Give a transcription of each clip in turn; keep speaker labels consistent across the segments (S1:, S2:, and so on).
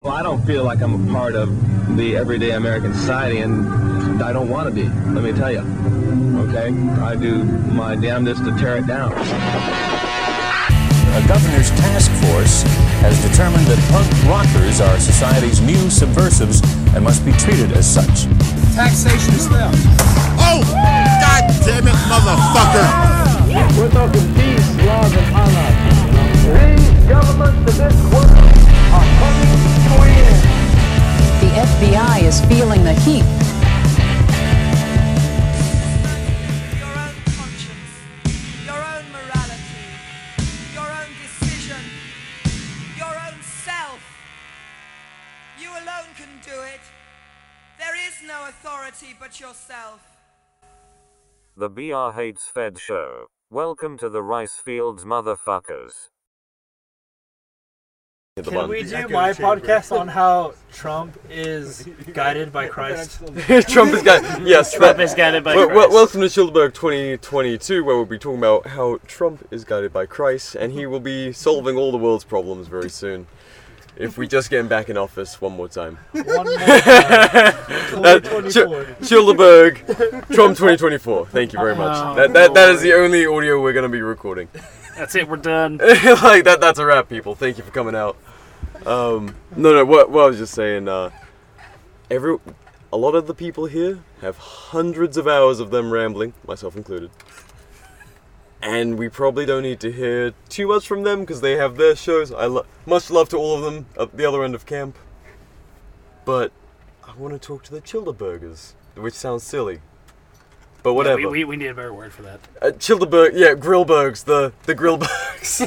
S1: Well, I don't feel like I'm a part of the everyday American society, and I don't want to be. Let me tell you. Okay, I do my damnedest to tear it down.
S2: A governor's task force has determined that punk rockers are society's new subversives and must be treated as such.
S3: Taxation is theft.
S4: Oh! God damn it, motherfucker!
S5: We're talking peace, love, and honor.
S6: These governments of this world are coming to an end.
S7: The FBI is feeling the heat.
S8: your own conscience, your own morality, your own decision, your own self. You alone can do it. There is no authority but yourself.
S9: The BR Hates Fed Show. Welcome to the rice fields, motherfuckers.
S3: Can we do my podcast on how Trump is guided by Christ?
S10: Trump is guided. Yes, Trump
S11: is guided by Christ.
S10: welcome to Childeberg 2022, where we'll be talking about how Trump is guided by Christ, and he will be solving all the world's problems very soon. If we just get him back in office one more time.
S3: One more time.
S10: That-
S3: 2024.
S10: Ch- Childeberg, Trump 2024. Thank you very much.
S11: Oh,
S10: that, that, that is the only audio we're going to be recording.
S11: That's it. We're done.
S10: like that that's a wrap people thank you for coming out um no no what, what i was just saying uh every a lot of the people here have hundreds of hours of them rambling myself included and we probably don't need to hear too much from them because they have their shows i lo- much love to all of them at the other end of camp but i want to talk to the childebergers which sounds silly but whatever
S11: We, we, we need a better word for that.
S10: uh, Childeberg, yeah, Grillbergs, the the Grillbergs.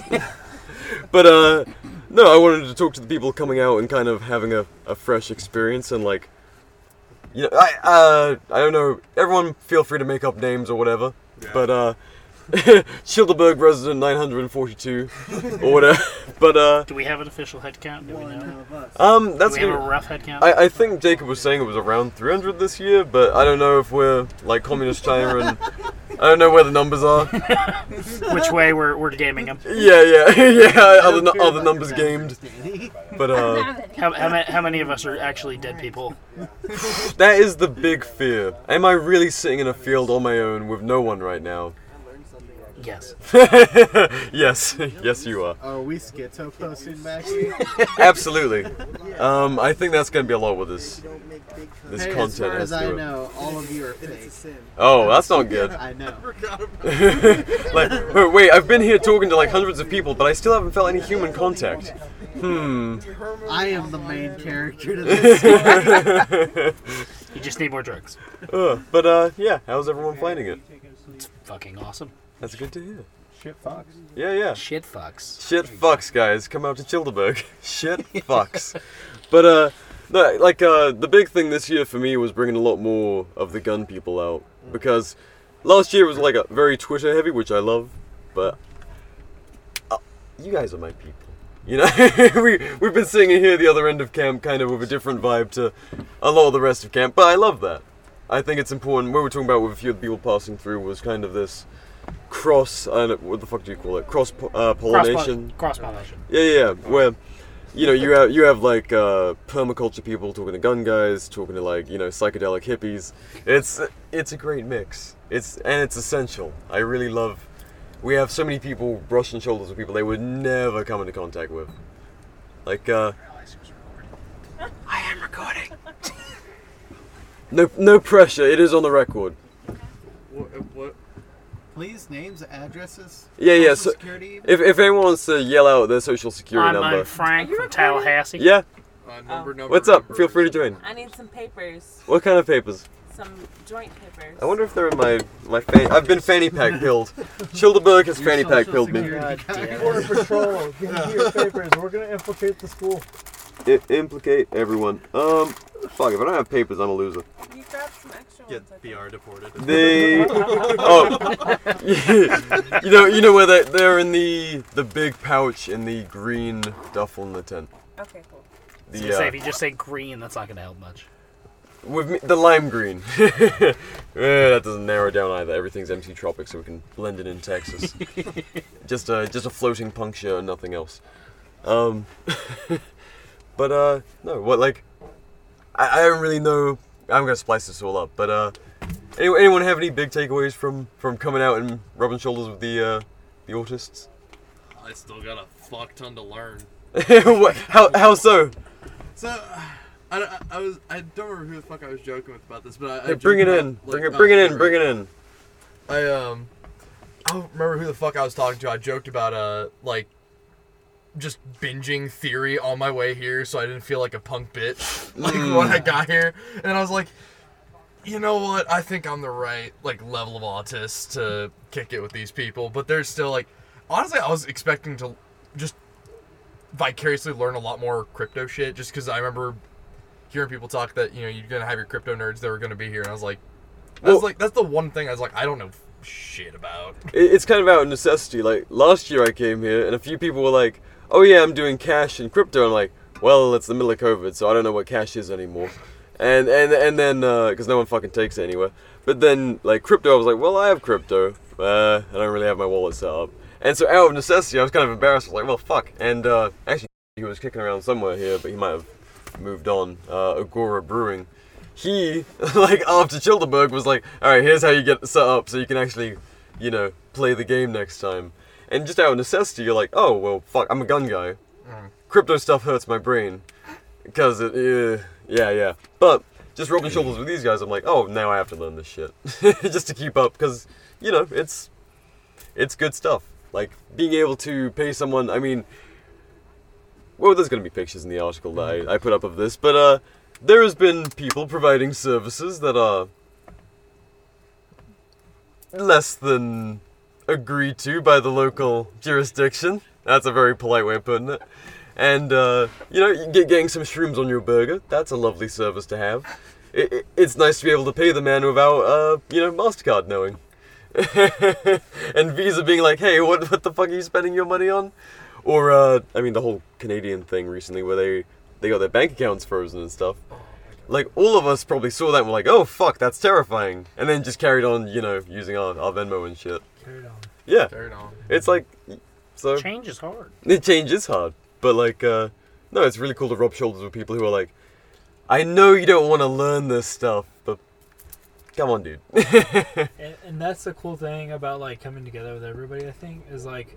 S10: but uh, no, I wanted to talk to the people coming out and kind of having a, a fresh experience and like, you know, I uh, I don't know. Everyone, feel free to make up names or whatever. But uh, Childeberg resident 942 or whatever. But uh,
S11: Do we have an official head count? Do we know?
S10: um,
S11: Do
S10: that's
S11: we have a
S10: gonna-
S11: rough head count?
S10: I, I think Jacob was saying it was around 300 this year, but I don't know if we're like communist China and I don't know where the numbers are.
S11: Which way we're, we're gaming them?
S10: Yeah, yeah, yeah. Other, nu- other numbers gamed, but uh,
S11: How, how, ma- how many of us are actually dead people?
S10: that is the big fear. Am I really sitting in a field on my own with no one right now?
S11: Yes.
S10: yes, yes, you are.
S5: Are we schizo posting, Max?
S10: Absolutely. Um, I think that's gonna be a lot with this. This
S5: Hey,
S10: content
S5: as far
S10: has
S5: as
S10: to
S5: I
S10: do it.
S5: know, all of you are fake.
S10: Oh, that's not good.
S5: I know.
S10: like, wait, wait, I've been here talking to like hundreds of people, but I still haven't felt any human contact.
S5: I am the main character to this.
S11: You just need more drugs.
S10: Uh, but uh, yeah, how's everyone finding it?
S11: Fucking awesome.
S10: That's good to hear.
S5: Shit, Fox.
S10: Yeah, yeah.
S11: Shit fucks.
S10: Shit fucks, guys. Come out to Childeberg. Shit fucks. but, uh, no, like, uh, the big thing this year for me was bringing a lot more of the gun people out. Because last year was, like, a very Twitter heavy, which I love. But, uh, you guys are my people. You know, we, we've been sitting here the other end of camp kind of with a different vibe to a lot of the rest of camp. But I love that. I think it's important. What we were talking about with a few of the people passing through was kind of this cross, I don't, what the fuck do you call it? Cross po- uh, pollination.
S11: Cross pollination.
S10: Yeah, yeah, yeah. Where, you know, you have you have like uh, permaculture people talking to gun guys, talking to like you know psychedelic hippies. It's it's a great mix. It's and it's essential. I really love. We have so many people brushing shoulders with people they would never come into contact with. Like, uh, I am recording. no, no pressure. It is on the record.
S5: Please, names, addresses.
S10: Yeah, yeah.
S5: social
S10: So,
S5: security.
S10: if, if anyone wants to yell out their social security
S11: I'm,
S10: number,
S11: I'm Frank from Tallahassee.
S10: yeah.
S12: number, number,
S10: What's up? Feel free to join.
S12: I need some papers,
S10: What kind of papers?
S12: some joint papers.
S13: Oh.
S10: I wonder if they're in my my fan. I've been fanny pack pilled. Childeberg has fanny pack pilled me.
S5: God damn.
S3: Border patrol, give me your papers. We're gonna infiltrate the school.
S10: I- implicate everyone. Um, fuck. If I don't have papers, I'm a loser.
S12: you grabbed some extra ones. I think.
S4: deported.
S10: They. Oh. you know, you know where they they're in the the big pouch in the green duffel in the tent.
S12: Okay, cool.
S10: The
S11: Say
S10: uh,
S11: if you just say green, that's not going to help much.
S10: with me, the lime green. Eh, that doesn't narrow down either. Everything's MC Tropic, so we can blend it in Texas. uh, just a just a floating puncture and nothing else. Um, But uh, no, what like, I, I don't really know. I'm gonna splice this all up. But uh, anyone, anyone have any big takeaways from from coming out and rubbing shoulders with the uh, the autists?
S13: I still got a fuck ton to learn.
S10: What- how how so?
S13: So, I, I, I was I don't remember who the fuck I was joking with about this, but I, I
S10: Hey, bring it
S13: joked
S10: in,
S13: about,
S10: bring
S13: like,
S10: it, bring it
S13: uh,
S10: in, bring it in.
S13: I um, I don't remember who the fuck I was talking to. I joked about uh, like, just binging theory on my way here, so I didn't feel like a punk bitch like
S14: Mm.
S13: when I got here, and I was like, you know what? I think I'm the right like level of autist to kick it with these people, but they're still like, honestly, I was expecting to just vicariously learn a lot more crypto shit, just because I remember hearing people talk that you know you're gonna have your crypto nerds that were gonna be here, and I was like. That's
S10: Well-
S13: like that's the one thing I was like I don't know shit about.
S10: It, it's kind of out of necessity. Like last year, I came here and a few people were like, "Oh yeah, I'm doing cash and crypto." I'm like, "Well, it's the middle of COVID, so I don't know what cash is anymore." And and and then because no one fucking takes it anywhere. But then like crypto, I was like, "Well, I have crypto. Uh, I don't really have my wallet set up." And so out of necessity, I was kind of embarrassed. I was like, "Well, fuck." And uh, actually, he was kicking around somewhere here, but he might have moved on. Uh, Agora Brewing. He like after Childeberg was like, "All right, here's how you get set up, so you can actually." you know, play the game next time. And just out of necessity, you're like, oh, well, fuck, I'm a gun guy.
S13: Mm.
S10: Crypto stuff hurts my brain. Because it, uh, yeah, yeah. But just rubbing shoulders with these guys, I'm like, oh, now I have to learn this shit. just to keep up, because, you know, it's, it's good stuff. Like, being able to pay someone, I mean, well, there's going to be pictures in the article that I, I put up of this, but uh, there has been people providing services that are less than agreed to by the local jurisdiction. That's a very polite way of putting it. And uh, you know, you get getting some shrooms on your burger. That's a lovely service to have. It, it, it's nice to be able to pay the man without, uh, you know, Mastercard knowing, and Visa being like, "Hey, what what the fuck are you spending your money on?" Or uh, I mean, the whole Canadian thing recently where they they got their bank accounts frozen and stuff. Like all of us probably saw that and were like, "Oh fuck, that's terrifying," and then just carried on, you know, using our, our Venmo and shit.
S11: Carried on.
S10: Yeah.
S11: Carried on.
S10: It's like so
S11: Change is hard.
S10: the change is hard, but like, uh, no, it's really cool to rub shoulders with people who are like, I know you don't want to learn this stuff, but come on, dude.
S3: and, and that's the cool thing about like coming together with everybody. I think is like,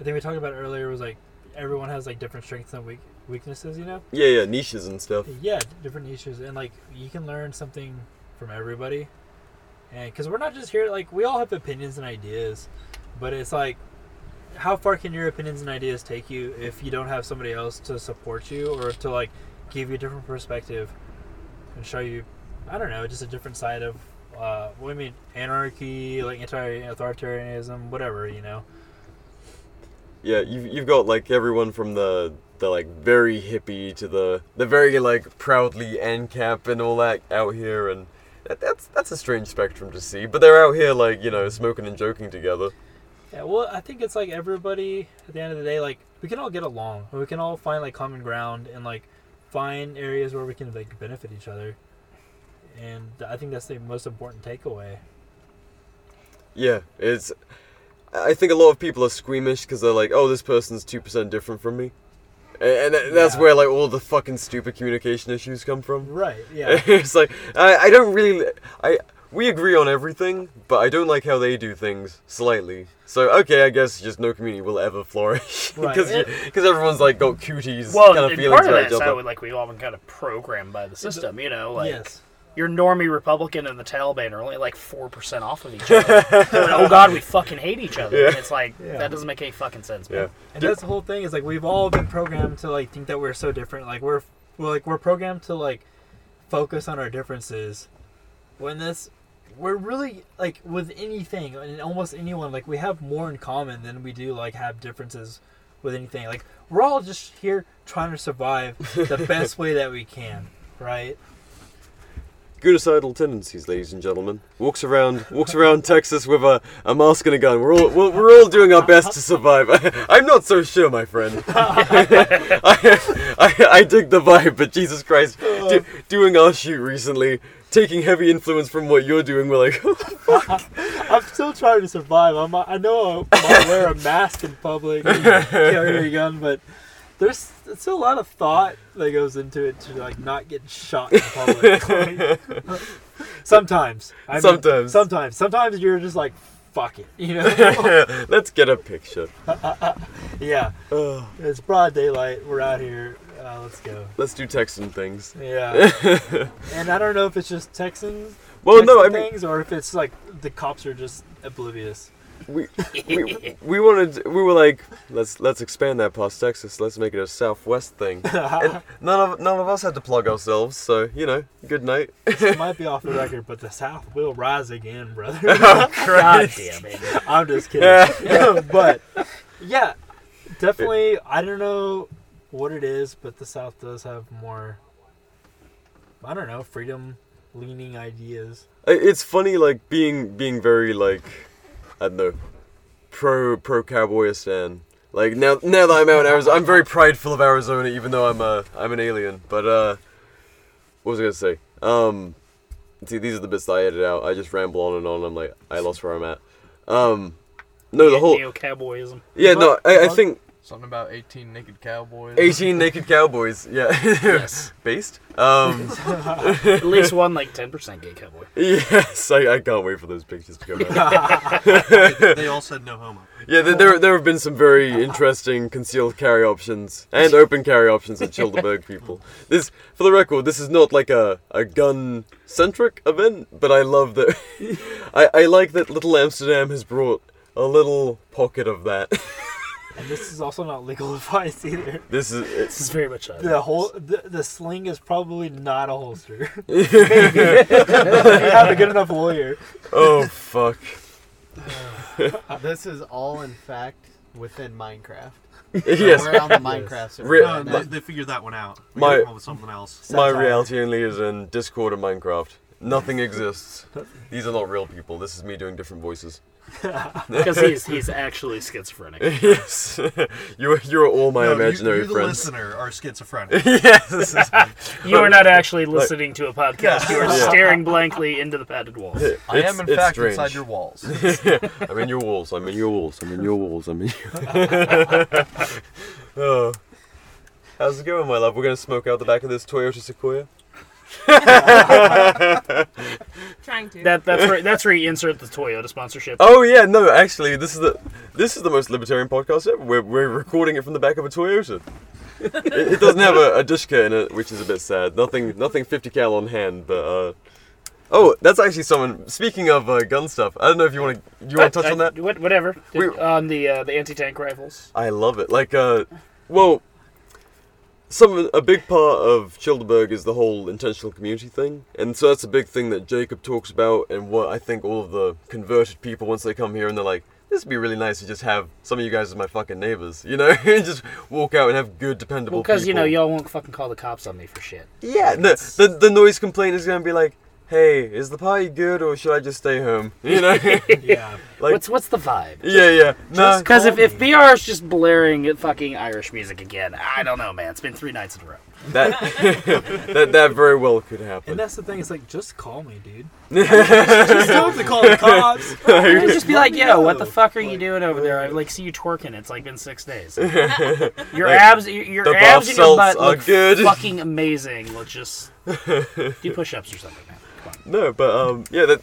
S3: I think we talked about earlier was like everyone has like different strengths and weak weaknesses. You know.
S10: yeah, yeah, niches and stuff.
S3: Yeah, different niches, and like you can learn something from everybody, and because we're not just here, like we all have opinions and ideas, but it's like, how far can your opinions and ideas take you if you don't have somebody else to support you or to like give you a different perspective and show you, I don't know, just a different side of uh, what I mean, anarchy, like anti-authoritarianism, whatever, you know.
S10: Yeah, you've, you've got like everyone from the the like very hippie to the the very like proudly NCAP and all that out here, and that, that's that's a strange spectrum to see. But they're out here like you know smoking and joking together.
S3: Yeah, well, I think it's like everybody at the end of the day, like we can all get along. We can all find like common ground and like find areas where we can like benefit each other. And I think that's the most important takeaway.
S10: Yeah, it's. I think a lot of people are squeamish because they're like, "Oh, this person's two percent different from me," and, and that's where like all the fucking stupid communication issues come from.
S3: Right, yeah.
S10: it's like I, I don't really I we agree on everything, but I don't like how they do things slightly. So okay, I guess just no community will ever flourish
S11: Right.
S10: because because everyone's like got cuties
S11: Well,
S10: kind of
S11: and
S10: feelings
S11: part of
S10: about
S11: that
S10: each
S11: sounded
S10: other.
S11: like we've all been kind of programmed by the system, you know, like
S3: Yes.
S11: your normie Republican and the Taliban are only like four percent off of each other. And, oh God, we fucking hate each other.
S3: Yeah.
S11: And it's like
S3: Yeah.
S11: that doesn't make any fucking sense, man.
S3: And that's the whole thing is like we've all been programmed to like think that we're so different. Like we're, we're like we're programmed to like focus on our differences. When this, we're really like with anything and almost anyone like we have more in common than we do like have differences with anything. Like we're all just here trying to survive the best way that we can, right?
S10: Gudicidal tendencies, ladies and gentlemen. Walks around, walks around Texas with a, a mask and a gun. We're all we're, we're all doing our best to survive. I, am not so sure, my friend. I, I, I dig the vibe, but Jesus Christ, do, doing our shoot recently, taking heavy influence from what you're doing, we're like,
S3: I'm still trying to survive. I'm I know I might wear a mask in public, and carry a gun, but There's it's a lot of thought that goes into it to like not get shot in public. Like, sometimes. mean,
S10: Sometimes.
S3: sometimes. Sometimes you're just like, fuck it. You know?
S10: Let's get a picture.
S3: yeah. It's broad daylight. We're out here. Uh, let's go.
S10: Let's do Texan things.
S3: Yeah. and I don't know if it's just Texans.
S10: Well, no,
S3: Texan
S10: I mean-
S3: things, or if it's like the cops are just oblivious.
S10: We, we, we wanted we were like let's let's expand that past Texas. Let's make it a Southwest thing. and none of none of us had to plug ourselves, so you know, good night.
S3: This might be off the record, but the South will rise again, brother.
S10: Oh, Christ.
S11: God damn it.
S3: I'm just kidding. but yeah, definitely. I don't know what it is, but the South does have more. I don't know freedom leaning ideas.
S10: I- It's funny, like being being very like I don't know, pro pro cowboyistan. Like now now that I'm out in Arizona, I'm very prideful of Arizona, even though I'm a I'm an alien. But uh, what was I gonna say? Um, see, these are the bits that I edit out. I just ramble on and on. I'm like, I lost where I'm at. Um, no, the whole
S11: Neo cowboyism.
S10: yeah, no, I, I think
S13: Something about 18 naked cowboys.
S10: 18 naked cowboys. Yeah,
S11: Yes.
S10: based. Um,
S11: At least one like ten percent gay cowboy.
S10: Yes, I, I can't wait for those pictures to come out.
S11: They- they all said no homo.
S10: Yeah, there, there, there have been some very interesting concealed carry options and open carry options at Childeberg people. This, for the record, this is not like a, a gun centric event, but I love that. I, I like that Little Amsterdam has brought a little pocket of that.
S3: And this is also not legal advice either.
S10: This is
S11: This is very much a-
S3: The whole the, the sling is probably not a holster. Maybe. if you have a good enough lawyer.
S10: Oh fuck.
S5: this is all in fact within Minecraft.
S10: Yes.
S5: We're on the
S10: Yes.
S5: Minecraft server.
S10: Re-
S5: right
S10: No,
S5: now.
S10: they- they
S14: figured that one out.
S10: My,
S14: come up with something else.
S10: my
S14: Satire.
S10: reality only is in Discord and Minecraft. Nothing exists. These are not real people. This is me doing different voices.
S11: Because he's he's actually schizophrenic.
S10: yes, you you are all my
S11: No, you-
S10: imaginary
S11: you the
S10: friends.
S11: listener
S14: are schizophrenic.
S10: yes,
S11: you are not actually
S10: Like-
S11: listening to a podcast. You are
S10: Yeah.
S11: staring blankly into the padded walls.
S10: I am, It's- in it's fact, strange. inside your walls. I'm in your walls. I'm in your walls. I'm in your walls. I'm in. Your... oh. How's it going, my love? We're gonna smoke out the back of this Toyota Sequoia.
S12: Trying to.
S11: That that's where that's where you insert the Toyota sponsorship.
S10: Oh yeah, no, actually, this is the this is the most libertarian podcast ever. We're, we're recording it from the back of a Toyota. it, it doesn't have a, a dishka in it, which is a bit sad. Nothing, nothing 50 cal on hand, but uh, oh, that's actually someone. Speaking of uh, gun stuff, I don't know if you want to you want to touch
S11: I-
S10: on that.
S11: what- Whatever. on the uh, the anti tank rifles.
S10: I love it. Like, uh, well, some a big part of Childeberg is the whole intentional community thing, and so that's a big thing that Jacob talks about, and what I think all of the converted people once they come here and they're like, "This would be really nice to just have some of you guys as my fucking neighbors," you know, and just walk out and have good, dependable.
S11: Because you know
S10: people.
S11: y'all won't fucking call the cops on me for shit.
S10: Yeah, the, the the noise complaint is gonna be like, "Hey, is the party good or should I just stay home?" You know.
S11: yeah.
S10: Like-
S11: what's what's the vibe?
S10: Yeah, yeah. No.
S11: Because if, if BR is just blaring fucking Irish music again, I don't know, man. It's been three nights in a row.
S10: that, that that very well could happen.
S3: And that's the thing. It's like just call me, dude. just don't have to call the cops.
S11: I'd just be like, yo, what the
S3: F-?
S11: fuck are you doing over there? I like see you twerking. It's like been six days. Your
S10: Like,
S11: abs, your, your
S10: the bath
S11: abs and your
S10: salts
S11: butt
S10: are
S11: look
S10: good.
S11: fucking amazing. Let's just do push-ups or something, man.
S10: No, but um, yeah, that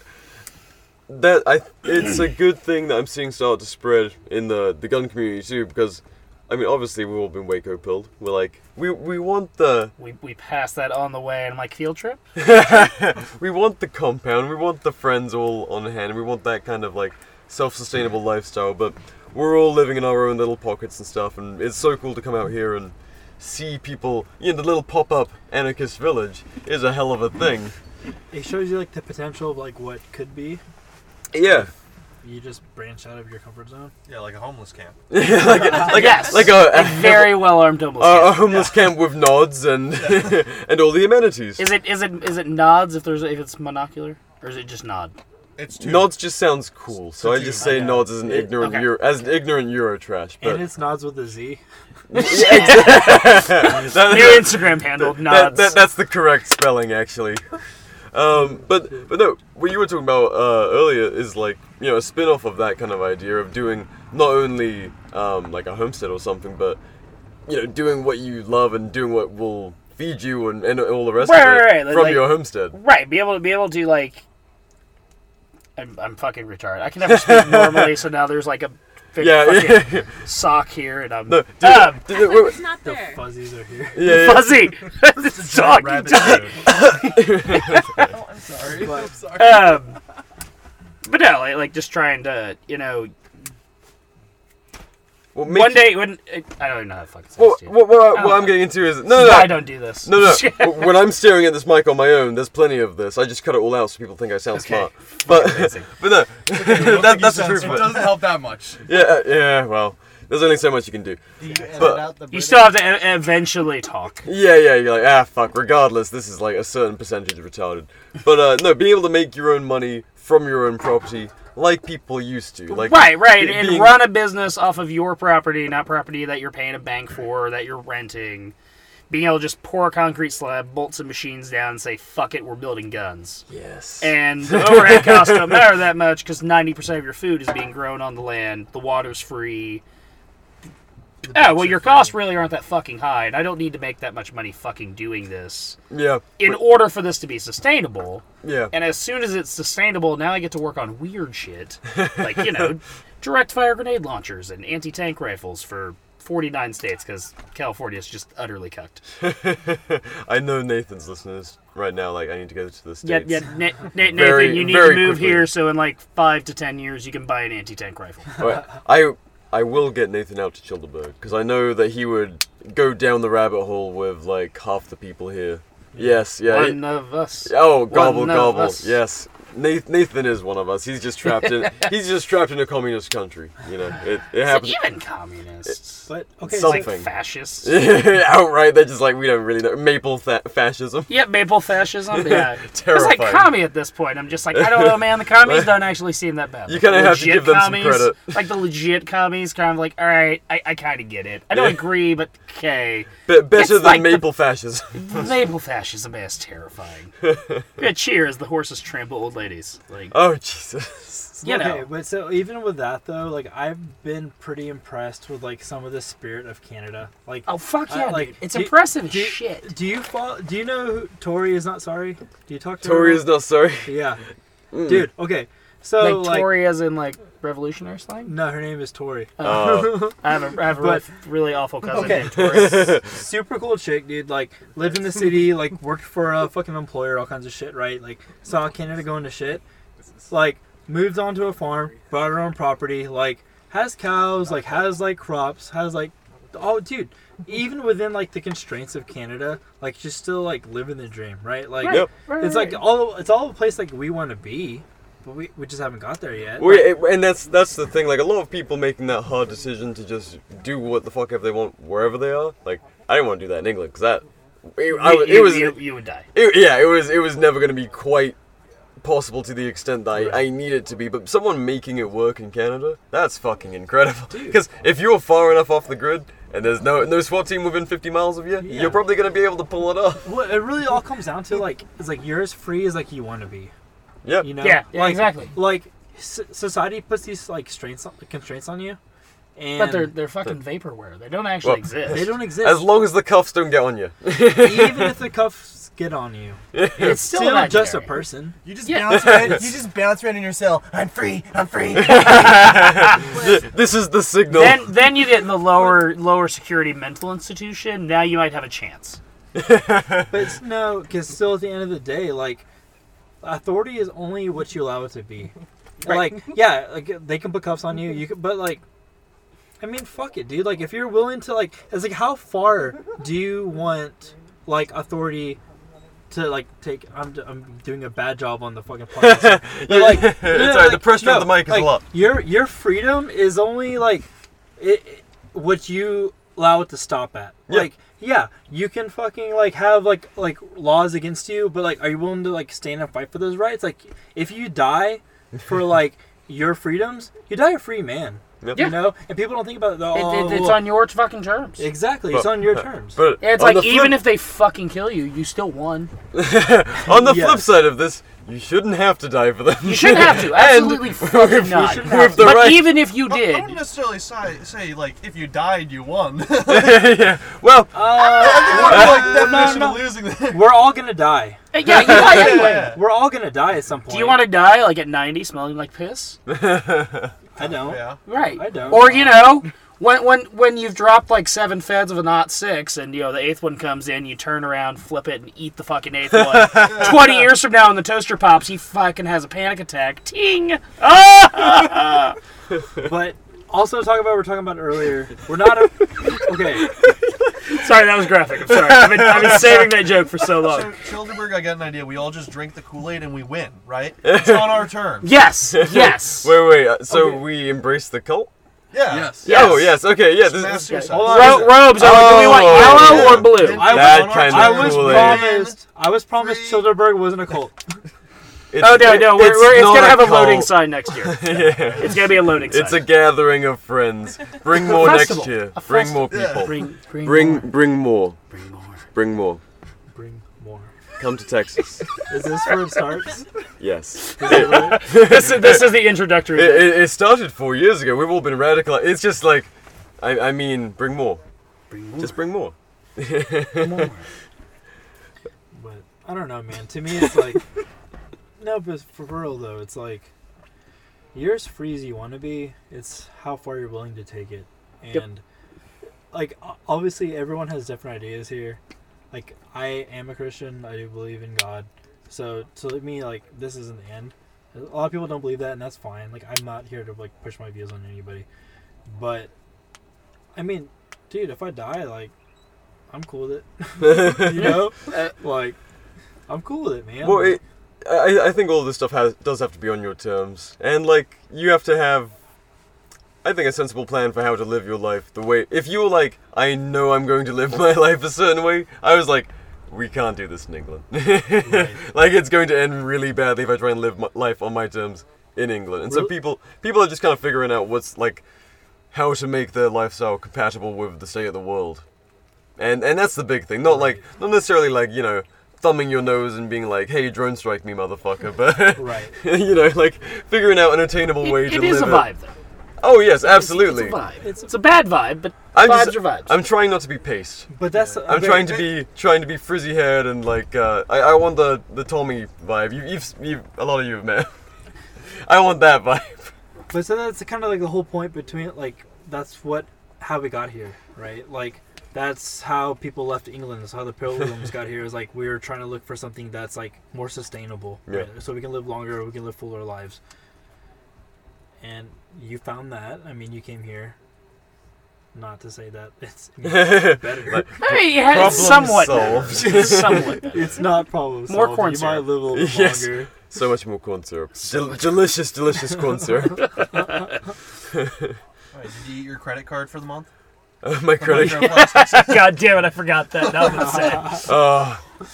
S10: that I it's a good thing that I'm seeing start to spread in the the gun community too because. I mean, obviously, we've all been Waco pilled. We're like, we, we want the
S11: We we passed that on the way, and I'm like field trip.
S10: we want the compound. We want the friends all on hand. We want that kind of like self-sustainable lifestyle. But we're all living in our own little pockets and stuff, and it's so cool to come out here and see people. You know, the little pop-up anarchist village is a hell of a thing.
S3: It shows you like the potential of like what could be.
S10: Yeah.
S3: You just branch out of your comfort zone.
S14: Yeah, like a homeless camp.
S10: like a, like a-
S11: Yes.
S10: like a,
S11: A very well-armed homeless
S10: a, a
S11: camp.
S10: homeless camp with nods and and all the amenities.
S11: Is it is it is it nods if there's if it's monocular or is it just nod?
S14: It's
S10: Nods just sounds cool, so I just say
S3: Yeah.
S10: nods as an
S3: It-
S10: ignorant
S3: okay.
S10: Euro, as an ignorant Euro trash. But
S3: and it's nods with a Z.
S10: That-
S11: New Instagram handle,
S10: That,
S11: nods.
S10: that, that's the correct spelling, actually. Um, but but no, what you were talking about uh, earlier is like you know a spin-off of that kind of idea of doing not only um, like a homestead or something, but you know, doing what you love and doing what will feed you and, and all the rest
S11: Right,
S10: of it
S11: right, right,
S10: from
S11: like-
S10: your homestead.
S11: Right, be able to be able to like. I'm, I'm fucking retarded. I can never speak normally, so now there's like a big
S10: Yeah,
S11: fucking
S10: yeah.
S11: sock here, and I'm
S10: No, dude,
S11: um,
S10: dude, wait, wait.
S3: The fuzzies are here.
S10: Yeah, yeah.
S11: fuzzy.
S10: It's a
S11: it's dog.
S10: giant
S11: dog.
S3: Oh, I'm sorry. I'm sorry.
S11: um, but no, like, like just trying to, you know. one day when I don't even know how to fucking say
S10: Well,
S11: this, dude.
S10: what, what, I-
S11: I
S10: what
S11: don't
S10: I'm
S11: know.
S10: getting into is
S11: This
S10: no,
S11: is
S10: no,
S11: why I don't do this.
S10: No, no. W- when I'm staring at this mic on my own, there's plenty of this. I just cut it all out so people think I sound smart. But but no, that, that's the truth.
S13: It
S10: of it.
S13: doesn't help that much.
S10: Yeah, uh, yeah. Well, there's only so much you can do. But
S11: you still have to e- eventually talk.
S10: yeah, yeah. You're like ah, fuck. Regardless, this is like a certain percentage of retarded. But uh, no, being able to make your own money from your own property, like people used to, like
S11: right, right,
S10: be-
S11: and
S10: being-
S11: run a business off of your property, not property that you're paying a bank for or that you're renting. Being able to just pour a concrete slab, bolt some machines down, and say "fuck it, we're building guns."
S10: Yes.
S11: And the overhead costs don't matter that much because ninety percent of your food is being grown on the land. The water's free. Yeah, well, your costs really aren't that fucking high, and I don't need to make that much money fucking doing this
S10: Yeah.
S11: in order for this to be sustainable.
S10: Yeah.
S11: And as soon as it's sustainable, now I get to work on weird shit. Like, you know, direct fire grenade launchers and anti tank rifles for 49 states because California's just utterly cucked.
S10: I know Nathan's listeners right now. Like I need to go to the
S11: Yeah,
S10: states.
S11: yeah, Na- Na- Nathan,
S10: Very-
S11: you need
S10: very
S11: to move
S10: quickly.
S11: here so in like five to 10 years you can buy an anti tank rifle.
S10: Alright, I I will get Nathan out to Childeberg because I know that he would go down the rabbit hole with like half the people here. Yes, yeah. he-
S11: One of us.
S10: Oh,
S11: One
S10: gobble
S11: of
S10: gobble.
S11: us.
S10: Yes, Nath- Nathan is one of us. He's just trapped in. he's just trapped in a communist country. You know, it, it
S11: It's
S10: happens.
S11: like even communists.
S3: But,
S10: something
S11: fascists.
S10: outright. They're just like we don't really know maple fa- fascism.
S11: Yep, maple fascism. Yeah,
S10: Terrifying.
S11: It's like commie at this point. I'm just like, I don't know, man. The commies don't actually seem that bad.
S10: You kinda
S11: Like,
S10: have to
S11: legit
S10: give them some
S11: commies,
S10: credit.
S11: Like the legit commies, kind of like, all right, I, I kind of get it. I don't
S10: Yeah.
S11: agree, but okay.
S10: Be- better
S11: It's
S10: than
S11: like the-
S10: maple fascism.
S11: maple fascism is terrifying. yeah, cheers. The horses trample old ladies. Like,
S10: oh Jesus.
S11: You know.
S3: Okay, but so even with that though, like I've been pretty impressed with like some of the spirit of Canada. Like
S11: Oh fuck
S3: I-
S11: yeah, dude. It's
S3: do-
S11: impressive as
S3: do-
S11: shit.
S3: Do you follow, Do you know who Tory is not sorry? Do you talk to
S10: Tory
S3: her?
S10: is not sorry.
S3: Yeah,
S10: Mm.
S3: dude. Okay, so
S11: like,
S3: like,
S11: Tory as in like revolutionary slang.
S3: no, her name is Tory.
S11: Oh. I have a, I have a
S3: But-
S11: really, really awful cousin
S3: Okay.
S11: named Tory.
S3: Super cool chick, dude. Like, lived in the city, like, worked for a fucking employer, all kinds of shit, right? Like, saw Canada going to shit. Like, moved onto a farm, bought her own property, like, has cows, like, has, like, crops, has, like, oh, dude, even within, like, the constraints of Canada, like, she's still, like, living the dream, right? Like,
S10: Right, Yep. right,
S3: it's, like,
S10: right.
S3: all, it's all a place, like, we want to be, but we, we just haven't got there yet.
S10: Well, yeah, it- and that's that's the thing. Like a lot of people making that hard decision to just do what the fuck if they want wherever they are. Like I didn't want to do that in England because that it, I
S11: You-
S10: was- it
S11: you-
S10: was
S11: you- you would die.
S10: it- yeah, it was it was never going to be quite possible to the extent that I, I need it to be. But someone making it work in Canada, that's fucking incredible. Because if you're far enough off the grid and there's no no SWAT team within 50 miles of you, you're probably going to be able to pull it off.
S3: Well, it really all comes down to like it's like you're as free as like you want to be.
S10: Yeah.
S3: You know.
S11: Yeah, yeah,
S3: Like-
S11: exactly.
S3: Like s- society puts these like strains on, constraints on you, and
S11: But they're they're fucking vaporware. They don't actually
S10: Well,
S11: exist.
S3: They don't exist.
S10: As long as the cuffs don't get on you.
S3: even if the cuffs get on you,
S10: It's
S3: it's
S10: still
S3: still,
S10: imaginary.
S3: just a person.
S15: You just
S3: Yeah.
S15: bounce around. You just bounce around in your cell. I'm free. I'm free.
S10: this is the signal.
S11: Then then you get in the lower lower security mental institution. Now you might have a chance.
S3: but it's, no, because still at the end of the day, like authority is only what you allow it to be.
S11: Right.
S3: Like yeah, like they can put cuffs on you. You can, but like. I mean, fuck it, dude. Like, if you're willing to, like, it's like, how far do you want, like, authority to, like, take? I'm, I'm doing a bad job on the fucking podcast. But,
S10: Yeah,
S3: like,
S10: it's all right, the pressure of the mic is a
S3: like,
S10: lot.
S3: Your your freedom is only like, it, it- what you allow it to stop at.
S10: Yeah.
S3: Like, yeah, you can fucking like have like like laws against you, but like, are you willing to like stand and fight for those rights? Like, if you die for like your freedoms, you die a free man.
S10: Yep.
S3: You know, and people don't think about it. though,
S11: It-
S3: Oh,
S11: it- it's
S3: well-
S11: on your fucking terms.
S3: Exactly, it's on your terms.
S11: Yeah, it's like even if they fucking kill you, you still won.
S10: on the flip side of this, you shouldn't have to die for them.
S11: You shouldn't have to. Absolutely fucking not.
S10: With the
S11: but
S10: right.
S11: even if you
S14: I-
S11: did,
S14: I wouldn't necessarily say, say like if you died, you won.
S10: yeah. Well,
S14: like, definition of losing.
S3: We're all gonna die.
S11: yeah, you might anyway.
S3: We're all gonna die at some point.
S11: Do you want to die like at ninety, smelling like piss?
S3: I don't.
S11: Right.
S3: I don't.
S11: Or you know, when when when you've dropped like seven feds of a not six, and you know the eighth one comes in, you turn around, flip it, and eat the fucking eighth one. Twenty years from now, when the toaster pops, he fucking has a panic attack. Ting. Ah!
S3: but also talk about what we we're talking about earlier. We're not a, okay.
S11: sorry, that was graphic. I'm sorry. I've been, I've been saving that joke for so long.
S14: Childerberg, I got an idea. We all just drink the Kool Aid and we win, right? It's on our terms.
S10: wait, wait. uh, So
S14: Okay.
S10: we embrace the cult?
S14: Yeah. Yes.
S10: Oh, yes. Okay, yeah. This,
S14: Mass
S10: this,
S14: suicide.
S3: Ro- robes,
S11: are we- do we want yellow
S10: Oh. yeah.
S11: or blue?
S3: I
S10: That eh?
S3: was,
S10: kind
S3: I
S10: of
S3: was
S10: Kool-Aid.
S3: promised. I was promised Childerberg wasn't a cult.
S11: oh no, no, we're, we're, it's
S10: not
S11: gonna
S10: a
S11: have a loading
S10: cult.
S11: sign next year.
S10: Yeah.
S11: It's gonna be a loading sign.
S10: It's a gathering of friends. Bring more next year. Bring more people.
S11: Bring, bring,
S10: bring,
S11: more.
S10: bring more. Bring more. Bring more. Come to Texas.
S3: Is this where it starts?
S10: yes.
S11: this, is, this is the introductory.
S10: It, it, it started four years ago. We've all been radical. It's just like, I, I mean, bring more. Bring more. Just bring more.
S3: I don't know, man. To me, it's like no, but for real though, it's like you're as free as you want to be. It's how far you're willing to take it, and
S11: Yep.
S3: like o- obviously everyone has different ideas here. Like I am a Christian. I do believe in God. So to me, like this isn't the end. A lot of people don't believe that, and that's fine. Like I'm not here to like push my views on anybody, but I mean, dude, if I die, like I'm cool with it. you know, like I'm cool with it, man.
S10: Uh, Well, it, I, I think all this stuff has does have to be on your terms, and like you have to have, I think a sensible plan for how to live your life. The way if you were like, I know I'm going to live my life a certain way, I was like, we can't do this in England. like it's going to end really badly if I try and live my life on my terms in England. And so
S14: Really?
S10: people people are just kind of figuring out what's like how to make their lifestyle compatible with the state of the world. And and that's the big thing. Not like not necessarily like, you know, thumbing your nose and being like, "Hey, drone strike me, motherfucker." But
S3: right.
S10: you know, like figuring out an attainable way to
S11: it
S10: live
S11: is a vibe, though.
S10: Oh, yes, absolutely.
S11: It's a vibe. It's, a bad vibe, but vibes
S10: just-
S11: are vibes.
S10: I'm trying not to be paced.
S3: But that's.
S10: I'm trying to be trying to be frizzy haired and like uh, I, I want the the Tommy vibe. You, you've you a lot of you have met. I want that vibe.
S3: But so that's kind of like the whole point between like that's what how we got here, right? Like that's how people left England. That's how the pilgrims got here. Is like we were trying to look for something that's like more sustainable,
S10: Yeah.
S3: right? So we can live longer, we can live fuller lives. And you found that. I mean, you came here. Not to say that it's better.
S11: I mean, yeah, it's Problem somewhat better. solved. It's somewhat better.
S3: It's not problem
S11: More
S3: solved.
S11: corn
S3: You might
S11: syrup.
S3: live a little bit
S10: Yes.
S3: longer.
S10: So much more corn syrup. Del- delicious, delicious corn syrup.
S14: Alright, did you eat your credit card for the month?
S10: Uh, my
S14: For
S10: credit-
S14: microplastics?
S11: God damn it, I forgot that. That was sad.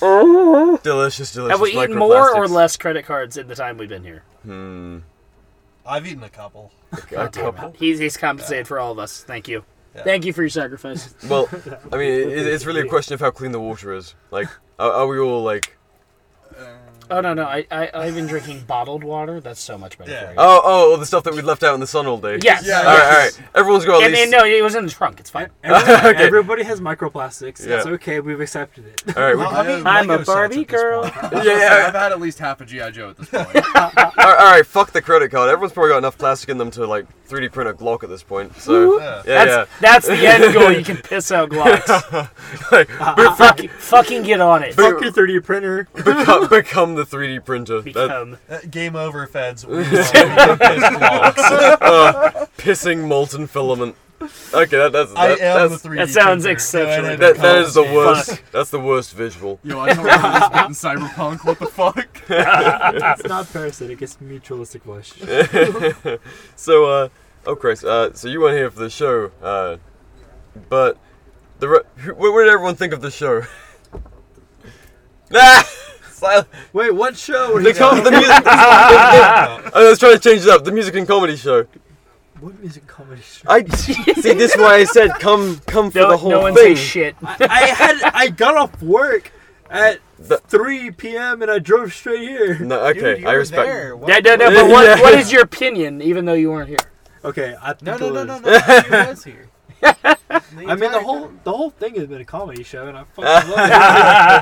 S10: oh, delicious, delicious.
S11: Have we eaten more or
S10: microplastics.
S11: less credit cards in the time we've been here?
S10: Hmm.
S14: I've eaten a couple.
S11: God damn it. He's, he's compensated for all of us. Thank you. Thank you for your sacrifice.
S10: Well, I mean, it, it's really a question of how clean the water is. Like, are, are we all like?
S11: Oh, no, no. I, I, I've been drinking bottled water. That's so much better for you.
S10: Oh, oh, all the stuff that we left out in the sun all day.
S11: Yes.
S10: All right, all right. Everyone's got at
S11: And-
S10: least.
S11: and no, it was in the trunk. It's fine.
S3: Everybody,
S10: Okay.
S3: everybody has microplastics. That's
S10: Yeah.
S3: okay. We've accepted it.
S11: uh,
S10: All right, we- Well, I mean,
S11: I'm a Barbie girl.
S10: Yeah, yeah.
S16: I've had at least half a GI Joe at this point.
S10: all, right, all right, fuck the credit card. Everyone's probably got enough plastic in them to like 3D print a Glock at this point. So yeah, yeah.
S11: That's, that's the end goal. You can piss out Glocks.
S10: Like, but fuck-
S11: fucking, fucking get on it.
S10: Fuck
S3: your 3D printer.
S10: become, become the 3D printer.
S11: Become.
S14: Uh, game over, feds. We
S10: uh, pissing molten filament. Okay, that, that's
S14: I
S10: that,
S14: am
S10: that's,
S14: the 3D That sounds printer. exceptionally
S10: That, that is the
S14: complicated.
S10: worst.
S14: Fuck.
S10: That's the worst visual.
S16: Yo, I totally just been cyberpunk. What the fuck?
S3: it's not parasitic. It's mutualistic wish.
S10: so, uh, oh Christ, uh, so you weren't here for the show, uh, but the re- who- what, what did everyone think of the show? ah!
S3: Wait, what show?
S10: The, com- the music. the- the- I was trying to change it up. The music and comedy show.
S3: What music comedy show?
S10: I see. This is why I said come, come for
S3: No-
S10: the whole
S3: no one
S10: thing.
S3: say shit. I- I had- I got off work at 3 p.m. and I drove straight here.
S10: No, okay, I respect.
S11: Yeah, no, no, but what, what is your opinion, even though you weren't here?
S3: Okay, I think
S11: No, no,
S3: it
S11: no,
S3: was.
S11: no, no, he was
S3: here. I mean, the whole the whole thing has been a comedy show, and I fucking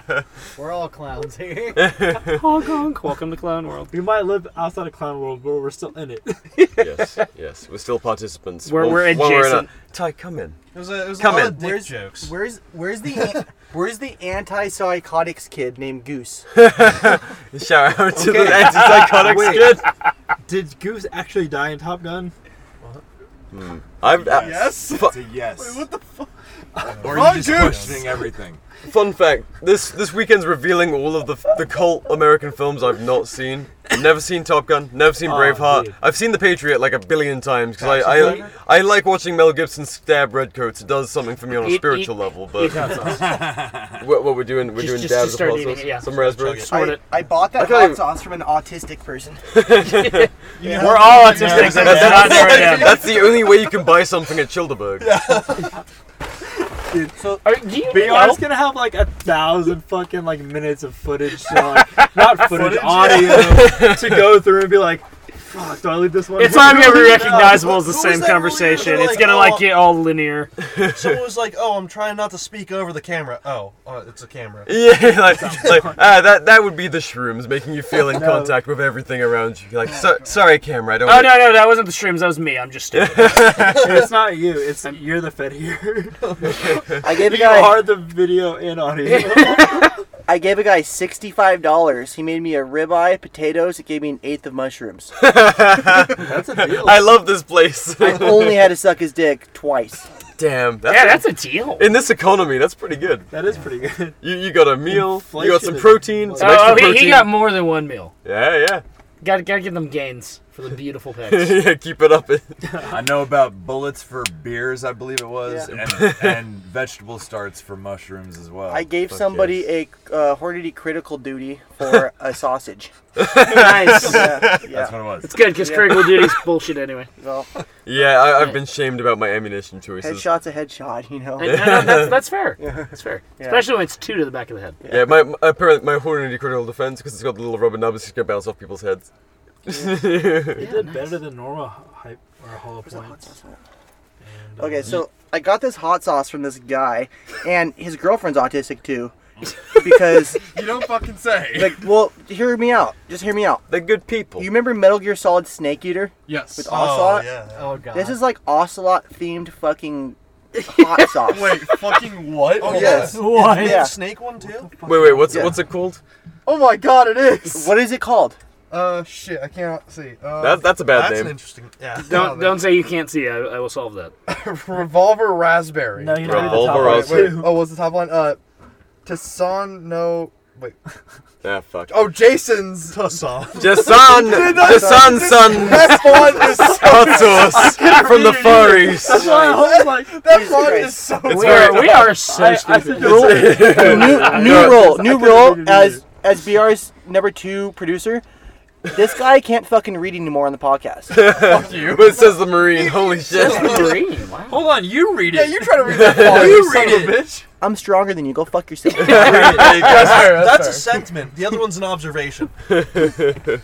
S3: love it.
S5: We're all clowns here.
S11: Hong Kong. Welcome to Clown World.
S3: We might live outside of Clown World, but we're still in it.
S10: yes, yes, we're still participants.
S11: We're-
S10: Well,
S11: we're
S10: well, in
S11: adjacent.
S10: a- Ty, come in.
S14: It was a, it was
S10: Come
S14: a lot
S10: in.
S14: of dick
S5: Where's-
S14: jokes.
S5: Where's where's the where's the anti-psychotics kid named Goose?
S10: Shout out to
S5: Okay.
S10: the anti-psychotics
S5: Wait.
S10: kid.
S3: Did Goose actually die in Top Gun?
S10: Hmm. I've
S14: Yes.
S10: fu-
S14: a yes.
S3: what the fuck?
S14: Or are you just questioning everything?
S10: Fun fact: this this weekend's revealing all of the the cult American films I've not seen. Never seen Top Gun. Never seen
S14: Oh,
S10: Braveheart.
S14: dude.
S10: I've seen The Patriot like a billion times because
S14: Taxi
S10: I,
S14: Driver?
S10: I I like watching Mel Gibson stab redcoats. It does something for me on a
S14: Eat-
S10: spiritual
S14: eat-
S10: level.
S14: eat
S10: But
S14: hot sauce.
S10: what, what we're doing?
S14: uh,
S10: We're
S14: Just-
S10: doing
S14: just-
S10: dabs
S14: just start
S10: of hot
S14: eating
S10: sauce,
S14: it, yeah.
S10: Some
S14: Chug it,
S10: raspberries.
S5: I, I bought
S10: I
S5: that
S10: can't
S5: hot
S10: even-
S5: sauce from an autistic person.
S11: We're all autistic,
S10: That's,
S11: so
S10: that's-
S11: they're not narrowed down.
S10: that's the only way you can buy something at Childeberg.
S3: So,
S11: are, do you
S3: BR is gonna have like a thousand fucking like minutes of footage, so, like, not footage,
S11: Footage?
S3: audio to go through and be like, fuck, do I leave this one?
S11: It's
S3: Who-
S11: not gonna
S3: who-
S11: be
S3: who-
S11: recognizable as the
S3: who
S11: same
S3: was that
S11: conversation.
S3: earlier?
S11: it's gonna
S3: Like,
S11: like get all linear.
S14: Someone was like, "Oh, I'm trying not to speak over the camera." Oh, uh, it's a camera.
S10: Yeah, like, like ah, that that would be the shrooms making you feel in
S11: No.
S10: contact with everything around you. Like, so, sorry, camera, I don't.
S11: Oh no,
S10: wanna-"
S11: no, that wasn't the streams. That was me. I'm just stupid.
S3: it's not you. It's you're the fed here.
S5: I gave a
S3: you
S5: guy-
S3: are the video and audio.
S5: I gave a guy sixty-five dollars. He made me a ribeye, potatoes. It gave me an eighth of mushrooms.
S10: That's a deal. I love this place.
S5: I only had to suck his dick twice.
S10: Damn.
S5: Yeah, that's a deal.
S10: In this economy, that's pretty good.
S3: That is pretty good.
S10: You, you got a meal. You got
S11: Inflation
S10: some
S11: is-
S10: protein. Some
S11: oh,
S10: extra
S11: he,
S10: protein.
S11: he got more than one meal.
S10: Yeah, yeah.
S11: Got gotta give them gains for the beautiful picks.
S10: yeah, keep it up.
S14: I know about bullets for beers, I believe it was,
S5: Yeah.
S14: and, and vegetable starts for mushrooms as well.
S5: I gave
S14: Fuck
S5: somebody
S14: yes.
S5: a uh, Hornady critical duty for a sausage. Yeah,
S11: nice.
S5: yeah.
S14: That's what it was.
S11: It's good because
S5: Yeah.
S11: critical duty's bullshit anyway.
S5: Well,
S10: Yeah, I, I've been shamed about my ammunition choices.
S5: headshot's a headshot, you know.
S11: And- and that's, that's fair. That's fair.
S5: Yeah.
S11: Especially when it's two to the back of the head.
S10: Yeah, my, my apparently my Hornady critical defense because it's got the little rubber nubs it's gonna bounce off people's heads.
S3: You did better than normal hype or hollow points. uh,
S5: Okay, so I got this hot sauce from this guy, and his girlfriend's autistic too, because
S16: You don't fucking say.
S5: like, well, hear me out. Just hear me out.
S10: They're good people.
S5: You remember Metal Gear Solid Snake Eater?
S16: Yes.
S5: With
S16: Oh,
S5: Ocelot.
S16: yeah. Oh, God.
S5: This is like Ocelot themed fucking hot sauce.
S16: Wait, fucking what?
S14: Oh, yes.
S5: What?
S14: Is it
S5: Yeah.
S14: a snake one too?
S10: Wait, wait, what's what's it called?
S5: Oh my god, it is. What is it called?
S14: Uh, shit, I cannot see. Uh,
S10: That- that's a bad
S14: that's
S10: name.
S14: An interesting. Yeah.
S11: Don't don't say you can't see. I, I will solve that.
S17: Revolver Raspberry. No,
S11: you don't read the Revolver top
S17: Raspberry.
S11: Raspberry.
S17: oh, what's the top line? Uh, Tassan no. Wait.
S10: Ah, fuck.
S17: Oh, Jason's Tassan.
S10: Jason, Jason, son,
S17: That font is so.
S10: hot sauce from the Far East.
S17: That's why I was like, that font is so.
S10: It's
S17: weird.
S10: very- I- I think it's-
S5: new new
S10: Yeah.
S5: role, new
S10: I couldn't
S5: role
S10: read it
S5: as as BR's number two producer. This guy can't fucking read anymore on the podcast.
S10: Fuck you. But it says the Marine. Holy shit.
S3: Hold on, you read it.
S5: Yeah, you try to read that.
S10: font,
S14: you son of a
S5: bitch. I'm stronger than you. Go fuck yourself.
S14: That's,
S5: That's fair, that's
S14: that's a
S5: fair.
S14: sentiment. The other one's an observation.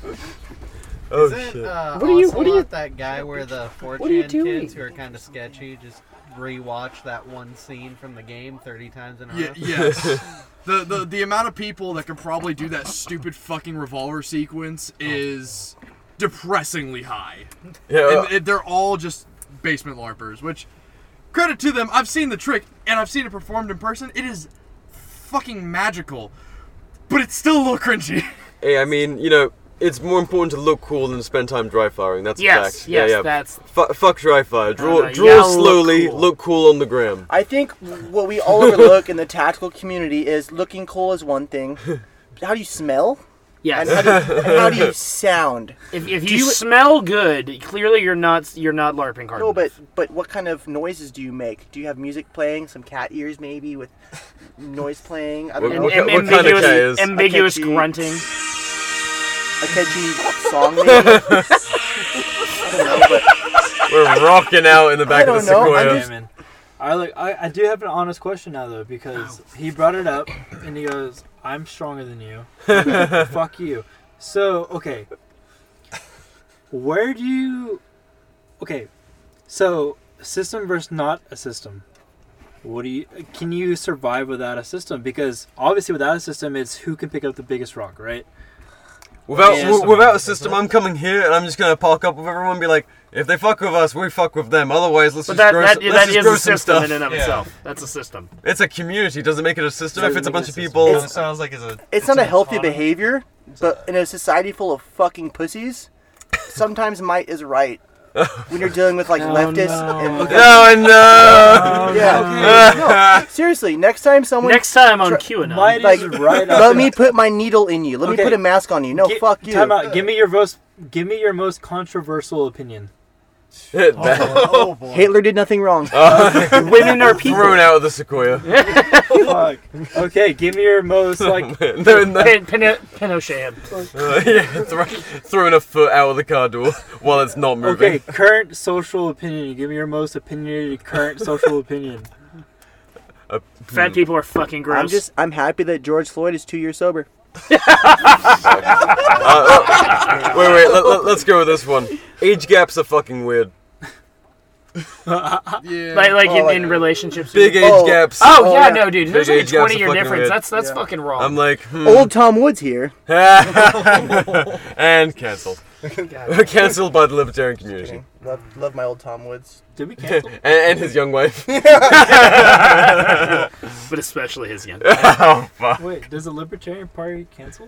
S10: oh
S14: shit.
S18: Uh,
S11: What are you- what are
S18: Ocelot,
S11: you-
S18: that guy where the 4chan
S11: What are you doing?
S18: kids who are kind of sketchy just rewatch that one scene from the game 30 times in a
S16: Yeah,
S18: row?
S16: yes. the, the the amount of people that could probably do that stupid fucking revolver sequence is depressingly high.
S10: Yeah. uh,
S11: Uh.
S16: and it- they're all just basement larpers. Which credit to them, I've seen the trick and I've seen it performed in person. It is fucking magical, but it's still a little cringy.
S10: Hey, Eh, I mean, you know, it's more important to look cool than to spend time dry firing. That's a
S11: Yes,
S10: fact.
S11: yes,
S10: yeah, yeah.
S11: that's-
S10: Fu- fuck dry fire. Draw,
S11: no, you
S10: draw
S11: gotta look
S10: slowly. Look
S11: cool.
S10: cool. on the gram.
S5: I think what we all overlook in the tactical community is looking cool is one thing. How do you smell?
S11: Yes.
S5: And how do you, and how do you sound?
S11: If, if
S5: Do
S11: you, smell good, clearly you're not you're not larping hard.
S5: no, but but what kind of noises do you make? Do you have music playing? Some cat ears maybe with noise playing. I don't
S11: What-
S5: know.
S11: what- Am- what kind of ambiguous- cat is? ambiguous
S5: A
S11: grunting.
S5: A catchy song. Maybe? I don't know, but
S10: We're rocking out in the back of the Sequoia.
S3: I look. I, I do have an honest question now though because he brought it up and he goes, "I'm stronger than you." Fuck you. So okay, where do you? Okay, so system versus not a system. What do you? Can you survive without a system? Because obviously, without a system, it's who can pick up the biggest rock, right?
S10: Without
S3: Yeah.
S10: w- without a system, I'm coming here and I'm just gonna park up with everyone and be like, if they fuck with us, we fuck with them. Otherwise, let's
S11: But
S10: just
S11: that,
S10: grow,
S11: that,
S10: some,
S11: that
S10: let's just
S11: is
S10: grow
S11: a
S10: some
S11: system
S10: stuff.
S11: in and of itself. That's a system.
S10: It's a community. Doesn't make it a system if
S11: Doesn't
S10: it's a
S11: make it
S10: bunch
S11: a
S10: of
S11: system.
S10: people.
S11: It's-
S14: sounds like it's a.
S5: It's not a healthy behavior, but in a society full of fucking pussies, sometimes might is right. When you're dealing with like leftists and
S10: No, no.
S5: yeah, no. Seriously, next time someone
S11: Next time on QAnon.
S3: Might
S5: like,
S3: is right up
S5: let
S3: in-
S5: me put my needle in you. Let me
S3: Okay.
S5: put a mask on you. No,
S3: Gi-
S5: fuck you.
S3: Time out. Give me your most. Give me your most controversial opinion. Oh,
S5: Hitler did nothing wrong.
S3: Women are people.
S10: Thrown out of the Sequoia.
S3: Fuck. Okay, give me your most like.
S10: No, no.
S11: Pin, pin, Pinochet.
S10: Uh, yeah, thro- throwing a foot out of the car door while it's not moving.
S3: Okay, current social opinion. Give me your most opinionated current social opinion.
S10: Uh,
S11: Fat people are fucking gross.
S5: I'm just I'm happy that George Floyd is two years sober.
S10: Uh, wait, wait, let, let, let's go with this one. Age gaps are fucking weird.
S11: Like, like
S10: Oh,
S11: in,
S10: like-
S11: in relationships.
S10: Big age
S11: oh.
S10: gaps.
S11: Oh, yeah, no, dude. There's
S10: Big
S11: like a
S10: age gaps
S11: 20
S10: are
S11: year
S10: fucking
S11: difference.
S10: weird.
S11: That's that's fucking wrong.
S10: I'm like, hmm.
S5: Old Tom Woods here.
S10: Oh. and cancelled.
S5: God.
S10: cancelled by the libertarian community.
S5: Love, love my old Tom Woods.
S3: Did we
S10: and, and his young wife.
S11: but especially his young.
S10: oh, fuck.
S3: Wait, does the Libertarian Party cancel?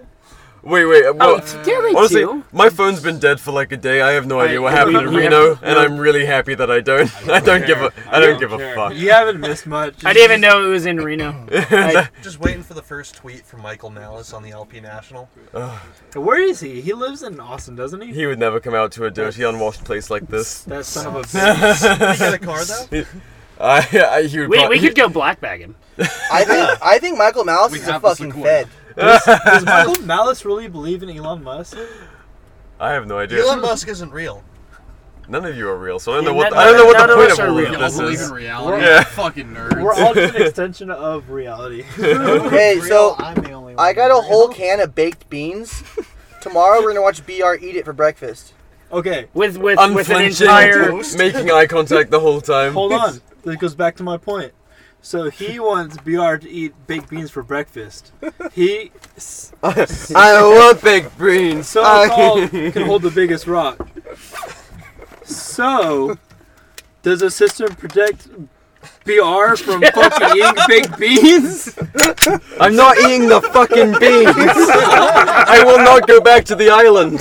S10: Wait,
S11: Oh,
S10: wait. uh, Well,
S11: yeah, they
S10: honestly,
S11: do.
S10: my phone's been dead for like a day. I have no idea what
S3: we-
S10: happened in
S3: we have-
S10: Reno,
S3: we
S10: and
S3: have-
S10: I'm really happy that I don't. I don't give a. I don't give a fuck.
S3: You haven't missed much.
S11: I didn't even know it was in Reno. I,
S14: Just waiting for the first tweet from Michael Malice on the LP National.
S3: Where is he? He lives in Austin, doesn't he?
S10: He would never come out to a dirty, unwashed place like this.
S3: That son of a
S14: bitch. Did he get a car, though?
S10: I, I, he would
S11: we,
S10: prob-
S11: we could go black bag him.
S5: I think I think Michael Malice is a fucking fed.
S3: Does, does Michael Malice really believe in Elon Musk?
S10: I have no idea.
S14: Elon Musk isn't real.
S10: None of you are real, so I don't
S14: Yeah,
S10: know
S14: none-
S10: what the, I don't know what
S14: none
S10: the
S14: of
S10: point
S14: us
S10: of
S14: are
S10: all
S14: real.
S10: of this
S14: Y'all
S10: is.
S14: believe in reality?
S10: Yeah.
S16: Fucking
S3: We're all just an extension of reality.
S5: Okay, so I got a whole can of baked beans. Tomorrow we're gonna watch BR eat it for breakfast.
S3: Okay.
S11: With with
S10: Unflinching, making eye contact the whole time.
S3: Hold on. That goes back to my point. So he wants BR to eat baked beans for breakfast. He s-
S10: I want baked beans.
S3: so
S11: Ah.
S3: called can hold the biggest rock. So does a system protect BR from fucking eating baked beans?
S10: I'm not eating the fucking beans. I will not go back to the island.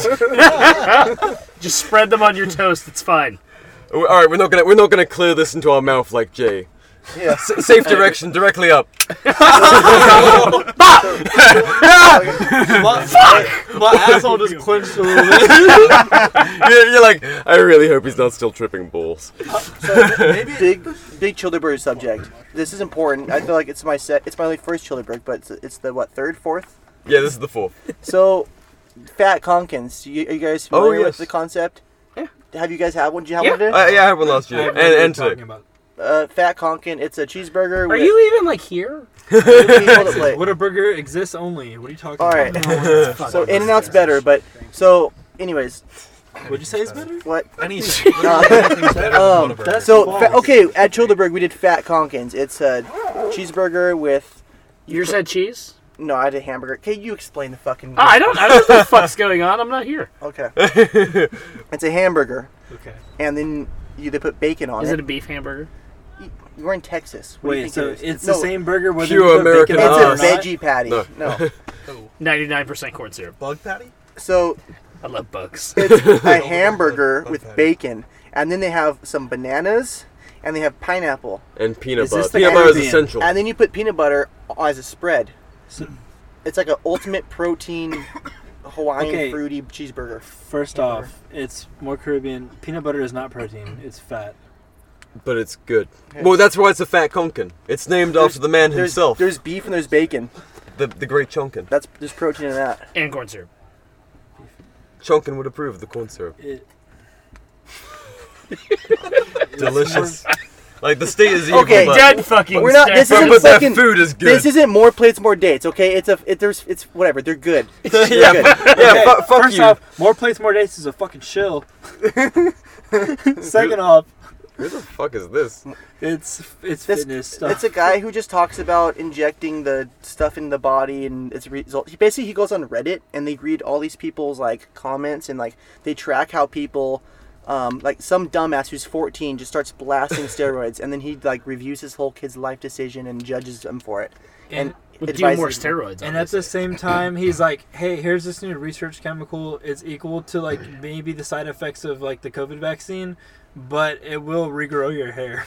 S11: Just spread them on your toast. It's fine.
S10: All right, we're not gonna we're not gonna clear this into our mouth like Jay.
S5: Yeah.
S10: S- safe direction, directly up.
S3: my, my asshole just clenched a little bit.
S10: You're, you're like, I really hope he's not still tripping balls.
S5: big big Childeberg subject. This is important. I feel like it's my set. It's my like first Childeberg, but it's, it's the what third, fourth.
S10: Yeah, this is the fourth.
S5: So, Fat Conkins. You, are you guys
S10: Oh,
S5: familiar
S10: yes.
S5: with the concept? Yeah. Have you guys had one? Did you have one today?
S10: Uh, yeah, I had one last year, and and today.
S5: Uh, Fat Conkin. It's a cheeseburger.
S11: Are you even like here?
S3: What a burger exists only. What are you talking
S5: All right.
S3: about?
S5: so In and Out's better, but so anyways.
S3: Would you say it's better?
S5: What?
S14: Any
S5: Uh,
S3: Whataburger.
S5: um,
S3: That's
S5: so
S3: false.
S5: fa- okay, at Childeberg we did Fat Conkins. It's a cheeseburger with.
S11: You said cheese.
S5: No, I did hamburger. Okay, you explain the fucking.
S11: Ah, I don't. I don't know what the fuck's going on. I'm not here.
S5: Okay. it's a hamburger.
S3: Okay.
S5: And then you, they put bacon on
S11: Is
S5: it.
S11: it a beef hamburger?
S5: We're in Texas. What do you
S3: Wait,
S5: think it
S3: so
S5: is?
S3: it's
S5: No,
S3: the same burger whether
S10: Pure
S3: you put
S10: American
S3: bacon on it or
S5: It's a
S3: not?
S5: veggie patty. No.
S10: No.
S11: Ninety nine percent corn syrup.
S14: Bug patty?
S5: So
S11: I love bugs.
S5: it's a hamburger with bacon, and then they have some bananas, and they have pineapple.
S10: And peanut
S3: Is this
S10: butter.
S3: the
S10: Peanut butter is
S3: Caribbean?
S10: essential.
S5: And then you put peanut butter as a spread. It's like an ultimate protein Hawaiian
S3: Okay.
S5: fruity cheeseburger.
S3: First off, it's more Caribbean. Peanut butter is not protein. It's fat.
S10: But it's good. Well, that's why it's a fat conkin. It's named after the man
S5: There's,
S10: himself,
S5: there's beef and there's bacon.
S10: the, the great Chonkin.
S5: That's there's protein in that.
S11: and corn syrup.
S10: Chonkin would approve of the corn syrup.
S3: It,
S10: Delicious. like the state is evil.
S5: Okay,
S10: but-
S5: We're not. This isn't
S10: but
S5: fucking.
S10: that food is good.
S5: This isn't more plates, more dates. Okay, it's a. It, there's. It's whatever. They're good. They're
S3: yeah,
S5: good.
S3: Okay, First off, more plates, more dates is a fucking chill. Second off,
S10: Who the fuck is this?
S3: It's it's
S5: This-
S3: fitness stuff.
S5: It's a guy who just talks about injecting the stuff in the body and its result. He basically he goes on Reddit and they read all these people's like comments and like they track how people. Um, like some dumbass who's 14 just starts blasting steroids, and then he like reviews his whole kid's life decision and judges him for it. And, advises him.
S3: And at the same time, he's like, "Hey, here's this new research chemical. It's equal to like maybe the side effects of like the COVID vaccine, but it will regrow your hair."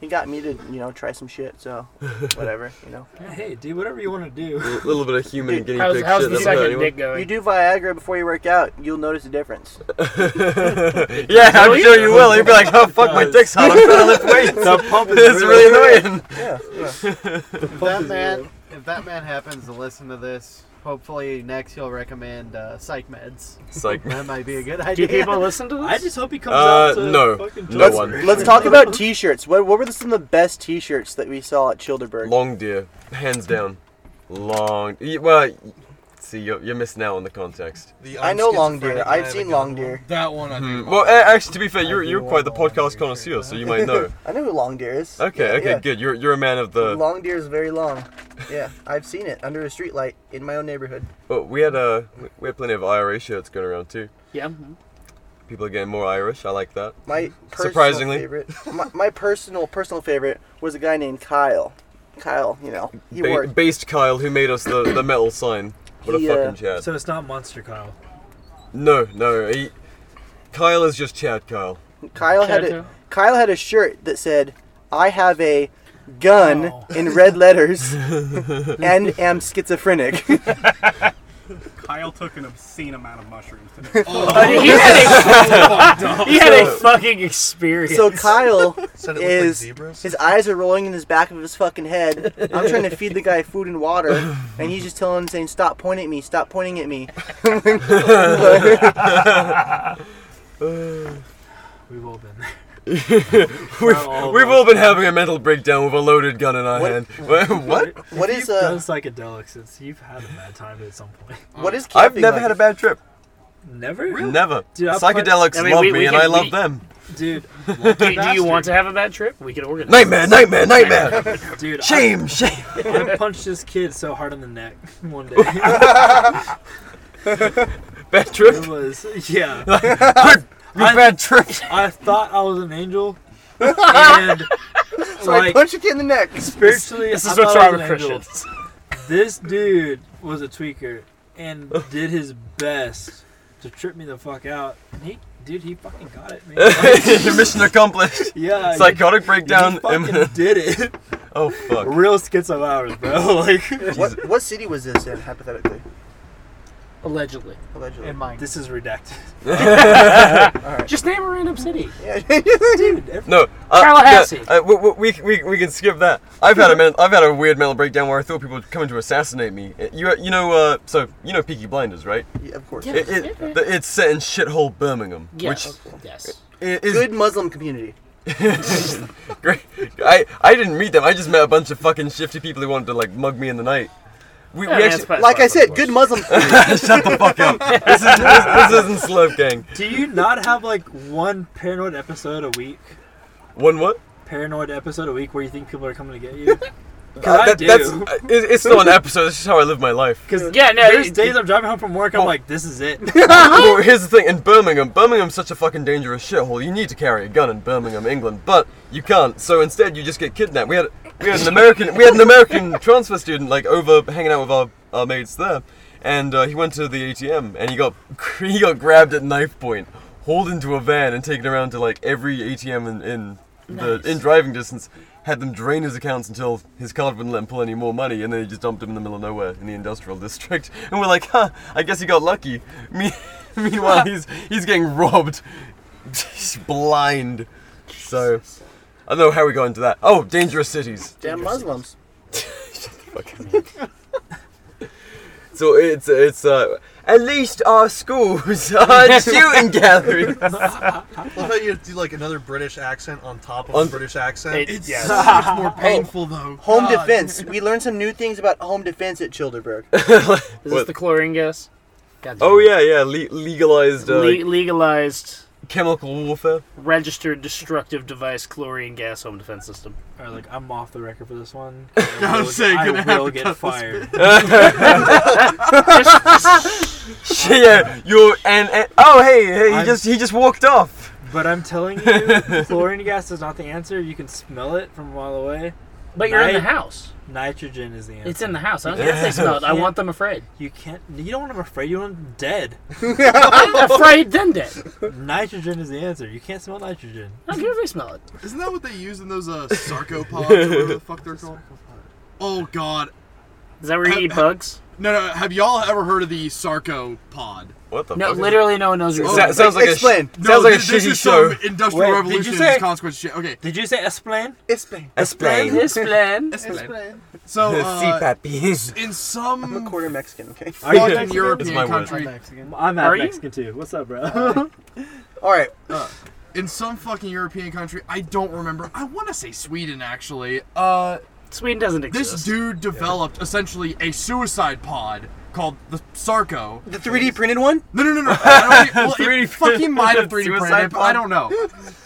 S5: he got me to you know try some shit. So whatever, you know.
S3: hey, do whatever you want to do.
S10: A little bit of human guinea pig shit. that's about anyone.
S5: You do Viagra before you work out, you'll notice a difference.
S10: Yeah, I'm sure you will. You'll be like, oh fuck, my dick's hot. I'm trying to lift weights. it's really annoying.
S18: if that man, if that man happens to listen to this, hopefully next he'll recommend uh, psych meds.
S10: Psych
S18: that might be a good
S5: Do
S18: idea.
S5: people listen to this? I
S3: just hope he
S5: let's, Let's talk about t-shirts. What, what were some of the best t-shirts that we saw at Childerberg?
S10: Long deer, hands down. Long. y- Well, y- see, you're, you're missing out on the context.
S5: I know Long Deer. I've seen Long Deer.
S16: That one I
S10: Hmm, Well, a- actually, to be fair, you're, you're quite the podcast connoisseur, so you might know.
S5: I know who Long Deer is.
S10: Okay,
S5: Yeah,
S10: okay,
S5: yeah.
S10: good. You're, you're a man of the.
S5: Long Deer is very long. Yeah, I've seen it under a streetlight in my own neighborhood.
S10: Well, we had uh, we had plenty of IRA shirts going around too.
S5: Yeah.
S10: People are getting more Irish. I like that.
S5: My personal
S10: surprisingly,
S5: favorite. My, my personal personal favorite was a guy named Kyle. Kyle, you know, he
S10: Ba-
S5: worked.
S10: based Kyle who made us the, the metal sign. What
S5: He,
S10: a
S5: uh,
S10: fucking Chad.
S3: So it's not Monster Kyle.
S10: no, no. He, Kyle is just Chad Kyle.
S5: Kyle had
S10: Shadow?
S5: a Kyle had a shirt that said, "I have a gun"
S3: Oh.
S5: in red letters, and am schizophrenic.
S19: Kyle took an obscene amount of mushrooms today.
S11: he, had a, he had a fucking experience.
S5: So Kyle
S11: Said it looked like
S5: is
S11: zebras?
S5: his eyes are rolling in his back of his fucking head. I'm trying to feed the guy food and water, and he's just telling him saying, "Stop pointing at me! Stop pointing at me!"
S3: We've all been there.
S10: we've we've all been having a mental breakdown with a loaded gun in our hand. what?
S5: What
S3: If
S5: is,
S3: you've
S5: uh,
S3: done psychedelics? It's, you've had a bad time at some point.
S5: What is
S10: I've camping never like? had a bad trip.
S3: Never.
S10: Never.
S3: Dude, I put-
S10: Psychedelics love me, and I love them.
S3: Dude,
S11: do, do you want to have a bad trip? We can organize.
S10: Nightmare, nightmare, nightmare.
S3: Dude,
S10: Shame,
S3: I,
S10: shame.
S3: I punched this kid so hard in the neck one day.
S10: bad trip.
S3: It was yeah.
S10: bad trip.
S3: I thought I was an angel, and
S5: So I punched a kid in the neck.
S3: Spiritually,
S5: This
S3: I
S5: is what's
S3: thought I
S5: wrong
S3: was
S5: with
S3: an angel.
S5: Christians.
S3: This dude was a tweaker and did his best to trip me the fuck out. And he, dude, he fucking got it, man.
S10: Mission accomplished.
S3: Yeah.
S10: Psychotic
S3: he-
S10: breakdown
S3: He fucking
S10: imminent.
S3: did it.
S10: Oh fuck.
S3: Real schizo hours, bro. Like
S5: what, what city was this in, hypothetically?
S11: Allegedly.
S5: Allegedly.
S11: In mine.
S3: This is redacted.
S11: Just name a random city.
S5: Dude,
S10: No, uh,
S11: Tallahassee.
S10: yeah, uh, we, we, we, we can skip that. I've had a men- I've had a weird mental breakdown where I thought people were coming to assassinate me. Uh, You you know uh, so you know Peaky Blinders, right?
S5: Yeah, of course.
S10: It, it, the- it's set in shithole Birmingham, which
S11: yes.
S5: Good Muslim community.
S10: great. I I didn't meet them. I just met a bunch of fucking shifty people who wanted to like mug me in the night. We,
S5: Yeah, that's fine. Like I said, good Muslim food.
S10: Shut the fuck up. This, is, this, this isn't Slurp Gang.
S3: Do you not have like one paranoid episode a week?
S10: One what?
S3: Paranoid episode a week where you think people are coming to get you? 'Cause
S10: Uh,
S3: I
S10: that-
S3: do.
S10: That's, uh, it- it's not an episode. This is how I live my life.
S3: Because
S11: yeah, no,
S3: there's
S11: it-
S3: days I'm driving home from work. I'm like, this is it.
S10: well, here's the thing. In Birmingham, Birmingham's such a fucking dangerous shithole. You need to carry a gun in Birmingham, England, but you can't. So instead, you just get kidnapped. We had we had an American we had an American transfer student like over hanging out with our, our mates there, and uh, he went to the ATM and he got he got grabbed at knife point, hauled into a van, and taken around to like every ATM in, in the in driving distance. Had them drain his accounts until his card wouldn't let him pull any more money, and then he just dumped him in the middle of nowhere in the industrial district. And we're like, huh, I guess he got lucky. Me- Meanwhile, he's he's getting robbed. He's blind. So, I don't know how we got into that. Oh, dangerous cities.
S5: Damn Muslims.
S10: Fuck. So it's it's uh, at least our schools are shooting galleries.
S14: I love how you do like another British accent on top of
S10: On-
S14: a British accent.
S10: It- It's yes.
S5: Oh, Home defense. We learned some new things about home defense at Childerberg.
S11: Is this the chlorine gas? God
S10: Oh yeah, yeah, le- legalized. Uh,
S11: Le- legalized
S10: chemical warfare
S11: registered destructive device chlorine gas home defense system
S3: Or like I'm off the record for this one.
S11: I'm saying
S3: I
S11: gonna have
S3: will
S11: to
S3: get
S11: cut this
S3: fired.
S10: yeah, you're and, and oh hey hey he
S3: I'm-
S10: just he just walked off.
S3: But I'm telling you, chlorine gas is not the answer. You can smell it from a mile away.
S11: But you're in the house.
S3: Nitrogen is the answer.
S11: It's in the house. I don't care if they smell it. I want them afraid.
S3: You can't. You don't want them afraid. You want them dead.
S11: Afraid, then dead.
S3: Nitrogen is the answer. You can't smell nitrogen.
S11: I don't care if they smell it.
S16: Isn't that what they use in those uh, sarcopods or whatever the fuck they're called? Oh god.
S11: Is that where you eat bugs?
S16: No, no. Have y'all ever heard of the sarcopod?
S10: What the
S11: No, literally no one knows.
S16: Oh,
S11: what
S16: sa-
S11: you're
S16: sounds like a sh-
S11: Explain.
S16: No, sounds like a this- this shitty is some show. industrial Wait, did you revolution say- consequence shit. Okay.
S3: Did you say explain?
S5: Explain.
S10: Explain.
S11: Explain.
S16: Explain. So,
S10: See,
S16: uh,
S10: Pappy.
S16: in some I'm a
S5: quarter Mexican, okay?
S16: fucking European country,
S3: I'm half Mexican too. What's up, bro?
S5: All right.
S16: Uh, in some fucking European country, I don't remember. I want to say Sweden, actually. Uh,
S11: Sweden doesn't
S16: exist. This dude developed essentially a suicide pod called the Sarco.
S5: The 3D printed one?
S16: No, no, no, no. I don't think, well, it
S5: 3D
S16: fucking might have 3D
S5: Suicide
S16: printed, it, but I
S5: pod?
S16: don't know.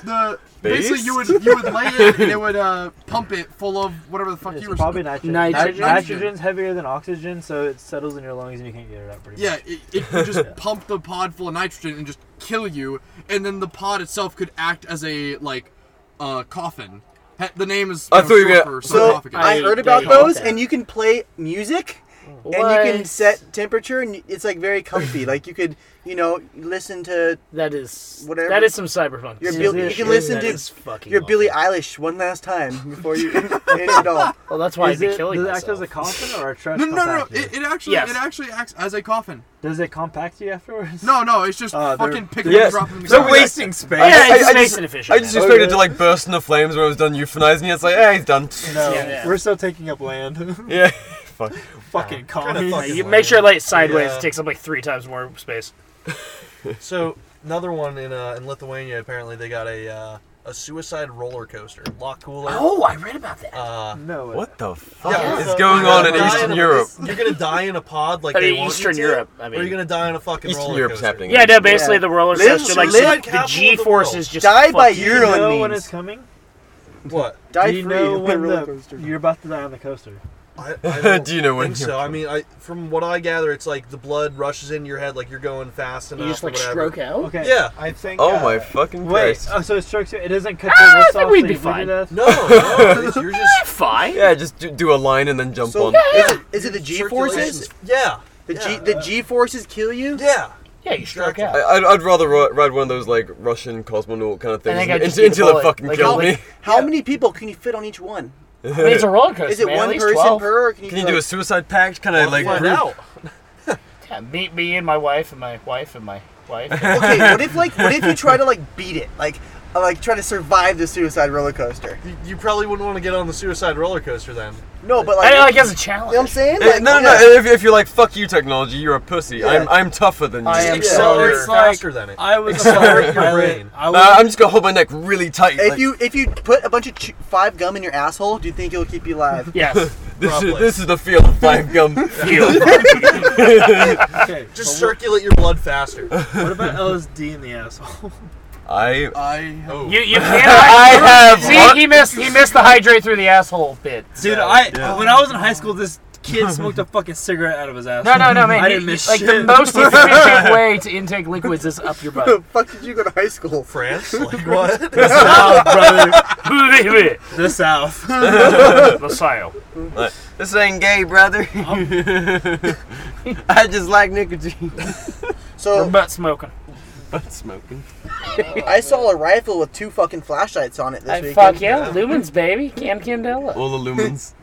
S16: The
S5: Base?
S16: basically you would you would lay it and it would uh, pump it full of whatever the fuck you were.
S3: Probably nitrogen. Nitrogen's heavier than oxygen, so it settles in your lungs and you can't get it out. Pretty
S16: Yeah,
S3: much.
S16: it, it would just pump the pod full of nitrogen and just kill you, and then the pod itself could act as a like uh, coffin. He- The name is
S10: I thought you were
S16: short
S10: gonna-
S16: for
S5: So
S16: sarcophagus.
S5: I heard about those, and you can play music, and you can
S11: What?
S5: set temperature, and it's like very comfy. like you could, you know, listen to
S11: that is
S5: whatever.
S11: that is some cyberpunk
S5: Your
S11: shit.
S5: Bill,
S11: Yeah,
S5: you can
S11: that
S5: listen
S11: is
S5: to
S11: fucking
S5: your Billie Eilish one last time before you end it all.
S11: Well, that's why
S3: Is
S11: I'd be
S3: it-
S11: killing
S3: does it
S11: myself.
S3: act as a coffin or a trash
S16: No, no, no, no.
S3: compactor?
S16: It, it actually
S3: Yes.
S16: it actually acts as a coffin.
S3: Does it compact you afterwards?
S16: No, no, it's just
S3: Uh,
S16: fucking
S3: they're-
S16: picking
S3: yes.
S16: and dropping. in the
S3: They're
S16: ground.
S3: wasting Yeah, space.
S10: I- I-
S3: it's
S10: I
S3: space
S10: just-
S3: inefficient,
S10: I just
S3: man.
S10: expected it
S3: Okay.
S10: to like burst into flames when I was done euthanizing. it. It's like, hey, he's done.
S3: No,
S11: Yeah, yeah.
S3: we're still taking up land.
S10: Yeah. Fuck.
S3: fucking commies.
S11: Yeah, you make sure to lay it sideways.
S14: Yeah.
S11: It takes up like three times more space.
S14: So another one in uh, in Lithuania. Apparently, they got a uh, a suicide roller coaster, lot cooler.
S11: Oh, I read about that.
S14: Uh,
S3: no.
S10: What the fuck
S14: yeah,
S10: is
S14: so
S10: going
S14: you're
S10: on in
S14: gonna die
S10: Eastern
S14: a-
S10: Europe?
S14: You're gonna die in a pod like
S11: I mean,
S14: they want
S11: Eastern
S14: you to,
S11: Europe, I
S14: or
S11: mean.
S14: you're gonna die in a fucking
S10: Eastern
S14: roller
S10: Europe's
S14: coaster.
S10: happening.
S11: Yeah, no, basically the roller
S5: Live-
S11: coaster, like
S5: live-
S11: the, the G forces just
S5: Die by
S11: fuck you.
S5: Euro
S3: know
S5: means.
S3: when it's coming?
S14: What?
S5: Die
S3: Do you
S5: free
S3: know
S5: on
S3: when
S5: roller
S3: the-
S5: coaster.
S3: you're about to die on the coaster?
S14: I, I don't
S10: Do you know when
S14: think
S10: you're
S14: So I mean, I from what I gather, it's like the blood rushes into your head, like you're going fast enough.
S11: just,
S14: or
S11: like,
S14: whatever.
S11: stroke out?
S3: Okay.
S14: Yeah,
S3: I think.
S10: Oh
S3: uh,
S10: my fucking
S3: Wait.
S10: Christ!
S3: Oh, so it strokes you. It doesn't cut
S11: Ah,
S3: your
S11: I
S3: wrist
S11: think
S3: off.
S11: we'd
S3: so
S11: be
S3: you bleed to
S11: fine.
S3: death?
S14: No, no, it's- you're just
S11: fine.
S10: Yeah, just do, do a line and then jump on.
S5: is, it, is it the G forces?
S14: yeah.
S5: The G the G forces kill you?
S14: Yeah.
S11: Yeah, you stroke out.
S10: I, I'd, I'd rather ri- ride one of those like Russian cosmonaut kind of things
S11: think I'd just
S10: into,
S11: eat a
S10: until they
S11: bullet.
S10: fucking
S11: Like,
S10: kill
S11: I'll-
S10: me.
S5: How many people can you fit on each one?
S10: I
S11: mean, it's a roller coaster.
S5: Is it
S11: man,
S5: one
S11: at least
S5: person
S11: 12.
S5: per? Or can you,
S10: Can you
S5: like,
S10: do a suicide pact? Kind of like
S14: find
S10: group?
S14: out.
S11: Yeah, meet me and my wife and my wife and my wife.
S5: okay, what if like what if you try to like beat it, like uh, like try to survive the suicide roller coaster?
S14: You, you probably wouldn't want to get on the suicide roller coaster then.
S5: No, but like,
S11: I like as a challenge.
S5: You know what I'm saying?
S10: Eh,
S5: Like,
S10: no, no, no.
S5: yeah.
S10: If, if you're like fuck you, technology, you're a pussy. I'm I'm tougher than you.
S11: I am
S14: Just accelerate
S11: slower.
S14: faster than it.
S3: I was
S10: Accelerate
S3: accelerate
S10: your
S3: your
S10: brain.
S3: I
S10: Nah,
S3: was-
S10: Uh, I'm just gonna hold my neck really tight.
S5: If
S10: like,
S5: you if you put a bunch of chew- five gum in your asshole, do you think it'll keep you alive?
S11: Yes.
S10: this is
S14: Probably.
S10: this is the field of five gum.
S3: okay.
S14: Just
S3: but
S14: circulate your blood faster.
S3: what, what about LSD in the asshole?
S10: I
S16: I
S14: oh.
S11: You you can't.
S10: I have
S11: See,
S10: one-
S11: he missed he missed the hydrate through the asshole bit.
S3: Dude, I when I was in high school, this kid smoked a fucking cigarette out of his ass.
S11: No, no, no, man.
S3: I
S11: you-
S3: didn't miss
S11: like
S3: shit.
S11: the most efficient way to intake liquids is up your
S5: Where
S11: butt.
S5: the fuck did you go to high school?
S14: France? Like what?
S3: the South, brother.
S11: the
S3: The South.
S11: sile.
S10: Like, this ain't gay, brother. I just like nicotine.
S11: Or
S5: So
S11: butt smoking.
S10: Butt smoking.
S5: I saw a rifle with two fucking flashlights on it this
S11: Hey,
S5: weekend.
S11: fuck yeah, lumens, baby, cam candela.
S10: All the lumens.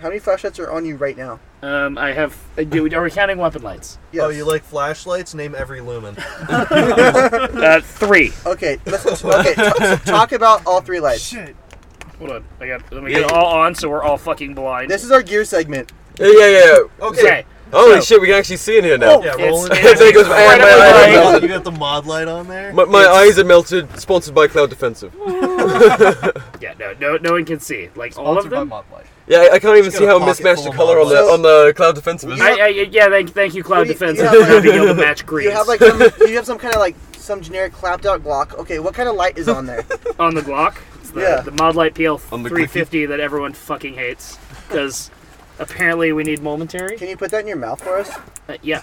S5: How many flashlights are on you right now?
S11: Um, I have. uh, Dude, are we counting weapon lights?
S5: Yes.
S14: Oh, you like flashlights? Name every lumen.
S11: Uh, three.
S5: Okay, let's okay. T- talk about all three lights.
S16: Shit.
S11: Hold on, I got. Let me get it all on so we're all fucking blind.
S5: This is our gear segment.
S11: oh,
S10: Yeah, yeah, yeah.
S11: okay.
S10: Holy shit, we can actually see in here
S3: Oh.
S5: Oh,
S10: now.
S14: Yeah, roll
S10: Then
S14: it.
S10: it goes, "Ah, my eyes are melted."
S14: You got the mod light on there.
S10: My, my
S14: It's-
S10: eyes are melted, sponsored by Cloud Defensive.
S11: yeah, no, no, no one can see. Like all of them.
S10: Yeah, I- I can't even
S11: Just
S10: see
S11: got
S10: how
S11: a pocket
S10: mismatched
S11: full
S10: the
S11: of
S10: color on the
S11: models.
S10: on the Cloud Defensive is.
S11: I, I, yeah, thank, thank you, Cloud
S5: You-
S11: Defense,
S5: you have,
S11: for
S5: like-
S11: being able to match greens
S5: You have like some, you have some kind of like some generic clapped out Glock. Okay, what kind of light is on there?
S11: on the Glock. It's the,
S5: Yeah.
S11: the Mod Light PL
S5: On the
S11: 350 that everyone fucking hates because apparently we need momentary.
S5: Can you put that in your mouth for us?
S11: Uh, yeah.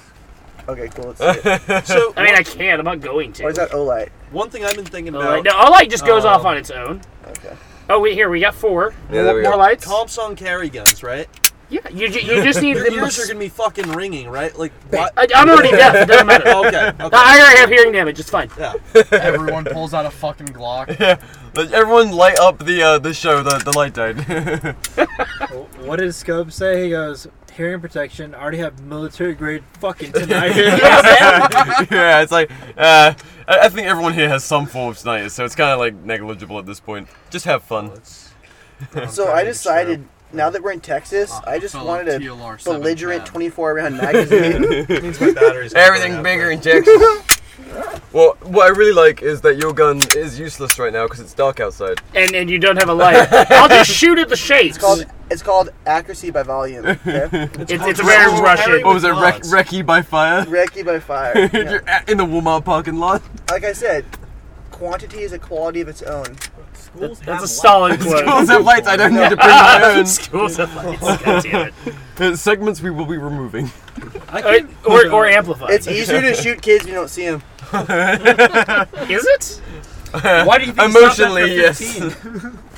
S5: Okay, cool. Let's see it.
S11: So I mean, I can't. I'm not going to.
S5: Or is that Olight?
S14: One thing I've been
S13: Oh,
S14: thinking
S11: Olight.
S14: about.
S11: No, Olight just goes off
S5: Oh.
S14: Um,
S11: on its own. Okay. Oh wait, here we got four.
S10: Yeah, there we
S11: More
S10: go.
S11: lights.
S14: Comps on carry guns, right?
S11: Yeah, you, ju- you just need
S14: Your
S11: the
S14: ears
S11: most-
S14: are gonna be fucking ringing, right? Like what?
S11: I, am already deaf. It doesn't matter.
S14: okay,
S11: No,
S14: okay.
S11: I already have hearing damage. It's fine.
S14: Yeah.
S13: Everyone pulls out a fucking Glock.
S10: Yeah, let everyone light up the uh, the show. The the light died.
S3: What does Scope say? He goes, hearing protection. I already have military grade fucking tonight.
S10: yeah, it's like uh, I, I think everyone here has some form of tinnitus, so it's kind of like negligible at this point. Just have fun.
S5: So I decided now that we're in Texas,
S13: Uh,
S5: I just
S10: fellow
S5: wanted a
S10: TLR seven
S5: belligerent 24 round magazine.
S10: Everything bigger in Jackson. well, what I really like is that your gun is useless right now because it's dark outside.
S11: And and you don't have a light. I'll just shoot at the shades.
S5: It's called it's called accuracy by volume. Okay?
S11: It's- it's very Russian.
S10: What was it? Wreck, wrecky by fire.
S5: Recce by fire. yeah.
S10: You're at- in the Walmart parking lot.
S5: Like I said, quantity is a quality of its own. Schools
S11: That's a solid quote.
S10: Schools have lights. I don't need to bring my own.
S11: Schools have lights. God damn it.
S10: Uh, Segments we will be removing.
S11: or, or amplify.
S5: It's easier to shoot kids when you don't see them.
S11: Is it?
S3: Why do you think he stopped
S10: Emotionally,
S3: after
S10: yes.
S3: 15?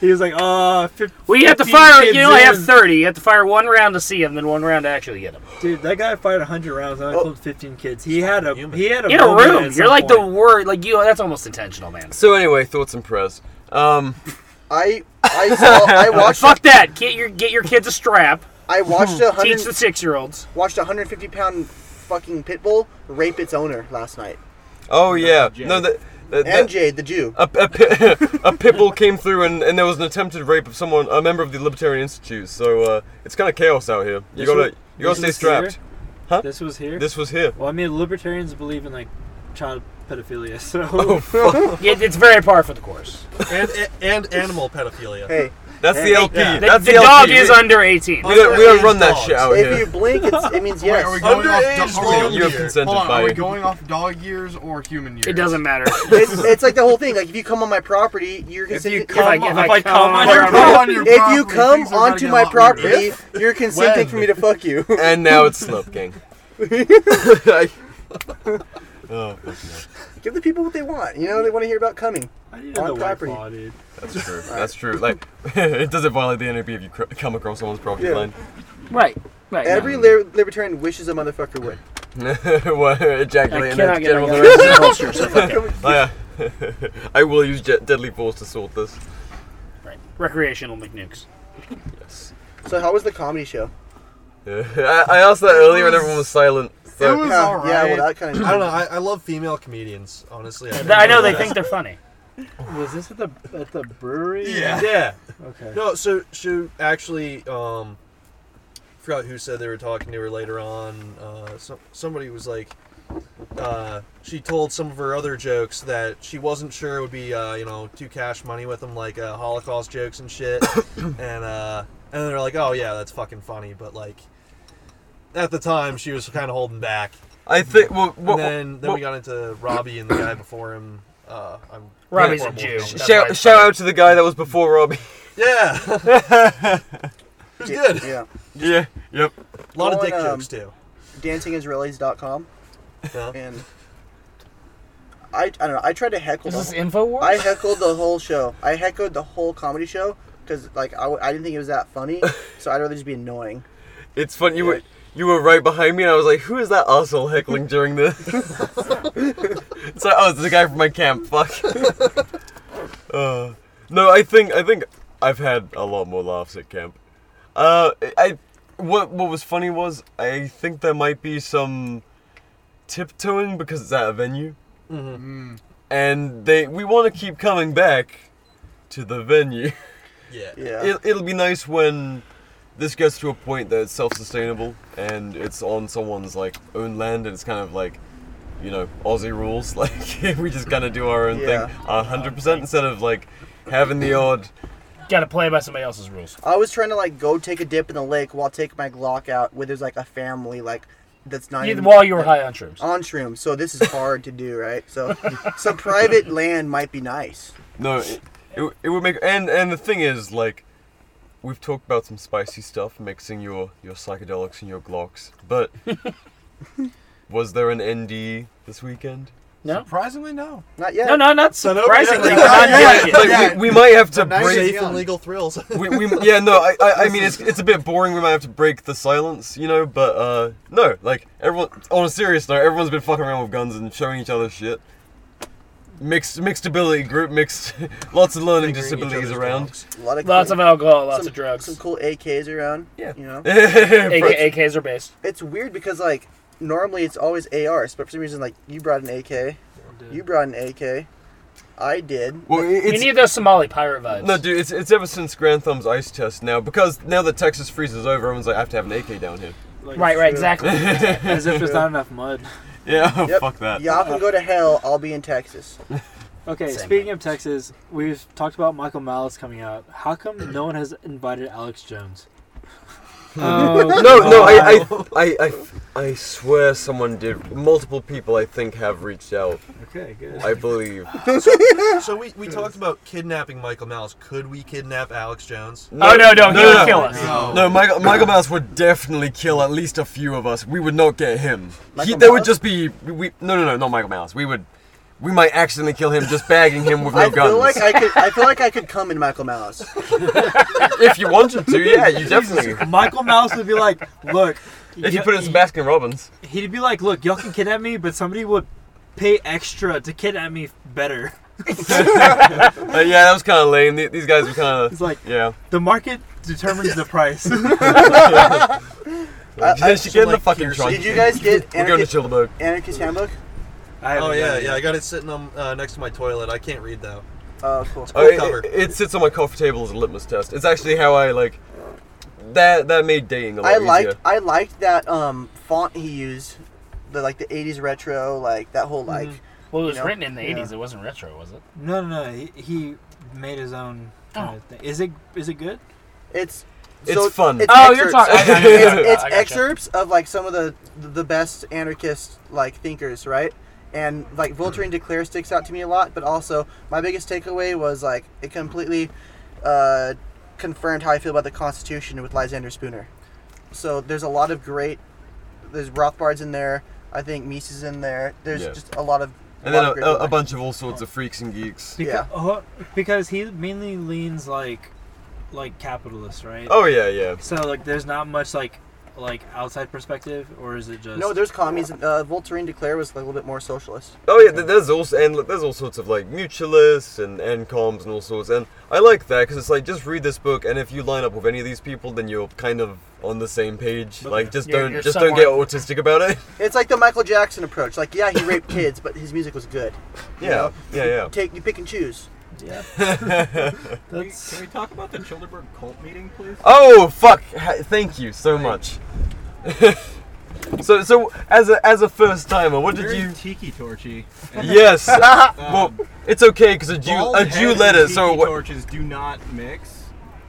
S3: he was like, uh, 15,
S11: Well, you have to fire. You only have thirty. You have to fire one round to see him, then one round to actually get him.
S3: Dude, that guy fired 100 rounds. I killed 15 kids. He had a he had a
S11: In a
S3: moment at
S11: room.
S3: some
S11: You're like
S3: point.
S11: the word. Like you. That's almost intentional, man.
S10: So anyway, thoughts and prayers. Um,
S5: I I saw I watched
S11: Fuck that. Get your get your kids a strap.
S5: I watched a hundred
S11: Teach the six year olds.
S5: watched a 150 pound fucking pit bull rape its owner last night.
S10: oh yeah, no that. that-
S5: And
S10: that-
S5: Jade, the Jew.
S10: a, a, pi- a pit bull came through and, and there was an attempted rape of someone, a member of the Libertarian Institute. So uh, it's kind of chaos out here. You
S3: This
S10: gotta
S3: was-
S10: you gotta
S3: this
S10: stay
S3: was
S10: strapped.
S3: here?
S10: Huh?
S3: This was here.
S10: This was here.
S3: Well, I mean, libertarians believe in like child pedophilia, so
S10: Oh, fuck.
S11: It, it's very par for the course.
S14: And, and animal pedophilia.
S5: Hey.
S10: That's the LP.
S11: yeah. The-
S10: That's
S11: the
S10: the,
S11: dog
S10: LP.
S11: is under 18.
S10: We don't, we don't run that
S14: Underage
S10: shit out
S5: if
S10: here.
S5: you blink, it's, it means yes.
S16: Are we going off dog
S10: you- you have
S16: years?
S10: consented
S16: Hold on,
S10: by
S16: are we going off dog years or human years?
S11: It doesn't matter.
S5: it's, it's like the whole thing. Like if you come on my property, you're consenting.
S11: come on- if I come on your
S16: property-
S5: if you
S16: property,
S5: come
S16: things are gonna
S5: onto
S16: get
S5: my
S16: a lot
S5: property,
S16: weirder.
S5: you're consenting
S10: When?
S5: for me to fuck you.
S10: And now it's Slope Gang. oh, fuck
S5: Give the people what they want. You know they want to hear about coming
S3: the
S5: on
S3: white
S5: property.
S3: claw, dude.
S10: That's true. That's true. Like, it doesn't violate the NAB if you cr- come across someone's property
S5: Yeah.
S10: line.
S11: Right. Right.
S5: Every
S3: Um,
S5: li- libertarian wishes a motherfucker would.
S10: what, ejaculate
S11: I
S10: in
S11: cannot
S10: that
S11: get
S10: general
S11: my gun out of the holster,
S10: direction.
S11: so fuck it.
S10: oh, yeah. I will use jet- deadly force to sort this.
S11: Recreational McNukes.
S10: Yes.
S5: So how was the comedy show?
S10: I, I asked that earlier and everyone was silent. So.
S5: Yeah, Oh, yeah, well, that kind of.
S14: I don't know. I, I love female comedians, honestly.
S11: Th- I know they think they're funny.
S3: Was this at the at the brewery?
S14: Yeah. Yeah.
S3: Okay.
S14: No, so so actually, um, forgot who said they were talking to her later on. Uh, so, somebody was like, uh, she told some of her other jokes that she wasn't sure would be, uh, you know, too cash money with them, like uh, Holocaust jokes and shit. and uh, and they're like, oh yeah, that's fucking funny, but like, at the time she was kind of holding back.
S10: I think. Well,
S14: And
S10: what-
S14: then then we
S10: what-
S14: got into Robbie and the guy before him. Uh, I'm
S11: Robbie's a
S14: horrible.
S11: Jew.
S10: Sh- Shout, shout out to the guy that was before Robbie.
S14: Yeah. It was good.
S5: Yeah.
S10: yeah. Yep.
S14: A lot of
S5: Go on,
S14: dick
S5: um,
S14: jokes too.
S5: DancingIsraelis.com.
S14: Yeah.
S5: And I, I don't know. I tried to heckle.
S11: Is
S5: the
S11: this
S5: whole-
S11: Infowars?
S5: I heckled the whole show. I heckled the whole comedy show because like I, w- I didn't think it was that funny, so I'd rather just be annoying.
S10: It's funny. You were you were right behind me, and I was like, "Who is that asshole heckling during this?" it's like, "Oh, it's the guy from my camp." Fuck. uh, no, I think I think I've had a lot more laughs at camp. Uh, I what what was funny was I think there might be some tiptoeing because it's at a venue,
S14: Mm-hmm.
S10: and they we want to keep coming back to the venue.
S14: Yeah.
S5: Yeah.
S10: It, it'll be nice when this gets to a point that it's self-sustainable and it's on someone's like own land and it's kind of like you know aussie rules like we just kind of do our own
S5: Yeah.
S10: thing 100% instead of like having the odd
S11: Got to play by somebody else's rules.
S5: I was trying to like go take a dip in the lake while taking my Glock out where there's like a family like that's not
S11: You-
S5: even,
S11: while you were high on shrooms.
S5: On shrooms, so this is hard to do, right? So some private land might be nice.
S10: No, it, it, it would make and and the thing is like we've talked about some spicy stuff mixing your your psychedelics and your glocks, but was there an ND this weekend?
S11: No.
S16: Surprisingly, no.
S5: Not yet.
S11: No, no, not
S10: So no-
S11: surprisingly.
S10: yeah,
S11: but
S10: yeah,
S11: not
S10: yeah,
S11: yet.
S10: like, we, we might have to break
S14: legal thrills.
S10: we, we, yeah, no, I, I, I mean, it's, it's a bit boring. We might have to break the silence, you know, but uh, no, like, everyone, on a serious note, everyone's been fucking around with guns and showing each other shit. Mixed, mixed ability group, mixed, lots of learning disabilities around.
S5: A lot of
S11: Lots of alcohol, lots
S5: some-
S11: of drugs.
S5: Some cool AKs around. Yeah. You know?
S11: AK, AKs are based.
S5: It's weird because like normally it's always ARs, but for some reason like you brought an AK. You brought an AK. I did.
S10: Well, it-
S11: You
S10: it's,
S11: need those Somali pirate vibes.
S10: no, dude, it's, it's ever since Grand Thumb's ice test now, because now that Texas freezes over, everyone's like, I have to have an AK down here.
S11: Right, right, exactly.
S3: As if there's not enough mud.
S10: Yeah, oh, fuck that.
S5: Y'all can go to hell. I'll be in Texas.
S3: Okay,
S5: Same
S3: speaking of Texas, we've talked about Michael Malice coming out. How come no one has invited Alex Jones?
S10: no, no, I, I, I, I, I swear someone did. Multiple people, I think, have reached out.
S3: Okay, good.
S10: I believe.
S14: so, so we, we talked about kidnapping Michael Malice. Could we kidnap Alex Jones?
S11: Oh,
S10: No, Michael, Michael Mouse would definitely kill at least a few of us. We would not get him. He,
S14: Michael
S10: that would
S14: Mouse?
S10: just be we, we. No, no, no, not Michael Mouse. We would. We might accidentally kill him just bagging him with no
S5: I feel
S10: guns.
S5: like I could. I feel like I could come in Michael Malice.
S10: if you wanted to, yeah, you definitely.
S3: Michael Mouse would be like, look.
S10: If you put in some Baskin Robbins.
S3: He'd be like, look, y'all can kidnap me, but somebody would pay extra to kidnap me better.
S10: Uh, yeah, that was kind of lame. The- These guys were kind of.
S3: It's like-
S10: yeah.
S3: The market determines the price.
S10: They should get in the fucking trunk.
S5: Did you guys get
S10: We're going
S5: anarchist,
S10: to Childeberg.
S5: anarchist handbook?
S14: oh yeah, yeah. I got it sitting on uh, next to my toilet. I can't read though.
S5: Oh, cool.
S10: Oh, it- it, it sits on my coffee table as a litmus test. It's actually how I like. That that made dating a lot
S5: I
S10: easier.
S5: liked. I liked that um, font he used. The like the '80s retro, like that whole like.
S11: Well, it was
S5: you know?
S11: written in the 80s.
S5: Yeah.
S11: It wasn't retro, was it?
S3: Mm-hmm. No, no, no. He, he made his own kind of thing. Is it is it good?
S5: It's
S3: It's
S5: so
S3: fun.
S10: Ah!
S5: It's excerpts.
S3: Oh, you're talking- I- I-
S5: it's,
S3: I
S5: it's
S3: gotcha.
S5: excerpts of like some of the the best anarchist like thinkers, right? And like Voltaire and Declare sticks out to me a lot, but also my biggest takeaway was like it completely uh, confirmed how I feel about the Constitution with Lysander Spooner. So there's a lot of great. There's Rothbard's in there. I think Mises in there. There's
S10: Yeah.
S5: just a lot of.
S10: And
S5: lot
S10: then a,
S5: of great
S10: a, a
S5: work.
S10: bunch of all sorts of freaks and geeks.
S3: Because, oh, because he mainly leans like like capitalist, right?
S10: Oh, yeah, yeah.
S3: So like, there's not much like like outside perspective, or is it just
S5: No, there's commies. Uh, Voltaire and Declare was a little bit more socialist.
S10: Oh yeah, th- there's also and look, there's all sorts of like mutualists and and comms and all sorts. And I like that because it's like just read this book, and if you line up with any of these people, then you're kind of on the same page. Like just
S5: You're-
S10: don't
S5: you're
S10: just don't get
S5: somewhat-
S10: autistic about it.
S5: It's like the Michael Jackson approach. Like, yeah, he raped kids, but his music was good. You
S10: Yeah,
S5: know?
S10: yeah, yeah.
S5: You take you pick and choose.
S3: Yeah.
S19: Can we talk about the Childerberg cult meeting, please?
S10: Oh fuck! Ha- Thank you so much. so so as a as a first timer, what did
S19: Very
S10: you?
S19: tiki torchy?
S10: Yes.
S19: Um,
S10: well, it's okay because a Jew
S19: bald
S10: a
S19: head
S10: Jew
S19: and
S10: letter.
S19: tiki
S10: So what?
S19: torches do not mix.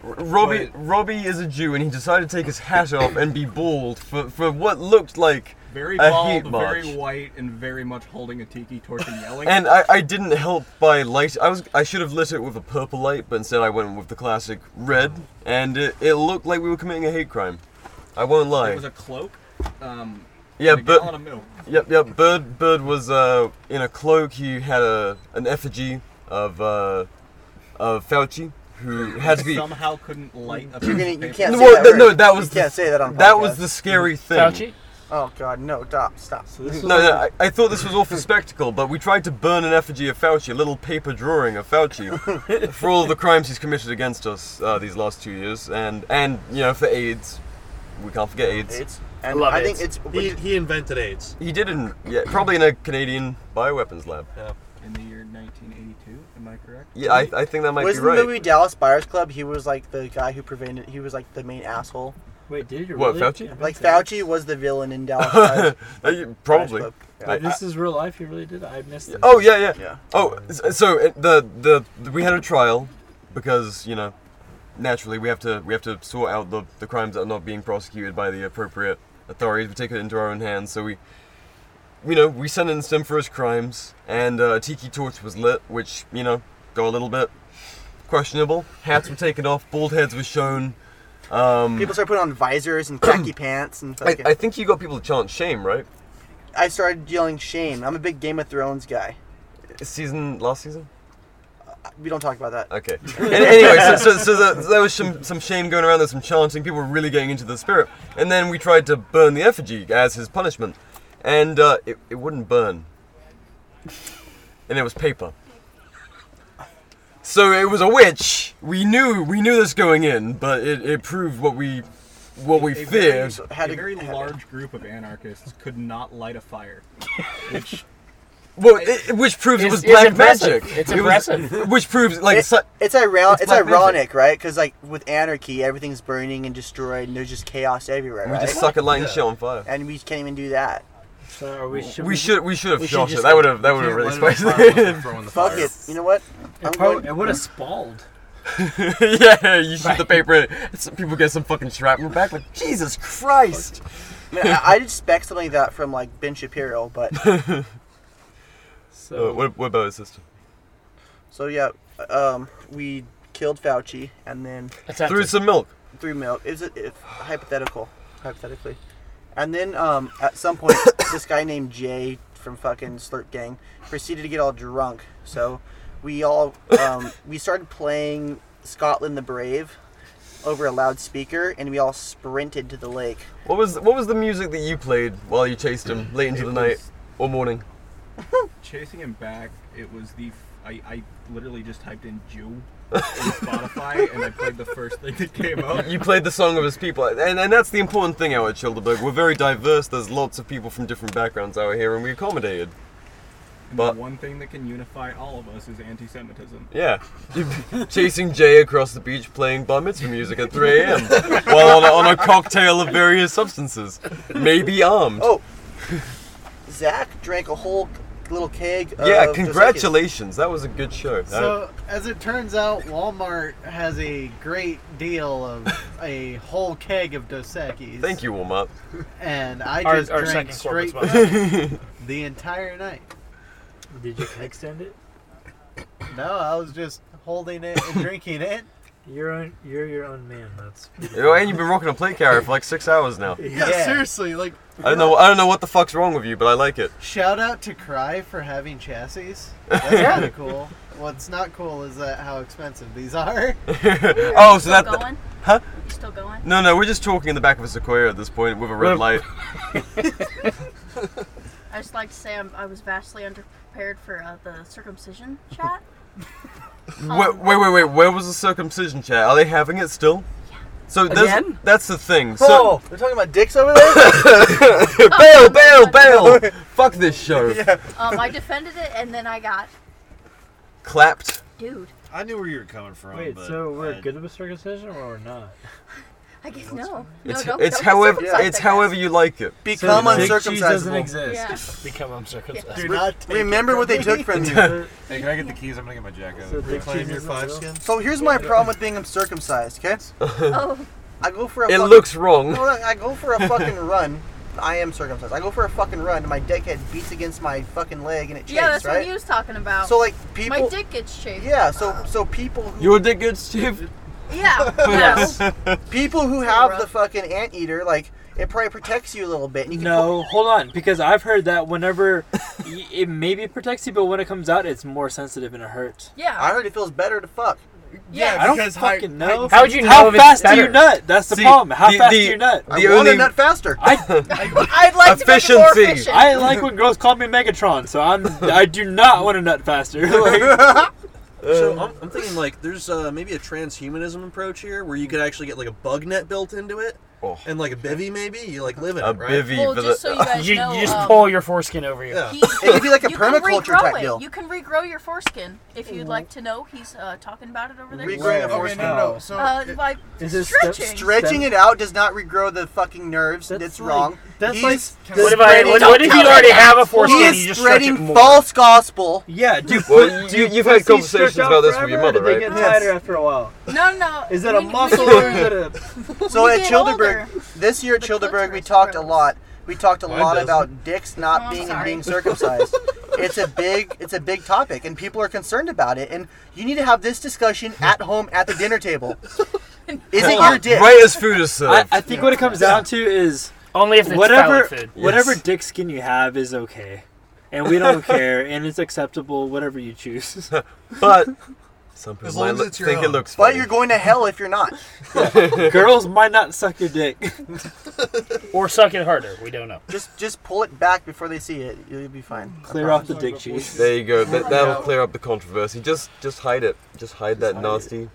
S10: Robbie Robbie is a Jew and he decided to take his hat off and be bald for, for what looked like
S19: Very
S10: a
S19: bald,
S10: heat march.
S19: very white, and very much holding a tiki torch and yelling.
S10: and I, I didn't help by light. I was I should have lit it with a purple light, but instead I went with the classic red, and it, it looked like we were committing a hate crime. I won't lie.
S19: It was a cloak. Um,
S10: Yeah,
S19: and a
S10: but
S19: gallon of milk.
S10: yep, yep. Bird, Bird was uh, in a cloak. He had a an effigy of uh, of Fauci, who had to be.
S19: somehow couldn't light a
S5: You're
S19: piece
S5: gonna,
S19: of
S5: you
S19: paper.
S5: can't.
S10: Well,
S5: say that
S10: th-
S5: word.
S10: no, that was
S5: you
S10: the-
S5: can't say that on.
S10: that was
S5: podcast.
S10: the scary thing.
S11: Mm-hmm.
S10: Fauci?
S5: Oh God, no! Stop! Stop!
S10: No, no, I, I thought this was all for spectacle, but we tried to burn an effigy of Fauci, a little paper drawing of Fauci, for all the crimes he's committed against us uh, these last two years, and and you know for AIDS, we can't forget AIDS.
S5: AIDS. And I Love I think AIDS. it's-
S14: he, he invented AIDS.
S10: He did in yeah, probably in a Canadian bioweapons lab.
S14: Yeah.
S19: In the year
S20: 1982. Am I correct?
S10: Yeah, I, I think that might
S5: was
S10: be right.
S5: the movie Dallas Buyers Club? He was like the guy who prevented. He was like the main asshole.
S3: Wait, did you
S10: What, really? Fauci?
S5: Like Fauci was the villain in Dallas. Buyers,
S10: Uh, you- Probably.
S5: Club.
S10: I-
S3: this is real life. You really did. I missed it.
S10: Oh yeah, yeah. Oh, s- so uh, the, the we had a trial because you know naturally we have to we have to sort out the, the crimes that are not being prosecuted by the appropriate authorities. We take it into our own hands. So we you know we sentenced him for his crimes, and uh, a tiki torch was lit, which you know got a little bit questionable. Hats were taken off, bald heads were shown. Um,
S5: People started putting on visors and khaki pants and.
S10: I,
S5: fucking-
S10: I think you got people to chant shame, right?
S5: I started yelling shame. I'm a big Game of Thrones guy.
S10: Season last season.
S5: We don't talk about that.
S10: Okay. An- anyway, so, so, so, the, so there was some, some shame going around, there's some chanting, people were really getting into the spirit. And then we tried to burn the effigy as his punishment. And uh, it, it wouldn't burn. And it was paper. So it was a witch. We knew we knew this going in, but it, it proved what we what we
S20: a
S10: feared.
S20: Very, had a very large group of anarchists could not light a fire, which
S10: Well, it, which proves it
S20: It's-
S10: was
S20: it's
S10: black
S20: impressive.
S10: magic.
S20: It's
S10: It was-
S20: impressive.
S10: which proves like
S5: It-
S10: su-
S5: it's ironic. It's,
S10: it's black
S5: ironic, right? Because like with anarchy, everything's burning and destroyed, and there's just chaos everywhere.
S10: We just
S5: right?
S10: suck at lighting shit on fire.
S5: and we can't even do that.
S3: So are we?
S10: we should we should have shot it. That would have that would have really spiced it.
S5: Fuck it. You know what? I'm going.
S3: It would have spalled.
S10: yeah, you shoot the paper in it. Some people get some fucking shrapnel back. Like Jesus Christ.
S5: Man, I, I'd expect something like that from like Ben Shapiro, but
S10: Uh, what, what about his sister?
S5: so yeah, um, we killed Fauci and then
S10: Attempted. Through some milk.
S5: Through milk. Is it if, hypothetical? Hypothetically, and then um, at some point, this guy named Jay from fucking Slurp Gang proceeded to get all drunk. So we all um, we started playing Scotland the Brave over a loudspeaker, and we all sprinted to the lake.
S10: What was what was the music that you played while you chased him late into the night or morning?
S20: chasing him back. It was the f- I, I literally just typed in Jew on Spotify and I played the first thing that came up.
S10: You played the song of his people, and, and that's the important thing out at Childeberg. We're very diverse. There's lots of people from different backgrounds out here, and we accommodated.
S20: And the one thing that can unify all of us is anti-Semitism.
S10: Yeah, chasing Jay across the beach, playing bar mitzvah music at 3 a.m. while on a, on a cocktail of various substances, maybe armed.
S5: Oh, Zach drank a whole little keg. Of
S10: yeah,
S5: Dos Equis.
S10: congratulations. That was a good show.
S18: So, as it turns out, Walmart has a great deal of a whole keg of Dos Equis,
S10: Uh, thank you, Walmart.
S18: and I
S11: Our-
S18: just
S11: our
S18: drank
S11: second
S18: straight
S11: corporate sponsor.
S18: down the entire night.
S3: Did you extend it?
S18: No, I was just holding it and drinking it.
S3: You're own, you're your own man. That's.
S10: Oh, and you've been rocking a plate carrier for like six hours now.
S18: Yeah,
S16: seriously, like
S10: I don't know. I don't know what the fuck's wrong with you, but I like it.
S18: Shout out to Cry for having chassis. That's kind of cool. What's not cool is that how expensive these are.
S10: oh, so that.
S18: going?
S10: Huh?
S18: You still going?
S10: No, no. We're just talking in the back of a sequoia at this point with a red
S18: Look.
S10: light.
S21: I just like to say I'm, I was vastly underprepared for uh, the circumcision chat.
S10: Wait, wait, wait, wait. Where was the circumcision chat? Are they having it still? So there's-
S5: Again? Oh.
S10: that's the thing.
S5: Whoa,
S10: So
S5: they're talking about dicks over there.
S10: bail, bail, bail. Fuck this show.
S21: Um, I defended it and then I got
S10: Clapped.
S21: dude.
S20: I knew where you were coming from.
S3: Wait, so we're good with circumcision or we're not?
S21: I guess no.
S10: It's,
S21: no, don't,
S10: it's
S21: don't
S10: however
S21: circumcise
S10: it's
S21: that
S10: however you like it.
S5: Become
S3: So the dick cheese doesn't
S5: uncircumcised.
S3: exist.
S21: Yeah.
S19: Become uncircumcised.
S21: Yeah.
S5: Do not take Remember it what from they me. took from you.
S20: hey, can I get the keys? I'm gonna get my jacket.
S5: So
S20: Can I
S5: big
S20: claim
S5: cheese
S20: your
S5: is
S20: five
S5: real?
S20: skin?
S5: So here's my problem with being uncircumcised, okay?
S20: Oh.
S5: I go for a
S10: It
S5: fucking-
S10: looks wrong.
S5: No, I go for a fucking run. I am circumcised. I go for a fucking run and my dickhead beats against my fucking leg and it chafes,
S21: Yeah, that's
S5: right?
S21: what he was talking about.
S5: So, like, people-
S21: My dick gets shaved.
S5: Yeah, so so people who
S10: Your dick gets chafed.
S21: Yeah. no.
S5: people who have the fucking anteater, like it probably protects you a little bit. And you can
S3: No, hold on, because I've heard that whenever y- it maybe protects you, but when it comes out, it's more sensitive and it hurts.
S21: Yeah.
S5: I heard it feels better to fuck.
S3: Yeah, I don't fucking know.
S5: How would you know
S3: How
S5: if it's
S3: fast do you
S5: better?
S3: nut? That's the
S5: See,
S3: problem. How
S5: the-
S3: fast
S5: the-
S3: do you nut?
S5: I wanna nut faster.
S21: I'd like to make it more efficient.
S3: I like when girls call me Megatron, so I'm. I do not want to nut faster. Like,
S22: So I'm, uh, I'm thinking like there's uh, maybe a transhumanism approach here where you could actually get like a bug net built into it,
S23: And like a bivy, maybe you like live in
S10: Oh, A
S23: it, right?
S10: bivy Well, for just the- so you guys
S11: You,
S10: know,
S11: you just
S10: um,
S11: pull your foreskin over you.
S23: Yeah.
S10: It could be like a
S11: You
S10: perm-
S11: can-
S10: Permaculture
S21: regrow
S10: type
S21: it.
S10: deal.
S21: You can regrow your foreskin if you'd like to know. He's uh, talking about it over there.
S5: Regrowing a foreskin.
S21: no,
S5: no. So
S21: uh,
S5: it-
S21: by
S5: Is
S21: stretching.
S5: this step- Stretching it out does not regrow the fucking nerves. That's, wrong.
S21: that's
S5: He's
S11: like- What if I-
S5: spreading-
S11: what- what if you already have a foreskin
S5: He
S11: and
S5: is
S11: you just stretch it
S5: spreading
S11: more?
S5: false gospel.
S3: Yeah, dude.
S10: Well, you, you've had conversations about this with your mother,
S3: They
S10: right?
S3: get tighter after a while.
S21: No, no.
S3: Is it a muscle or is it a?
S5: So
S3: We
S5: at
S3: get
S5: Childeberg, this year at Childeberg, we talked a lot. We talked a
S3: Mine
S5: lot
S3: doesn't.
S5: about dicks not
S3: Oh, I'm
S5: being
S3: sorry.
S5: being circumcised. it's a big it's a big topic, and people are concerned about it. And you need to have this discussion at home at the dinner table. Is it your dick?
S10: Right as food is
S5: served.
S3: I, I think what it comes down to is
S24: only if it's
S3: whatever
S24: valid food.
S3: whatever
S24: Yes.
S3: dick skin you have is okay, and we don't care, and it's acceptable whatever you choose.
S10: but some people
S5: might
S10: lo- think it looks
S5: But you're going to hell if you're not.
S3: Girls might not suck your dick.
S11: or suck it harder. We don't know.
S5: Just just pull it back before they see it. You'll be fine. I
S3: Clear
S5: promise.
S3: off the dick cheese.
S10: There you go. That, that'll
S5: Yeah.
S10: clear up the controversy. Just, just hide it. Just hide that nasty,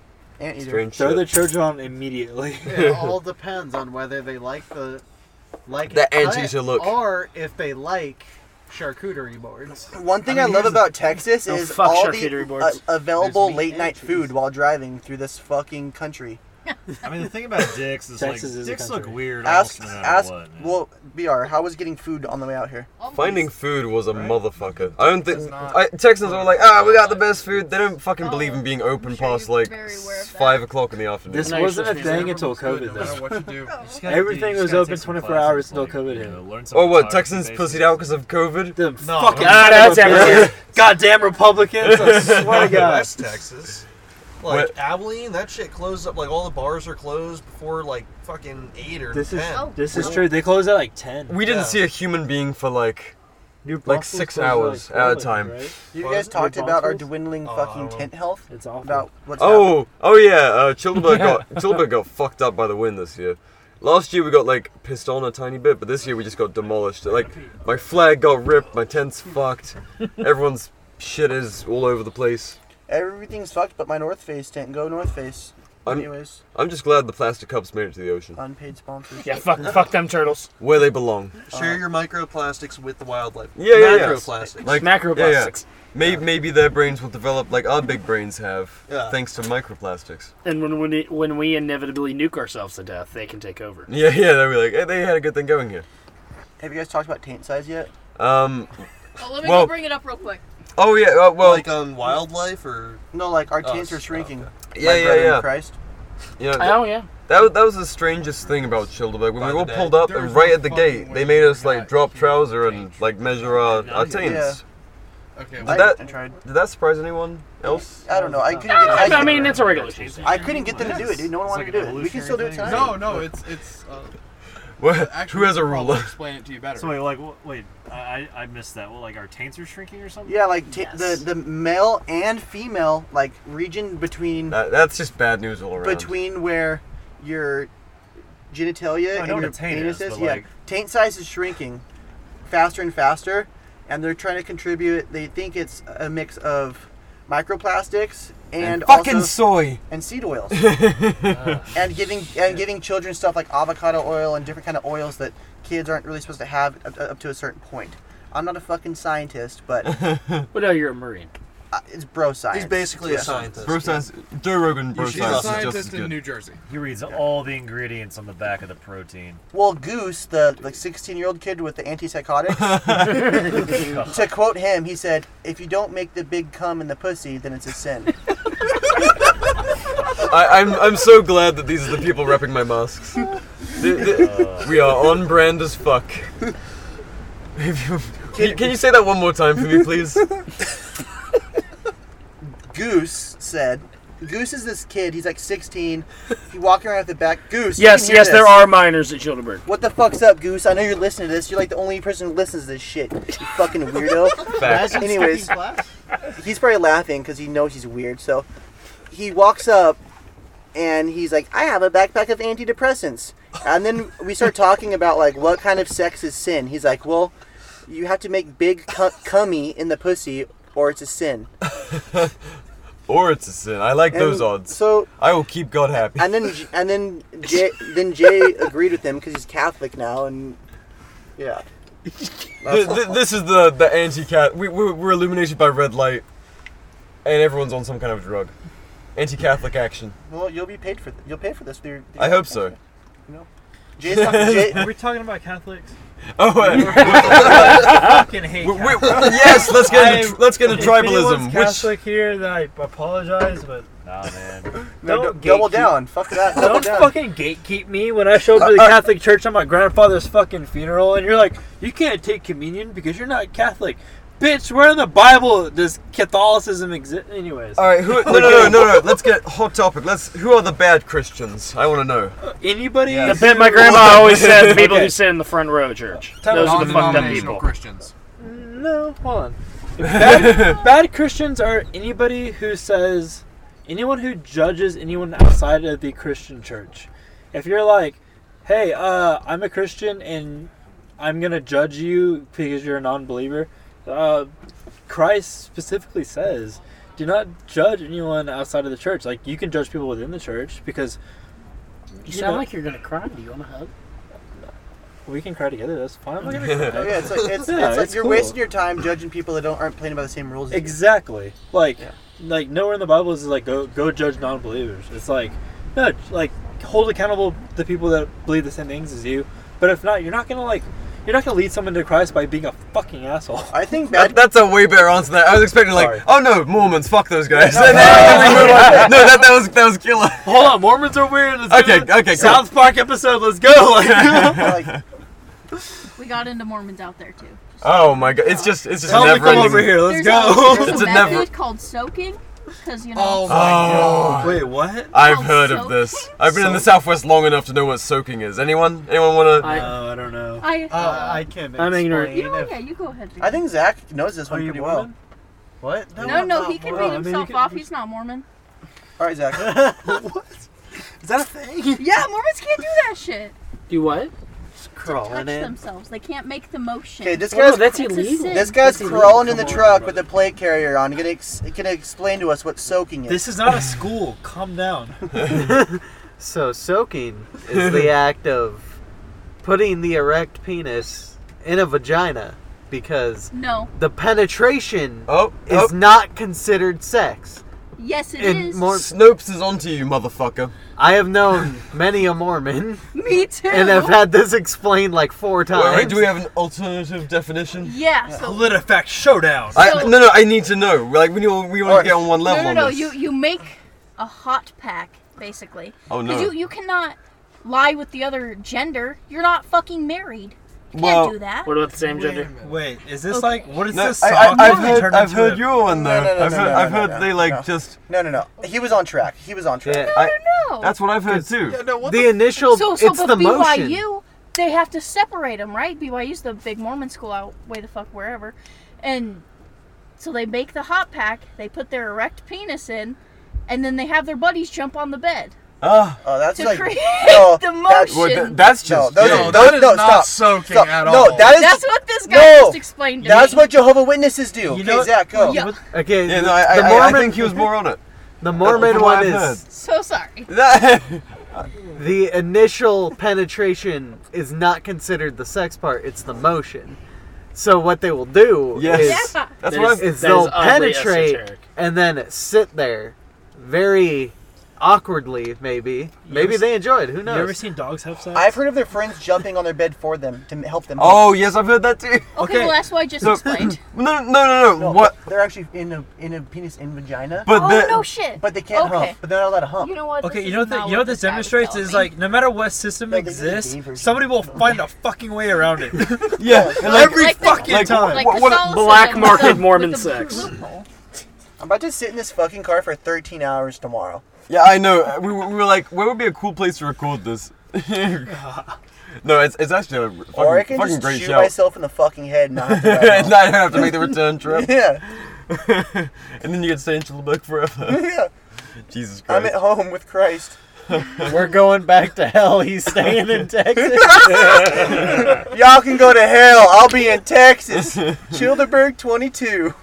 S10: strange
S3: Throw
S10: shit.
S3: the Trojan on immediately.
S25: It all depends on whether they like the like
S10: The
S25: it cut
S10: anti-social look.
S25: or if they like charcuterie boards.
S5: One thing I, love about Texas
S25: No,
S5: is
S25: fuck
S5: all
S25: charcuterie
S5: the uh,
S25: boards.
S5: available
S25: There's meat
S5: late
S25: and
S5: night food while driving through this fucking country.
S13: I mean, the thing about dicks is
S3: Texas
S13: like
S3: is a
S13: dicks look
S3: country.
S13: weird.
S5: Ask,
S13: almost no matter
S5: ask.
S13: what.
S5: Well, Br, how was getting food on the way out here?
S10: Finding food was a motherfucker. I don't think I, Texans were like, ah, we got the best food. They don't fucking believe
S23: Oh,
S10: in being open past like s- five o'clock in the afternoon.
S3: This wasn't a thing until COVID, though. Everything was open 24 hours until COVID hit.
S10: Oh, what? Texans pussied out because of COVID?
S3: The
S10: fucking
S3: Ah, that's
S10: son of a
S3: everywhere.
S10: bitch.
S3: Goddamn Republicans! I swear to God.
S23: West Texas. Like Abilene, that shit closed up. Like all the bars are closed before like fucking eight or
S3: This is
S23: ten.
S5: Oh.
S3: this is true. They close at like ten.
S10: We didn't see a human being for like, like
S3: Brussels
S10: six
S3: was, like,
S10: hours at a
S3: closed,
S10: time.
S3: right?
S5: You
S3: Well,
S5: guys
S3: New
S5: talked about our
S3: Brussels?
S13: Uh,
S5: dwindling fucking tent health.
S3: It's awful.
S5: About what's
S10: oh, oh yeah, uh, Childeberg got Childeberg got fucked up by the wind this year. Last year we got like pissed on a tiny bit, but this year we just got demolished. Like my flag got ripped, my tent's fucked, everyone's shit is all over the place.
S5: Everything's fucked, but my North Face tent. Go North Face.
S10: I'm,
S5: Anyways,
S10: I'm just glad the plastic cups made it to the ocean,
S5: unpaid sponsors.
S11: Yeah, fuck, fuck them turtles.
S10: where they belong. Uh,
S23: Share your microplastics with the wildlife.
S10: Yeah, yeah, yeah.
S23: Macroplastics.
S10: yeah, yeah. Maybe, maybe their brains will develop like our big brains have,
S11: Yeah.
S10: thanks to microplastics.
S11: And when when it- when we inevitably nuke ourselves to death, they can take over.
S10: Yeah, yeah, they were like, hey, they had a good thing going here.
S5: Have you guys talked about taint size yet?
S10: Um,
S21: Oh, let me
S10: well-
S21: go bring it up real quick.
S10: oh yeah, uh, well,
S23: like
S5: um,
S23: on wildlife or
S5: No, like our
S23: Oh,
S5: taints are shrinking.
S10: Yeah,
S5: My
S10: yeah,
S5: brother in
S10: yeah.
S5: Christ.
S10: You know,
S11: Oh, yeah.
S10: That, wa- that was the strangest thing about Childeberg. When we all pulled up and right at the gate, they made us like drop trouser and like measure our,
S5: Yeah.
S10: our taints.
S5: Okay,
S10: Did
S5: well,
S10: that,
S5: I tried.
S10: did that surprise anyone else?
S5: I don't know. I couldn't.
S11: No,
S5: get, I,
S11: I mean, it's a regular cheese.
S5: I couldn't get them to do it, dude. No one wanted
S11: It's
S5: to
S11: like
S5: do
S11: an
S5: it. We can
S11: evolutionary
S5: still do it
S11: thing.
S5: tonight.
S13: No, no, it's it's. Uh,
S10: What?
S13: actually,
S10: Who has a
S13: I'll
S10: ruler?
S13: Explain it to you better.
S3: So wait, like, wh- wait, I I I missed that. Well, like our taints are shrinking or something.
S5: Yeah, like ta the the male and female like region between
S10: That, that's just bad news all around.
S5: between where your genitalia
S13: Oh,
S3: I
S5: and
S3: know what
S5: your
S3: a taint
S5: penis
S3: is,
S5: is.
S3: but,
S5: Yeah,
S3: like-
S5: taint size is shrinking faster and faster, and they're trying to contribute. They think it's a mix of microplastics and,
S10: And fucking
S5: also-
S10: soy.
S5: and seed oils,
S13: Ah,
S5: and giving and giving children stuff like avocado oil and different kind of oils that kids aren't really supposed to have up, up to a certain point. I'm not a fucking scientist, but
S11: Well, no, you're a marine.
S5: uh, it's bro science. Yeah.
S10: Bro science. Joe Rogan. Bro
S13: He's a
S10: science is just as
S13: scientist in
S10: good.
S13: New Jersey. He reads all the ingredients on the back of the protein.
S5: Well, Goose, the like 16 year old kid with the antipsychotics, to quote him, he said, If you don't make the big cum in the pussy, then it's a sin.
S10: I, I'm, I'm so glad that these are the people repping my masks. The- the- we are on brand as fuck. If you- can, you- can you say that one more time for me, please?
S5: Goose said, Goose is this kid, he's like 16, he walking around with the back. Goose. you
S11: Yes,
S5: can hear
S11: yes, there
S5: this.
S11: are minors at Childeberg.
S5: What the fuck's up, Goose? I know you're listening to this. You're like the only person who listens to this shit. You fucking
S11: Facts.
S5: weirdo. Anyways, he's probably laughing because he knows he's weird. So he walks up and he's like, "I have a backpack of antidepressants." And then we start talking about like what kind of sex is sin. He's like, "Well, you have to make big cu- cummy in the pussy, or it's a sin."
S10: Or it's a sin. I like those
S5: And
S10: odds.
S5: so-
S10: I will keep God happy.
S5: and then and then Jay then Jay agreed with him because he's Catholic now, and yeah.
S10: Th- th- this is the the anti cat. We, we we're illuminated by red light, and everyone's on some kind of drug. Anti Catholic action.
S5: Well, you'll be paid for th- you'll pay for this. Through,
S10: I hope so.
S5: No. Jay's not, Jay,
S19: Are we talking about Catholics?
S10: Oh, wait. Ah,
S19: I fucking hate
S10: We- we-
S19: Catholics.
S10: yes, let's get into
S19: I-
S10: tr- let's get into
S19: if
S10: tribalism,
S19: anyone's
S10: which-
S19: Catholic here, then I apologize, but
S22: nah, man.
S5: No, d- double down. Fuck that. Double
S3: Don't
S5: down. Uh,
S3: fucking gatekeep me when I show up to the Catholic church on my grandfather's fucking funeral, and you're like, you can't take communion because you're not Catholic. Bitch, where in the Bible does Catholicism exist? Anyways.
S10: All
S5: Uh,
S10: right. Who? No, no, no, no, no. Let's get hot topic. Let's. Who are the bad Christians? I want to know.
S3: Anybody?
S10: Yes.
S11: The bit my grandma always said: the people who sit in the front row church.
S3: Tell
S11: Those
S3: me.
S11: are the fucked up
S3: Non-denominational
S11: people.
S16: Christians.
S3: No, hold on. If Bad, bad Christians are anybody who says, anyone who judges anyone outside of the Christian church. If you're like, hey, uh, I'm a Christian and I'm going to judge you because you're a non believer, uh, Christ specifically says, do not judge anyone outside of the church. Like, you can judge people within the church because.
S11: You sound
S3: know,
S11: like you're gonna cry. Do you want to hug?
S3: we can cry together. That's fine. I'm not gonna
S5: yeah,
S3: cry.
S5: it's like, it's,
S3: Yeah,
S5: it's like
S3: it's
S5: you're
S3: cool.
S5: wasting your time judging people that don't aren't playing by the same rules. as you.
S3: Exactly. Like, like nowhere in the Bible is it like go go judge non-believers. It's like no, like hold accountable the people that believe the same things as you. But if not, you're not gonna like you're not gonna lead someone to Christ by being a fucking asshole.
S5: I think
S10: That, that's a way better answer than that. I was expecting like, oh no, Mormons, fuck those guys.
S3: No,
S10: No,
S3: no, no,
S10: that, that was that was killer.
S3: Hold on, Mormons are weird. Let's
S10: Okay,
S3: do the
S10: okay, cool.
S3: South Park episode. Let's go. Like,
S21: We got into Mormons out there too.
S10: Oh my god, it's just it's just
S3: Tell me,
S10: never
S3: come
S10: ending.
S3: over here,
S21: There's A, there's
S10: it's
S21: a
S10: a never.
S21: method called soaking, because you know.
S10: Oh my god.
S3: Wait, what?
S10: I've
S21: Oh,
S10: heard of
S21: soaking?
S10: this. I've been in the Southwest long enough to know what soaking is. Anyone? Anyone want to?
S3: no, Oh, I don't know.
S21: I.
S5: Uh, I can.
S3: I'm ignorant.
S21: You know what? Yeah, you go ahead.
S5: I think Zach knows this one pretty well. What?
S21: No, no, he can read himself off. He's not Mormon.
S5: All right, Zach.
S3: Is that a thing?
S21: Yeah, Mormons can't do that shit.
S11: Do what?
S5: crawling
S21: Touch
S5: in.
S21: themselves. They can't make the motion.
S5: Okay, this guy's
S21: It's a sin.
S5: This guy's crawling in the truck with a plate carrier on. He can, ex- he can explain to us what soaking is.
S3: This is not a school. Calm down.
S18: So soaking is the act of putting the erect penis in a vagina because
S21: No.
S18: the penetration
S10: Oh,
S18: is
S10: oh.
S18: not considered sex.
S21: Yes, it
S18: And
S21: is.
S18: more-
S10: Snopes is onto you, motherfucker.
S18: I have known many a Mormon
S21: Me too.
S18: and have had this explained like four
S10: Wait,
S18: times.
S10: wait, do we have an alternative definition?
S21: Yeah. So
S10: Politifact showdown. I,
S21: So-
S10: no, no, I need to know. Like we want, we want to get on one level.
S21: no, no, no.
S10: on this.
S21: You you make a hot pack basically.
S10: Oh,
S21: 'Cause
S10: no.
S21: You you cannot lie with the other gender. You're not fucking married. You
S10: Well-
S21: can't do that.
S11: What about the same gender?
S3: Wait, is this like what is
S10: No,
S3: this?
S10: I,
S3: song
S10: I, I've
S3: that
S10: heard,
S3: turned
S10: I've
S3: into
S10: heard
S3: a-
S10: you on though. I've heard, I've heard they like
S5: no.
S10: just.
S5: No, no, no. He was on track. He was on track.
S10: Yeah, I- That's what I've heard too.
S18: the, initial
S21: So so
S18: it's
S21: but
S18: the
S21: BYU,
S18: motion.
S21: they have to separate them, right? BYU's the big Mormon school out way the fuck wherever, and so they make the hot pack. They put their erect penis in, and then they have their buddies jump on the bed.
S10: Ah.
S5: Oh, that's
S21: To
S5: like
S21: create
S5: no,
S21: the
S5: that's-
S21: motion. Well, th-
S10: that's
S5: oh, no,
S10: just
S5: those,
S10: gay.
S5: no, those,
S10: That is
S5: no,
S10: not
S5: stop,
S10: soaking
S5: stop.
S10: at
S5: No,
S10: all.
S5: that is
S21: That's what this guy
S5: no,
S21: just explained to
S5: That's
S21: me.
S5: what Jehovah Witnesses do. okay,
S18: know-
S5: Zach, go.
S21: Yeah.
S18: Okay,
S10: Yeah, no, I, I,
S18: the
S10: I, I
S18: Mormon
S10: think he was more on it.
S18: the Mormon
S10: From what
S18: one
S10: I've
S18: is
S21: So sorry.
S10: heard.
S18: the initial penetration is not considered the sex part; it's the motion. So what they will do
S10: Yes.
S18: is,
S10: Yeah. That's what I've-
S18: is
S10: That is
S18: they'll
S10: oddly
S18: penetrate
S10: esoteric.
S18: and then sit there, very awkwardly. Maybe, maybe
S3: ever
S18: they enjoy it. Who knows?
S3: You ever seen dogs have sex?
S5: I've heard of their friends jumping on their bed for them to help them.
S10: oh yes, I've heard that too.
S21: well that's what I just
S10: No.
S21: explained.
S10: No, no, no, no.
S5: No,
S10: What?
S5: They're actually in a in a penis in vagina.
S10: But Oh, the-
S21: no shit.
S5: But they can't
S21: Okay.
S5: hump. But they're not allowed to hump.
S21: You know what?
S3: Okay,
S21: This
S3: you
S21: is
S3: know what
S21: not
S3: that you know what this
S21: guy was
S3: demonstrates
S21: telling
S3: is
S21: me.
S3: like no matter what system exists, somebody will find a fucking way around it.
S10: Yeah,
S3: and like- Every fucking time. What- what- black market Mormon sex.
S5: I'm about to sit in this fucking car for 13 hours tomorrow.
S10: Yeah, I know. Uh, We, were- we were like, where would be a cool place to record this? no, it's, it's actually a fucking,
S5: or I can
S10: fucking
S5: just
S10: great
S5: shoot
S10: show.
S5: myself in the fucking head and not have to drive
S10: and
S5: home.
S10: I don't have to make the return trip.
S5: Yeah.
S10: and then you get to stay in Chilliwack forever.
S5: Yeah. uh,
S10: Jesus Christ.
S5: I'm at home with Christ.
S18: We're going back to hell. He's staying in Texas.
S5: Y'all can go to hell. I'll be in Texas. Childeberg 22.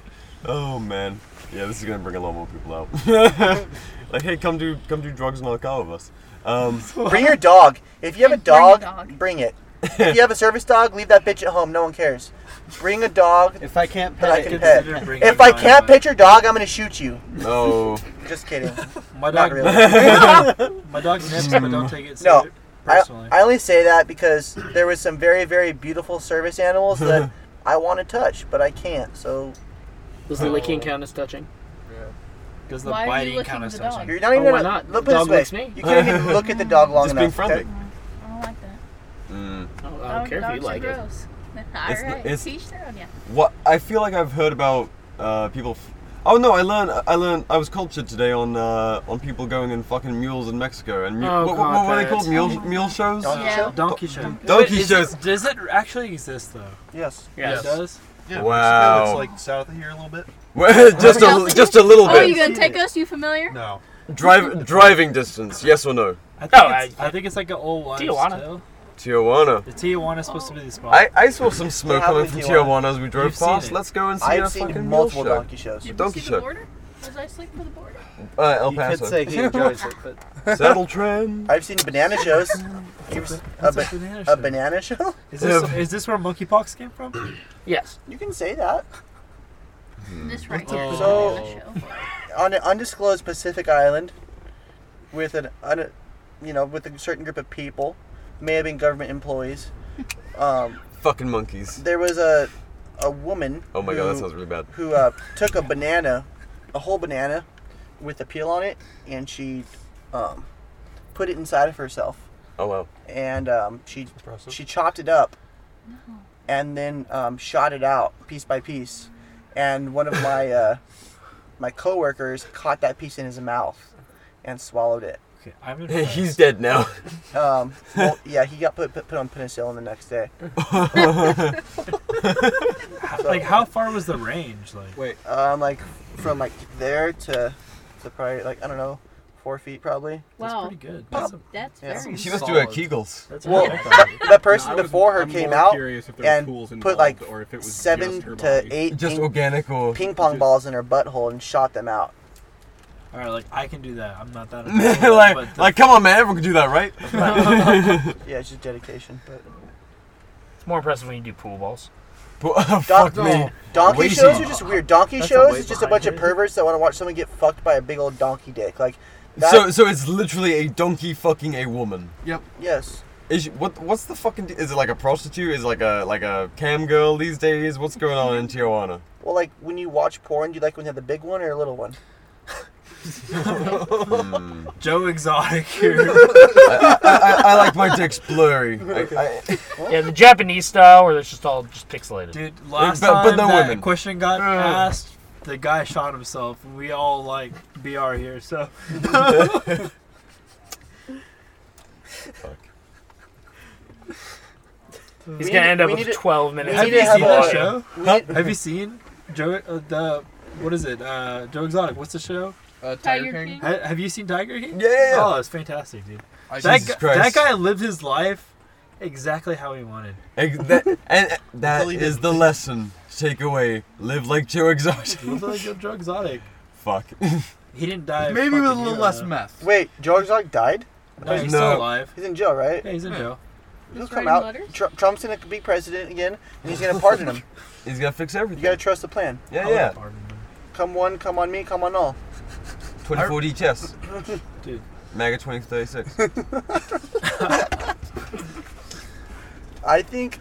S10: Oh man. Yeah, this is gonna bring a lot more people out. like, hey, come do come do drugs and knock out with us. Um,
S5: Bring your dog. If you have a dog, bring it. If you have a service dog, leave that bitch at home. No one cares. Bring a dog. If I can't
S1: pet
S5: I
S1: it,
S5: can pet.
S1: consider bringing
S5: If I
S1: mine,
S5: can't
S1: but-
S5: pet your dog, I'm gonna shoot you.
S10: No.
S5: Just kidding.
S1: My
S5: Not
S1: dog-
S5: really.
S1: My dog's nips, but don't take it
S5: No,
S1: ser-
S5: I,
S1: personally.
S5: I only say that because there was some very very beautiful service animals that I want to touch, but I can't. So.
S2: Does the licking count as touching?
S11: Oh,
S5: Yeah.
S2: Does
S5: the Why are you biting licking count as the dog? touching? You're not even
S2: oh, why
S5: gonna-
S2: not?
S5: look
S2: The
S5: this
S2: dog
S5: way.
S2: licks me.
S5: You can't even look at the dog long
S10: Just being
S5: enough, okay?
S10: friendly.
S21: I don't like that.
S10: Mm.
S2: I don't care if you
S21: dogs are
S2: like it.
S21: gross.
S10: It's the-
S21: Alright,
S10: it's-
S21: teach their own, yeah.
S10: What I feel like I've heard about uh, people. F- oh no, I learned. I learned. I was cultured today on uh, on people going in fucking mules in Mexico and mu-
S3: Oh,
S10: what, what, what were they
S3: God,
S10: called? Mule
S3: that's-
S10: mule shows?
S5: Oh,
S3: Donkey show.
S10: Donkey
S3: Wait, is
S10: shows.
S3: It, does it actually exist though?
S5: Yes.
S3: Yeah,
S10: Yes.
S3: It does.
S10: Yeah, Wow. Mexico,
S14: It's like south of here a little bit.
S10: Well, just a just a little
S21: Oh, you
S10: bit.
S21: gonna take us? You familiar?
S14: No.
S10: Drive driving distance. Yes or no?
S3: I think, it's, I, think it's like an old one.
S21: Tijuana.
S10: Tijuana.
S3: The Tijuana's supposed to be the spot.
S10: I, I saw some smoke coming from
S3: Tijuana.
S10: Tijuana as we drove
S3: You've seen
S10: past.
S3: it.
S10: Let's go and see
S3: I've
S10: a
S3: seen
S10: fucking
S5: multiple
S10: mule show.
S5: donkey shows.
S21: Did
S10: Donkey
S21: you see the
S10: show.
S21: border? Was I asleep for the border?
S10: Uh, El
S5: You could
S10: Paso.
S5: say he enjoys it,
S10: but Saddle Trend.
S5: I've seen banana shows. You've s- a,
S3: What's a
S5: ba-
S3: banana
S5: a
S3: show?
S5: banana show?
S3: Is this is this where monkeypox came from?
S5: yes. You can say that.
S21: This right
S5: So,
S21: here. is a banana show.
S5: on an undisclosed Pacific island, with an, un, you know, with a certain group of people, may have been government employees. Um,
S10: Fucking monkeys.
S5: there was a, a woman.
S10: Oh my god, that sounds really bad.
S5: Who uh, took a banana, a whole banana, with the peel on it, and she, um, put it inside of herself,
S10: Oh wow.
S5: and um, she she chopped it up, and then um, shot it out piece by piece, and one of my uh, my coworkers caught that piece in his mouth, and swallowed it.
S3: Okay, I'm
S10: He's dead now.
S5: Um, well, yeah, he got put, put put on penicillin the next day.
S3: like how far was the range? Like
S5: Wait. Um, like from like there to to probably like I don't know, four feet probably.
S21: Wow.
S3: pretty good.
S21: That's, that's
S5: Yeah.
S21: very
S10: She must do her Kegels.
S3: That's
S5: Well,
S3: right.
S5: the, the person
S3: No, I was-
S5: before her
S3: I'm
S5: came
S3: more
S5: out
S3: curious if there were
S5: and
S3: tools
S5: put
S3: involved
S5: like
S3: or if it was
S5: seven
S3: just her
S5: to
S3: body.
S5: eight
S10: Just
S5: ping,
S10: organic or
S5: ping pong balls in her butthole and shot them out.
S3: All right, like I can do that. I'm not that.
S10: like, like, come on, man! Everyone can do that, right?
S5: yeah, it's just dedication. But
S11: It's more impressive when you do pool balls.
S10: Oh, Fuck
S5: Don-
S10: me.
S5: Donkey
S10: Wasted.
S5: shows are just weird. Donkey
S10: That's a
S5: shows
S10: way
S5: is just a
S10: behind
S5: bunch of
S10: it.
S5: perverts that want to watch someone get fucked by a big old donkey dick. Like that,
S10: So, so it's literally a donkey fucking a woman.
S5: Yep. Yes.
S10: Is she- what? What's the fucking? Is it like a prostitute? Is it like a like a cam girl these days? What's going on in Tijuana?
S5: Well, like when you watch porn, do you like when they have the big one or a little one?
S10: Hmm.
S3: Joe Exotic here.
S10: I, I, I, I like my dicks blurry. I, I,
S11: yeah, the Japanese style where it's just all just pixelated.
S3: Dude, Last time that question got asked, the guy shot himself. We all like BR here, so.
S11: He's gonna end up with 12 minutes.
S3: Have
S11: of
S3: you seen that
S11: video.
S3: show? Have you seen Joe uh, the what is it? Uh, Joe Exotic. What's the show? Uh,
S21: Tiger Tiger King. King.
S3: Ha- have you seen Tiger King?
S10: Yeah, yeah, yeah.
S3: Oh, it's fantastic, dude.
S10: I-
S3: That,
S10: Jesus
S3: gu- that
S10: Christ.
S3: guy lived his life exactly how he wanted.
S10: Ex- that, and uh, that
S3: Until he
S10: is the lesson to take away. Live like Joe Exotic.
S3: Live like Joe Exotic.
S10: Fuck.
S3: He didn't die.
S5: Maybe with a
S3: fucking
S5: little
S3: hero,
S5: less
S3: though.
S5: meth. Wait, Joe Exotic died?
S3: No, he's still No. alive.
S5: He's in jail, right?
S3: Yeah, he's in
S5: Yeah.
S3: jail.
S5: He'll
S3: Just
S5: come
S3: writing
S5: out.
S3: letters?
S5: Tr- Trump's gonna be president again, and he's gonna pardon him.
S10: He's gonna fix everything.
S5: You gotta trust the plan.
S10: Yeah, yeah.
S5: Come one, come on me, come on all.
S10: 2040 chess.
S3: Dude.
S10: Mega 2036.
S5: I think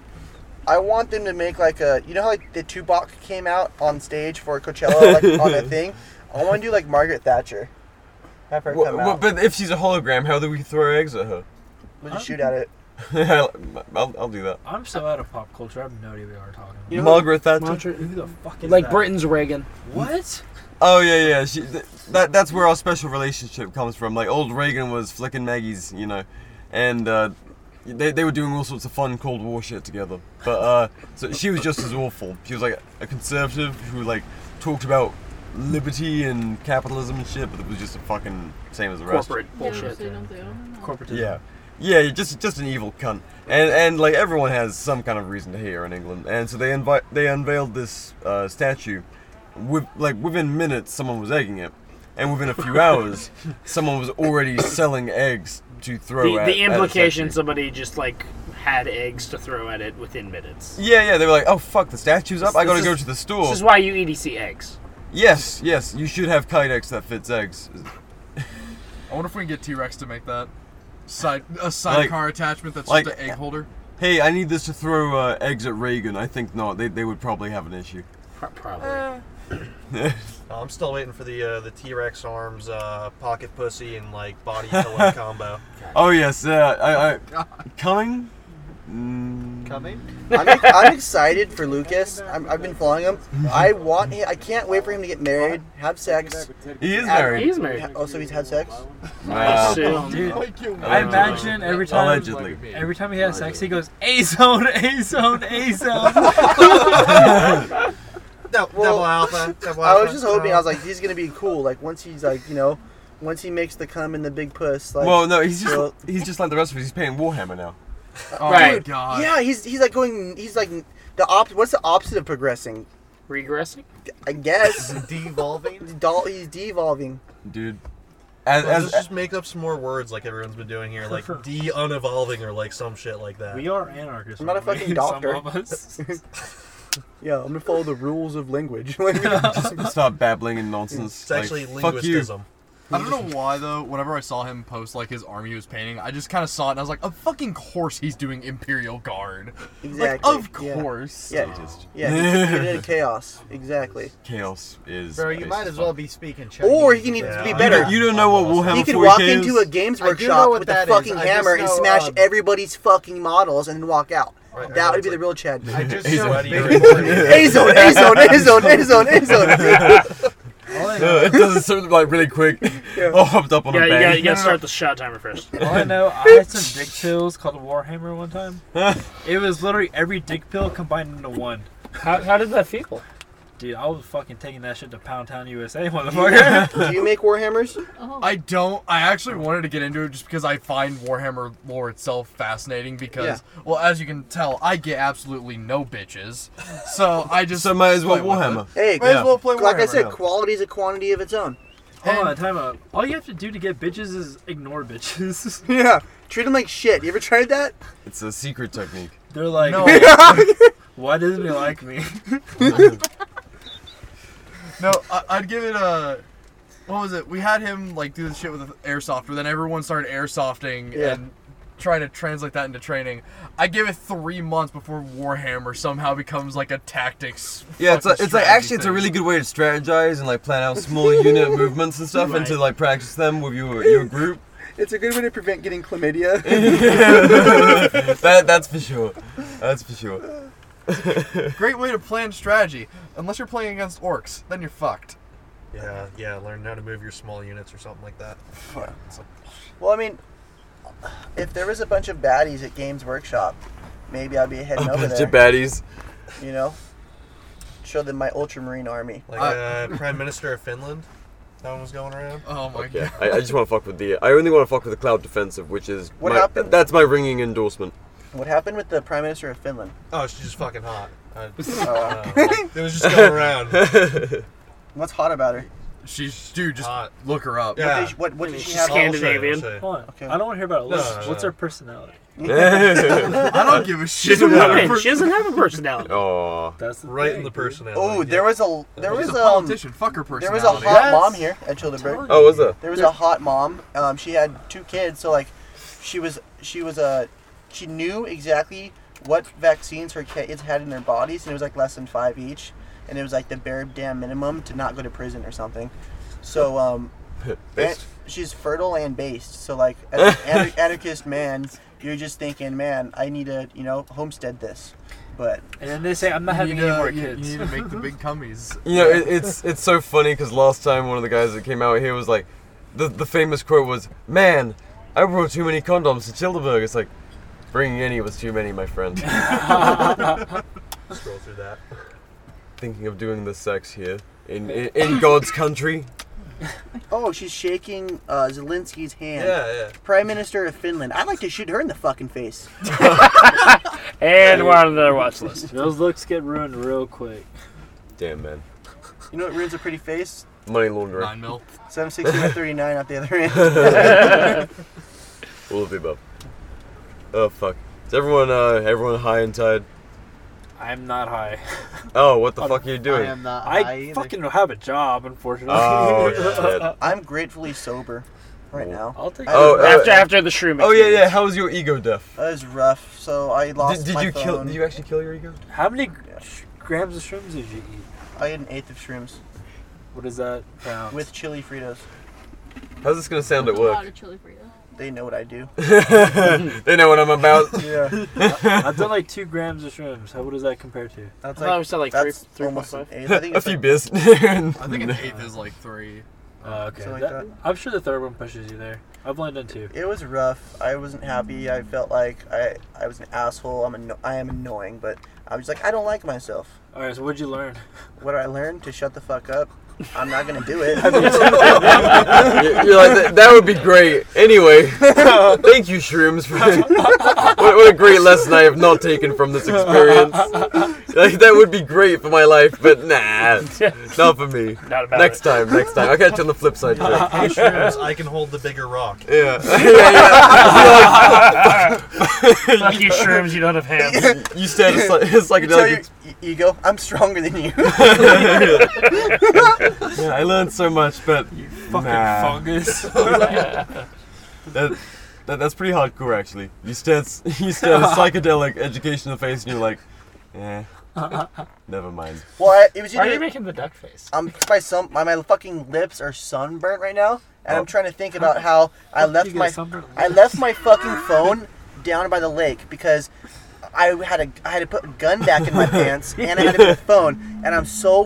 S5: I want them to make like a you know how like the Tupac came out on stage for Coachella like on a thing. I want to do like Margaret Thatcher. Have her
S10: Wha-
S5: come
S10: wha-
S5: out.
S10: but if she's a hologram, how do we throw eggs at her?
S5: We just shoot at it.
S10: I'll, I'll do that.
S3: I'm so out of pop culture. I have no idea what we are talking about.
S10: Margaret Thatcher.
S3: Who the fuck is
S2: Like
S3: that?
S2: Britain's Reagan.
S3: What?
S10: Oh yeah, yeah. She, th- that that's where our special relationship comes from. Like old Reagan was flicking Maggie's, you know, and uh, they they were doing all sorts of fun Cold War shit together. But uh, so she was just as awful. She was like a conservative who like talked about liberty and capitalism and shit, but it was just a fucking same as the rest.
S11: Corporate bullshit.
S3: Corporate.
S10: Yeah. Yeah, you're just just an evil cunt, and and like everyone has some kind of reason to hate her in England, and so they invite they unveiled this uh, statue with, like within minutes, someone was egging it, and within a few hours, someone was already selling eggs to throw.
S11: The,
S10: at,
S11: the
S10: at a
S11: implication
S10: statue.
S11: somebody just like had eggs to throw at it within minutes.
S10: Yeah, yeah, they were like, "Oh fuck, the statue's up! I
S11: This
S10: gotta
S11: is-
S10: go to the store."
S11: This is why you EDC eggs.
S10: Yes, yes, you should have kydex that fits eggs.
S13: I wonder if we can get T Rex to make that side a sidecar attachment that's
S10: like-
S13: just an egg holder.
S10: Hey, I need this to throw uh, eggs at Reagan. I think not. They, they would probably have an issue.
S11: Probably.
S26: Oh, I'm still waiting for the uh, the T Rex arms, uh, pocket pussy, and like body pillow combo.
S10: oh yes, uh,
S13: Oh,
S10: I, I coming. Mm.
S5: Coming.
S3: I'm, ex- I'm excited for Lucas. I'm, I've been following him. I want him. I can't wait for him to get married, have sex.
S10: He is
S3: have-
S10: married. He is married.
S3: Oh, so he's had sex.
S10: Wow.
S3: Oh,
S27: Dude,
S10: Allegedly.
S27: I imagine every time
S10: Allegedly.
S27: every time he has sex, he goes A zone, A zone, A zone.
S3: Well,
S26: alpha, double
S3: I was
S26: alpha.
S3: just hoping. I was like, he's gonna be cool. Like once he's like, you know, once he makes the cum in the big puss. Like,
S10: well, no, he's just
S3: he'll-
S10: he's just like the rest of us. He's paying Warhammer now.
S3: Oh, Dude, Yeah, he's he's like going. He's like the op. What's the opposite of progressing?
S11: Regressing.
S3: I guess. devolving. Dol- he's devolving.
S10: dude. As,
S26: Let's
S10: as,
S26: just make up some more words like everyone's been doing here, like de unevolving or like some shit like that.
S3: We
S27: are anarchists.
S3: I'm not a
S26: aren't we?
S3: fucking doctor. yeah, I'm gonna follow the rules of language.
S10: just stop babbling and nonsense.
S3: It's
S10: like,
S3: actually
S10: fuck you.
S13: I don't know why though. Whenever I saw him post like his army he was painting, I just kind of saw it and I was like, "Of fucking course he's doing Imperial Guard." Like,
S3: Exactly.
S13: of
S3: yeah.
S13: course.
S3: Yeah. Yeah. He created chaos. Exactly.
S10: Chaos is.
S5: Bro, you might as well be speaking Chinese.
S3: Or he can even
S10: Yeah,
S3: be
S10: you
S3: better.
S10: don't- you don't know what Warhammer
S3: He could
S10: 40K
S3: walk
S10: is?
S3: into a games
S5: I do know
S3: workshop
S5: what
S3: with a
S5: that is.
S3: fucking
S5: I just
S3: hammer and
S5: know,
S3: smash
S5: um,
S3: everybody's fucking models and then walk out. that would be the real Chad.
S5: I just
S3: A
S5: He's know-
S3: zone,
S5: already-
S3: A zone, A zone, A zone, A zone, A zone.
S10: No, it does something like really quick. Oh, hopped up on
S11: yeah,
S10: a
S11: you
S10: bang.
S11: gotta, you gotta start the shot timer first.
S27: All I know, I had some dick pills called Warhammer one time. it was literally every dick pill combined into one.
S11: How, how did that feel?
S27: Dude, I was fucking taking that shit to Pound Town USA, motherfucker.
S3: Do you make warhammers?
S13: I don't. I actually wanted to get into it just because I find Warhammer lore itself fascinating. Because, well, as you can tell, I get absolutely no bitches, so I just
S10: So might as well
S13: play with
S10: Warhammer.
S13: it.
S3: Hey,
S13: might as well play
S3: like I
S13: Warhammer.
S3: said, quality is a quantity of its own.
S27: Hold on, time out. All you have to do to get bitches is ignore bitches.
S3: Yeah, treat them like shit. You ever tried that?
S10: It's a secret technique.
S27: They're like,
S3: No.
S27: why doesn't he like me?
S13: No, I, I'd give it a. What was it? We had him like do this shit with airsoft, but then everyone started airsofting
S3: Yeah.
S13: and trying to translate that into training. I give it three months before Warhammer somehow becomes like a tactics.
S10: Yeah, it's
S13: fucking
S10: like, it's like
S13: strategy
S10: actually it's a
S13: thing.
S10: really good way to strategize and like plan out small unit movements and stuff, and to
S13: Right.
S10: like practice them with your your group.
S3: It's a good way to prevent getting chlamydia.
S10: that, that's for sure. That's for sure.
S13: great way to plan strategy. Unless you're playing against orcs, then you're fucked.
S26: Yeah, yeah. Learn how to move your small units or something like that. It's like,
S3: Well, I mean, if there was a bunch of baddies at Games Workshop, maybe I'd be heading
S10: A
S3: over
S10: bunch
S3: there.
S10: of baddies.
S3: You know, show them my Ultramarine army.
S26: like uh, Prime Minister of Finland. That one was going around.
S13: Oh my
S10: Yeah, I, I just want to fuck with the. I only want to fuck with the cloud defensive, which is
S3: What
S10: my,
S3: happened?
S10: That's my ringing endorsement.
S3: What happened with the Prime Minister of Finland?
S26: Oh, she's just fucking hot. I,
S3: Oh.
S26: it was just going around.
S3: What's hot about her?
S13: She's dude, just look her up.
S26: Yeah.
S3: What, did- what, what did
S26: She's
S3: she have?
S27: Hold on. I don't want to hear about it.
S13: No,
S27: What's,
S13: no,
S27: what's
S13: no.
S27: her personality?
S13: I don't give a shit.
S11: She's a
S13: about
S11: woman.
S13: her.
S11: She doesn't have a personality.
S10: Oh,
S27: That's the
S26: right in the personality.
S3: Oh, there was a there
S13: She's
S3: was
S13: a
S3: a
S13: politician. Fuck her
S3: There was a hot
S13: personality.
S3: mom here at Childeberg.
S10: Oh, was there?
S3: There was a hot mom. Um, she had two kids, so like, she was she was uh, she knew exactly what vaccines her kids had in their bodies, and it was like less than five each, and it was like the bare damn minimum to not go to prison or something. So um, and she's fertile and based. So like, as an anar- anarchist man, you're just thinking, man, I need to you know homestead this, but
S27: And then they say, I'm not
S13: You
S27: having
S13: need,
S27: any
S13: uh,
S27: more
S13: you-
S27: kids.
S13: You need to make the big cummies.
S10: You know, it, it's it's so funny because last time one of the guys that came out here was like, the the famous quote was, "Man, I brought too many condoms to Childeberg." It's like, bringing any was too many, my friend.
S26: Scroll through that.
S10: Thinking of doing the sex here in in, in God's country.
S3: Oh, she's shaking uh, Zelensky's hand.
S10: Yeah, yeah.
S3: Prime Minister of Finland. I'd like to shoot her in the fucking face.
S11: And we're on their watch list.
S27: Those looks get ruined real quick.
S10: Damn man.
S3: You know what ruins a pretty face?
S10: Money laundering.
S3: Nine mil. 716 and 39 out the other end.
S10: All of the above. Oh fuck! Is everyone uh, everyone high and tied?
S28: I'm not high.
S10: Oh, what the fuck are you doing?
S28: I fucking don't have a job, unfortunately.
S10: Oh,
S3: I'm gratefully sober right now.
S28: I'll take
S10: Oh, uh,
S11: after after the shroom.
S10: Oh yeah, yeah.
S11: experience.
S10: How was your ego death?
S3: That was rough, so I lost
S10: Did, did
S3: my
S10: you kill?
S3: phone.
S10: Did you actually kill your ego?
S28: How many sh- grams of shrooms did you eat?
S3: I had an eighth of shrooms.
S28: What is that? Pounds?
S3: With chili Fritos.
S10: How's this gonna sound at work?
S3: They know what I do.
S10: they know what I'm about.
S3: yeah.
S28: I- I've done like two grams of shrooms. How what does that compare to?
S3: That's I thought like- we said, like, three- that's three point almost an five. eighth. I think
S10: A few bits.
S5: I think an eighth is like three.
S28: Uh, okay.
S3: Something like
S28: That- I'm sure the third one pushes you there. I've only done two.
S3: It was rough. I wasn't happy. I felt like I, I was an asshole. I'm anno- I am annoying, but I was like, I don't like myself.
S28: All right. So what'd you learn?
S3: What did I learn? To shut the fuck up. I'm not gonna do it.
S10: You're you're like that, that would be great. Anyway, thank you, shrooms. For, what, what a great lesson I have not taken from this experience. Like that would be great for my life, but nah, not for me.
S29: Not about
S10: next
S29: it.
S10: time, next time. I catch you on the flip side. Jack.
S29: Hey, shrooms, I can hold the bigger rock.
S10: Yeah. yeah, yeah.
S3: Fuck you, shrooms, you don't have hands.
S10: You stand it's like it's like
S3: You tell
S10: another.
S3: your e- ego, I'm stronger than you.
S10: yeah, I learned so much, but you
S3: fucking fungus.
S10: that, that, that's pretty hardcore, actually. You stare, at- you stare at a psychedelic educational face, and you're like, eh, never mind.
S3: Well, I, it was.
S11: Why are
S3: either-
S11: you making the duck face?
S3: I'm my some my, my fucking lips are sunburnt right now, and I'm trying to think about how I left
S11: Oh. you get
S3: my
S11: sunburnt
S3: I left my fucking phone down by the lake because I had a I had to put a gun back in my pants and I had to put a phone, and I'm so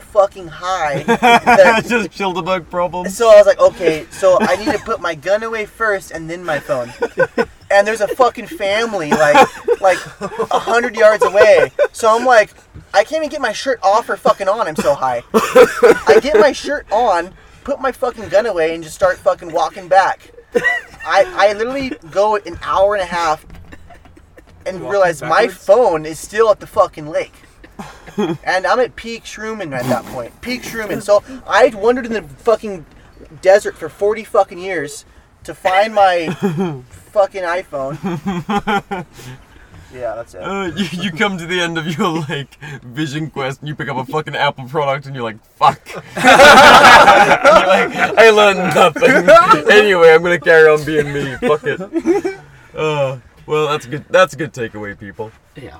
S3: fucking high that
S10: Just chilled the bug problem.
S3: so I was like, okay, so I need to put my gun away first and then my phone. And there's a fucking family like like a hundred yards away. So I'm like, I can't even get my shirt off or fucking on. I'm so high. I get my shirt on, put my fucking gun away, and just start fucking walking back. I I literally go an hour and a half and realize my
S30: backwards?
S3: phone is still at the fucking lake. and I'm at peak shrooming at that point. Peak shrooming. So I'd wandered in the fucking desert for 40 fucking years to find my fucking iPhone. Yeah, that's it.
S10: Uh, you, you come to the end of your like vision quest and you pick up a fucking Apple product and you're like, fuck. You're like, I learned nothing. anyway, I'm gonna carry on being me. Fuck it. Uh, well, that's a good. That's a good takeaway, people.
S11: Yeah.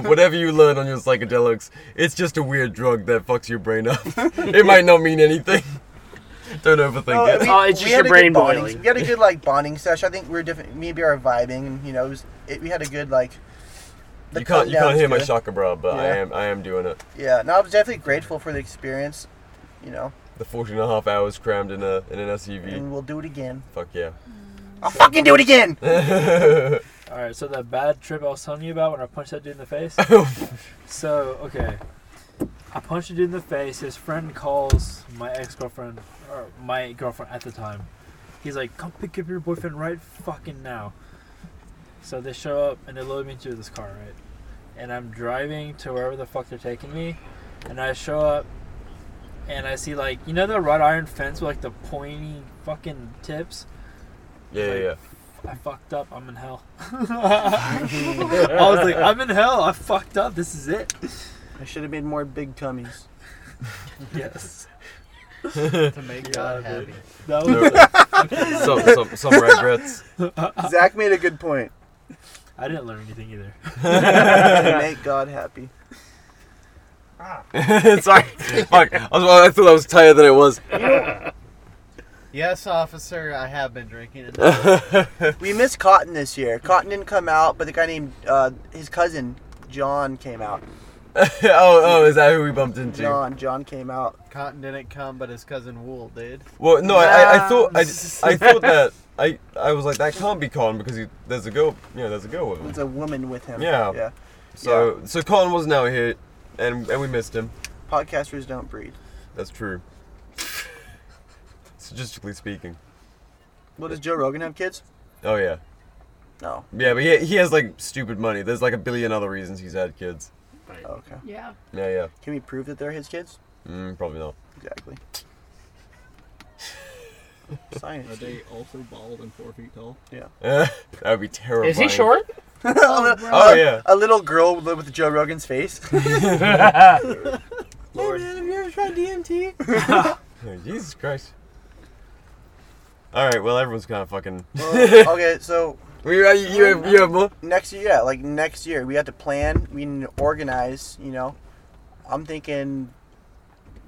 S10: Whatever you learn on your psychedelics, it's just a weird drug that fucks your brain up. it might not mean anything. Don't overthink
S3: No,
S10: it.
S3: we- we had a good bonding- We had a good like bonding session. I think we were different. Me and BR were vibing, and you know, it was, it, we had a good like. the
S10: You can't. You
S3: countdown
S10: can't
S3: was
S10: hear my
S3: good.
S10: shaka bra, but I
S3: Yeah.
S10: am. I am doing it.
S3: Yeah, no, I was definitely grateful for the experience. You know,
S10: The 14 and a half hours crammed in a in an SUV.
S3: and we'll do it again.
S10: Fuck yeah.
S3: I'll fucking do it again.
S28: All right, so that bad trip I was telling you about when I punched that dude in the face. so okay, I punched a dude in the face. His friend calls my ex girlfriend or my girlfriend at the time. He's like, "Come pick up your boyfriend right fucking now." So they show up and they load me into this car, right? And I'm driving to wherever the fuck they're taking me, and I show up, and I see like you know the wrought iron fence with like the pointy fucking tips.
S10: Yeah, yeah, yeah.
S28: I fucked up. I'm in hell. I was like, I'm in hell. I fucked up. This is it.
S3: I should have made more big tummies.
S28: yes.
S3: to
S28: make
S3: God
S28: happy. That
S10: was- Some- some- some regrets.
S3: Zach made a good point.
S28: I didn't learn anything either.
S3: to make God happy.
S10: Sorry. Fuck. I, was, I thought I was tired than it was.
S31: Yes, officer, I have been drinking. and-
S3: we missed Cotton this year. Cotton didn't come out, but the guy named uh, his cousin John came out.
S10: oh, oh, is that who we bumped into?
S3: John, John came out.
S31: Cotton didn't come, but his cousin Wool did.
S10: Well, no, I, I, I thought I, I thought that I I was like that can't be Con because he, there's a girl. Yeah, there's a girl with him.
S3: It's a woman with him.
S10: Yeah.
S3: Yeah.
S10: So so Con wasn't out here, and and we missed him.
S3: Podcasters don't breed.
S10: That's true. Statistically speaking.
S3: Well, does Joe Rogan have kids?
S10: Oh yeah.
S3: No.
S10: Yeah, but he, he has like stupid money. There's like a billion other reasons he's had kids.
S3: Okay.
S21: Yeah.
S10: Yeah, yeah.
S3: Can we prove that they're his kids?
S10: Mm, probably not.
S3: Exactly. Science.
S32: Are they also bald and four feet tall?
S3: Yeah.
S10: that would be terrible.
S3: oh,
S10: oh yeah.
S3: A little girl with- with Joe Rogan's face.
S10: Lord.
S3: Have you ever tried DMT?
S10: Jesus Christ. All right. Well, everyone's kind of fucking.
S3: Well, okay, so.
S10: We, uh, you, have, you have more?
S3: Next year, yeah, like next year, we have to plan, we need to organize, you know. I'm thinking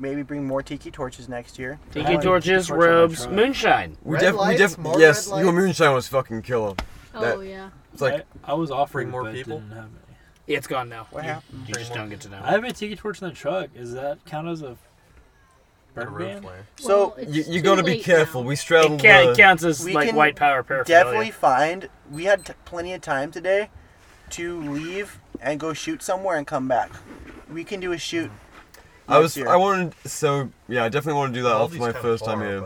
S3: maybe bring more tiki torches next year.
S11: Tiki torches, robes, moonshine.
S10: We def- we def- yes, your moonshine was fucking killer.
S11: Oh, yeah.
S10: It's like
S5: I, I was offering
S11: more
S5: but
S11: people?
S5: Didn't have
S11: Yeah, it's gone now.
S5: What
S11: you,
S5: happened?
S11: You just don't get to know.
S5: I have a tiki torch in the truck. Is that count as a burn ban?
S3: So
S10: you, you gotta be careful. We straddled. the...
S3: We can Definitely find. We had t- plenty of time today to leave and go shoot somewhere and come back. We can do a shoot.
S10: I
S3: next
S10: was.
S3: year.
S10: I wanted. So yeah, I definitely want to do that
S3: Well,
S10: after
S3: these
S10: my
S3: kinda
S10: first time
S3: far,
S10: here.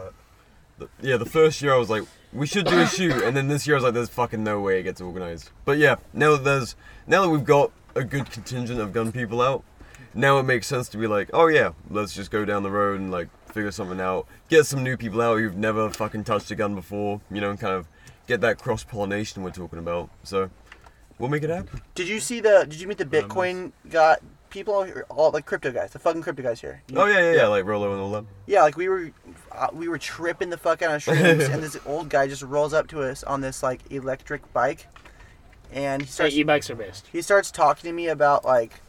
S10: The- yeah, the first year I was like, we should do a shoot, and then this year I was like, there's fucking no way it gets organized. But yeah, now that there's now that we've got a good contingent of gun people out, now it makes sense to be like, oh yeah, let's just go down the road and like figure something out, get some new people out who've never fucking touched a gun before, you know, and kind of get that cross pollination we're talking about. So we'll make it happen.
S3: Did you see the? Did you meet the Bitcoin got people out here? All like crypto guys, the fucking crypto guys here. You-
S10: Oh yeah, yeah, yeah, like Rolo and all that.
S3: Yeah, like we were, uh, we were tripping the fuck out of shrooms, and this old guy just rolls up to us on this like electric bike, and he starts.
S11: e-bikes are best.
S3: He starts talking to me about like,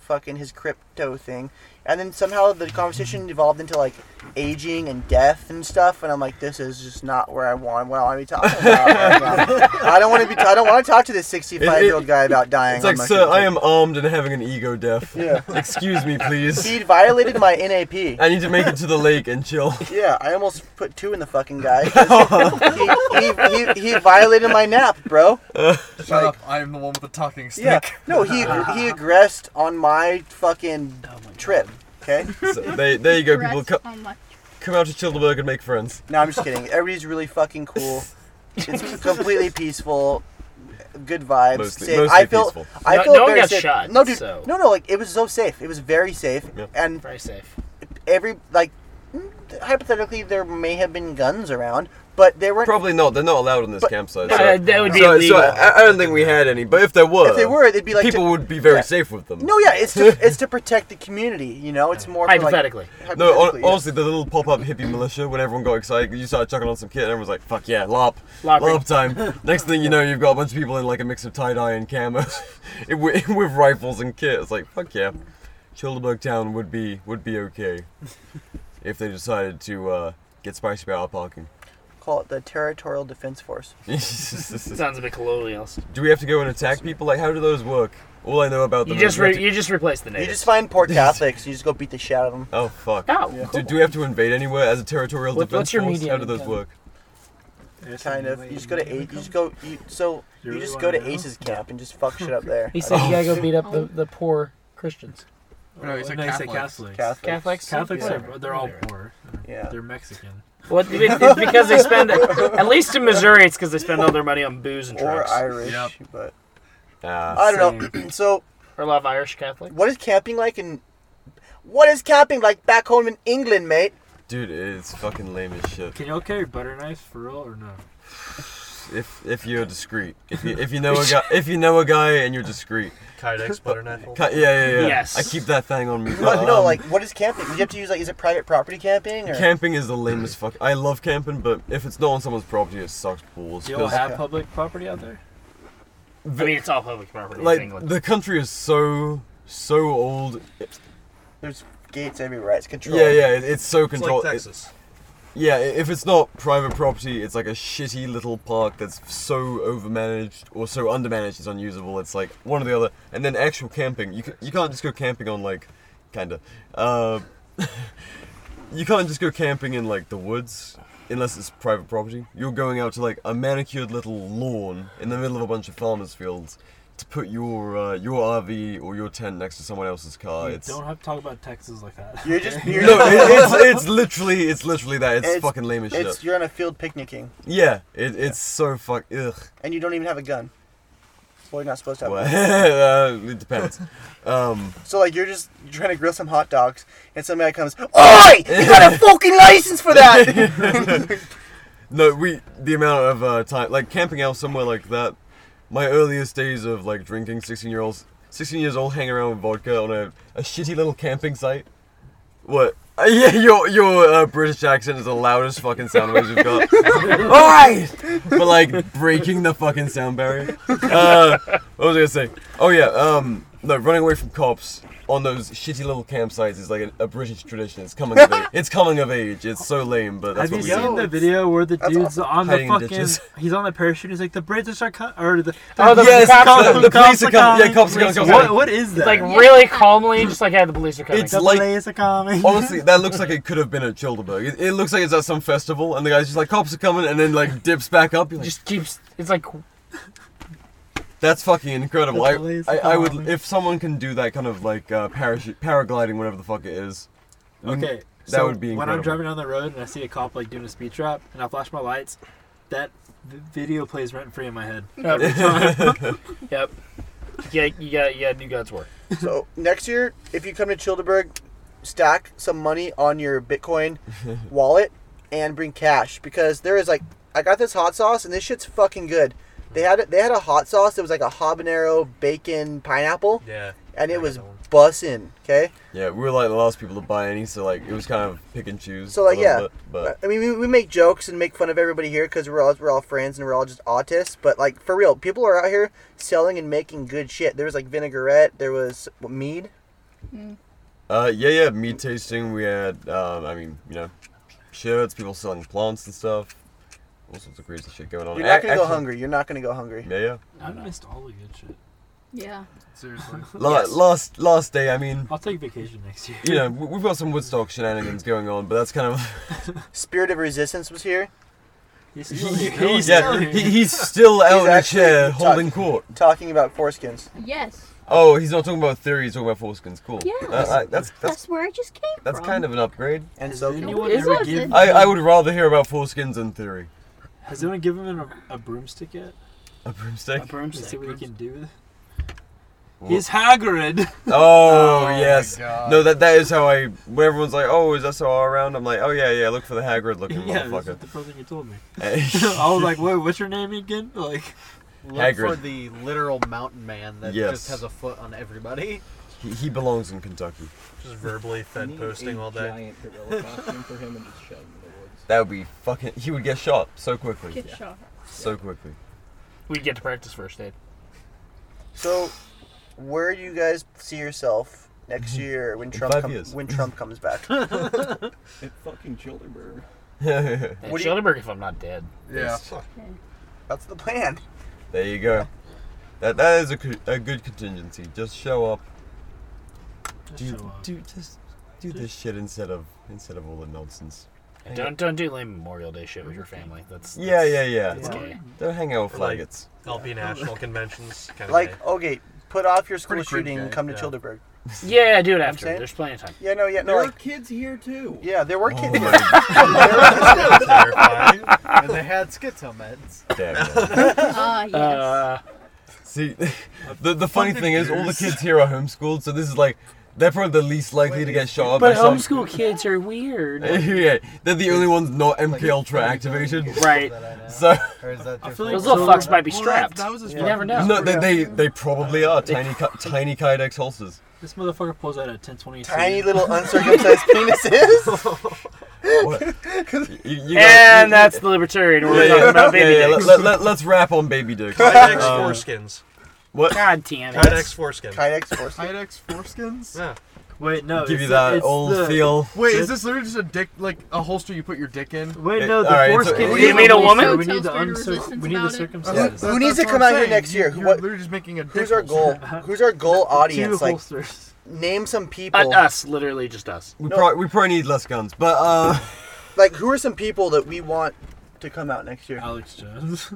S3: fucking his crypto thing, and then somehow the conversation evolved into like aging and death and stuff, and I'm like, this is just not where I want. What I want to be talking about. right now. I don't want to be. I don't want to talk to this 65 year old guy about dying.
S10: It's
S3: on
S10: like,
S3: my
S10: sir, I am armed and having an ego death.
S3: Yeah.
S10: Excuse me,
S3: He
S10: please.
S3: violated my NAP.
S10: I need to make it to the lake and chill.
S3: Yeah, I almost put two in the fucking guy. he, he, he, he violated my nap, bro.
S13: Shut up! I am the one with the talking stick.
S3: Yeah, no, he he aggressed on my fucking trip. Okay.
S10: So they, there you go, people. Co- come out to Childeberg and make friends.
S3: No, I'm just kidding. Everybody's really fucking cool. It's completely peaceful. Good vibes.
S10: Mostly-
S3: safe.
S10: mostly
S3: I feel.
S10: peaceful.
S3: I
S11: No-
S3: feel
S11: no one
S3: very
S11: got
S3: safe.
S11: shot,
S3: No, dude.
S11: so-
S3: No, no. Like it was so safe. It was very safe. And
S11: very safe.
S3: Every like, hypothetically, there may have been guns around, but there weren't.
S10: Probably not. They're not allowed on this campsite.
S3: but-
S10: so-
S3: Uh, that would be
S10: so,
S3: illegal.
S10: So I, I don't think we had any. But if there were,
S3: If they were, they'd be like
S10: people
S3: to-
S10: would be very
S3: yeah.
S10: safe with them.
S3: No, yeah, it's to, it's to protect the community. You know, it's more for, like-
S10: No,
S3: hypothetically,
S10: hon-
S3: yeah.
S10: honestly, the little pop-up hippie militia. When everyone got excited, you started chucking on some kit, and everyone was like, "Fuck yeah, lop,
S3: Lopping.
S10: lop time!" Next thing you know, you've got a bunch of people in like a mix of tie dye and camo, with, with rifles and kit. It's like, fuck yeah, Childeberg Town would be would be okay if they decided to uh, get spicy about our parking.
S3: Call it the Territorial Defense Force.
S10: Sounds
S11: a bit colonialist.
S10: Do we have to go and attack people? Like, how do those work? All I know about
S11: You
S10: them
S11: just
S10: is we have to-
S11: re- you just replace the
S3: You
S11: natives.
S3: just find poor Catholics, you just go beat the shit out of them.
S10: Oh fuck!
S11: Oh,
S10: do,
S11: cool.
S10: do we have to invade anywhere as a territorial
S3: What-
S10: defense
S3: what's your
S10: force?
S3: median
S10: How do those
S3: income?
S10: work?
S3: Kind of. You just go to eight. You just go. You, so you, just go to Ace's camp and just fuck shit up there.
S11: He said you gotta go beat up the, the poor Christians.
S5: No, he said No, he said Catholics. Catholics.
S11: Catholics.
S5: Catholics
S11: Yeah.
S5: are they're all poor. Yeah. They're Mexican.
S11: Well, it- it's because they spend at least in Missouri, it's because they spend all their money on booze and
S3: Or
S11: drugs.
S3: Irish, Yep. but
S10: I
S3: I don't know. so
S11: or a lot of Irish Catholic.
S3: what is camping like in? What is camping like back home in England, mate?
S10: Dude, it's fucking lame as shit.
S5: Can y'all carry butter knives for real or no?
S10: If if you're discreet, if you if you know a guy, if you know a guy and you're discreet.
S33: Kydex butter knife
S10: Ki- Yeah, yeah, yeah.
S3: Yes.
S10: I keep that thing on me.
S3: No, no,
S10: Um,
S3: like what is camping? You have to use like is it private property camping or?
S10: Camping is the lamest fuck. I love camping, but if it's not on someone's property, it sucks balls.
S5: Do y'all
S10: 'cause-
S5: have public property out there?
S11: I mean, it's all public property.
S10: like
S11: in England.
S10: the country is so so old.
S3: There's gates everywhere. It's controlled.
S10: Yeah, yeah, it, it's so controlled.
S33: It's like
S10: It-
S33: Texas.
S10: yeah, i- if it's not private property, it's like a shitty little park that's so overmanaged or so undermanaged it's unusable. It's like one or the other. And then actual camping, you can, you can't just go camping on like, kinda. Uh, you can't just go camping in like the woods unless it's private property. You're going out to like a manicured little lawn in the middle of a bunch of farmers' fields to put your uh, your RV or your tent next to someone else's car.
S5: You
S10: it's
S5: don't have to talk about Texas like that.
S3: You're just-
S10: no, it, it's it's literally it's literally that. It's, fucking lame as shit.
S3: It's you're on a field picnicking,
S10: Yeah, it, it's so fuck. Ugh.
S3: and you don't even have a gun. Well, you're not supposed to have.
S10: Well, uh, it depends. Um,
S3: So like you're just you're trying to grill some hot dogs, and some guy comes, "Oi, you got a fucking license for that!"
S10: no, we the amount of uh, time like camping out somewhere like that. My earliest days of like drinking, sixteen year olds, sixteen years old, hanging around with vodka on a, a shitty little camping site. What? Uh, yeah, your your uh, British accent is the loudest fucking sound waves you've got. All right, but like breaking the fucking sound barrier. Uh, what was I gonna say? Oh yeah, um, no, running away from cops on those shitty little campsites is like a, a British tradition. It's coming of age. It's coming of age. It's so lame, but that's
S5: Have you
S10: what we
S5: seen
S10: do.
S5: the video where the dude's on the
S10: Hiding in
S5: fucking?
S10: ditches.
S5: He's on the parachute. He's like the British are co- or the,
S10: Oh, the Yes, cops- cops- the the cops police are are coming. coming. Yeah, cops are
S5: Police
S10: coming.
S5: What, what is
S11: It's
S5: that?
S11: like really calmly, just like, yeah, the police are coming.
S10: It's like honestly, that looks like it could have been at Childeberg. It, it looks like it's at some festival, and the guy's just like, "Cops are coming," and then like dips back up. You're like,
S11: just keeps. It's like
S10: That's fucking incredible.
S11: The
S10: I,
S11: police
S10: I, I would
S11: department.
S10: if someone can do that kind of like uh, parachute paragliding, whatever the fuck it is. wouldn't-
S5: Okay,
S10: that
S5: so
S10: would be
S5: when I'm
S10: incredible.
S5: driving down the road and I see a cop like doing a speed trap and I flash my lights, that v- video plays rent free in my head. Every time.
S11: Yep. yep. Yeah, you got, yeah, do God's work.
S3: so next year, if you come to Childeberg, stack some money on your Bitcoin wallet and bring cash because there is like I got this hot sauce and this shit's fucking good. They had it. They had a hot sauce that was like a habanero bacon pineapple.
S10: Yeah,
S3: and it was bussin'. Okay.
S10: Yeah, we were like the last people to buy any, so like it was kind of pick and choose. a
S3: So like
S10: little
S3: yeah,
S10: bit, but
S3: I mean we, we make jokes and make fun of everybody here because we're all we're all friends and we're all just autists. But like for real, people are out here selling and making good shit. There was like vinaigrette. There was what, mead.
S10: uh, yeah, yeah, meat tasting. We had, um, I mean, you know, shirts, people selling plants and stuff, all sorts of crazy shit going on.
S3: You're not
S10: Ac-
S3: gonna go
S10: actually-
S3: hungry. You're not gonna go hungry.
S10: Yeah, yeah.
S5: I missed all the good shit.
S21: Yeah.
S5: Seriously.
S10: La- Last last day, I mean,
S5: I'll take vacation next year.
S10: you know, we- we've got some Woodstock shenanigans going on, but that's kind of
S3: Spirit of Resistance was here.
S5: He's
S10: still here. He's still here. he- he's still out in a
S3: actually
S10: chair
S3: talk-
S10: holding court.
S3: Talking about foreskins.
S21: Yes.
S10: Oh, he's not talking about theory. He's talking about foreskins. Cool.
S21: Yeah.
S10: Uh, I- that's
S21: That's,
S10: that's
S21: where I just came
S10: that's
S21: from.
S10: kind of an upgrade.
S3: And so
S5: anyone Is ever it? given-
S10: I, I would rather hear about foreskins than theory.
S5: Has anyone given him a, a broomstick yet?
S10: A broomstick. A
S5: broomstick. see what he can do. with it?
S10: Wha-
S5: He's Hagrid.
S10: Oh, yes. No, that that is how I. When everyone's like, "Oh, is that so all around?" I'm like, "Oh yeah, yeah. Look for the Hagrid looking
S5: yeah, that's
S10: motherfucker."
S5: what the first thing you told me.
S10: Hey.
S5: I was like, "Wait, what's your name again?" Like,
S10: Look Hagrid.
S34: for the literal mountain man that
S10: Yes.
S34: just has a foot on everybody.
S10: He, he belongs in Kentucky.
S34: Just
S9: verbally fed posting all day.
S35: Giant gorilla costume for him and just shove him in the woods.
S10: That would be fucking. He would get shot so quickly.
S11: Get shot.
S10: So quickly.
S11: We get to practice first aid.
S3: So, where do you guys see yourself next year when Trump
S10: Mm-hmm. five
S3: com-
S10: years.
S3: when Trump comes back?
S35: It fucking Childerberg.
S11: At Childeberg, if I'm not dead.
S10: Yes.
S3: That's the plan.
S10: There you go. That that is a, co- a good contingency. Just show up. do do just do this shit instead of instead of all the nonsense.
S11: And Don't don't do lame Memorial Day shit with your family. That's, that's
S10: Yeah, yeah, yeah.
S11: That's gay.
S10: Don't hang out with
S11: Or like
S10: flaggots.
S11: LP
S9: national conventions. Kind
S3: Like, okay, put off your school
S9: Pretty cringe
S3: shooting,
S9: guy,
S3: come to
S9: yeah.
S3: Childeberg.
S11: Yeah, do it
S3: You know what I'm
S11: after.
S3: saying?
S11: There's plenty of time.
S3: Yeah, no, yeah, no.
S35: There
S3: like,
S35: were kids here too.
S3: yeah, there were kids.
S10: Oh my
S3: there.
S34: and they had schizo meds.
S10: Damn.
S34: Ah, yes.
S11: Uh,
S10: See, the the funny thing is, all the kids here are homeschooled, so this is like they're probably the least likely to get shot. up
S11: but
S10: by some-
S11: homeschool kids are weird.
S10: yeah, they're the only ones not MK Ultra activated.
S11: Right.
S10: So.
S11: Those little fucks might be strapped. you never know.
S10: No, they, they they probably are tiny ki- tiny kydex holsters.
S5: This motherfucker pulls out a 1020.
S3: Tiny little uncircumcised penises.
S10: You- you got-
S11: and that's the libertarian we're talking about baby
S10: yeah,
S11: dicks.
S10: Let, let, us wrap on baby dicks.
S9: Kydex foreskins.
S10: What?
S11: God damn it.
S9: Kydex foreskin.
S3: Kydex foreskin.
S13: Kydex foreskins?
S9: Yeah.
S5: Wait, no.
S10: Give
S5: it's
S10: you
S5: the-
S10: that
S5: it's uh,
S10: old
S5: the-
S10: feel.
S13: Wait, is this literally just a dick, like a holster you put your dick in?
S10: Eh,
S5: Wait, no, the foreskin.
S13: You mean a woman?
S5: We need to uncirc. We need to circumcise.
S3: Who needs to come out here next year? Who, what,
S13: literally just making a
S3: who's our goal? Who's our goal audience? Like,
S5: holsters.
S3: name some people.
S10: Uh,
S11: us, literally just us.
S10: We, prob- we probably need less guns, but uh,
S3: Like, who are some people that we want to come out next year?
S5: Alex Jones.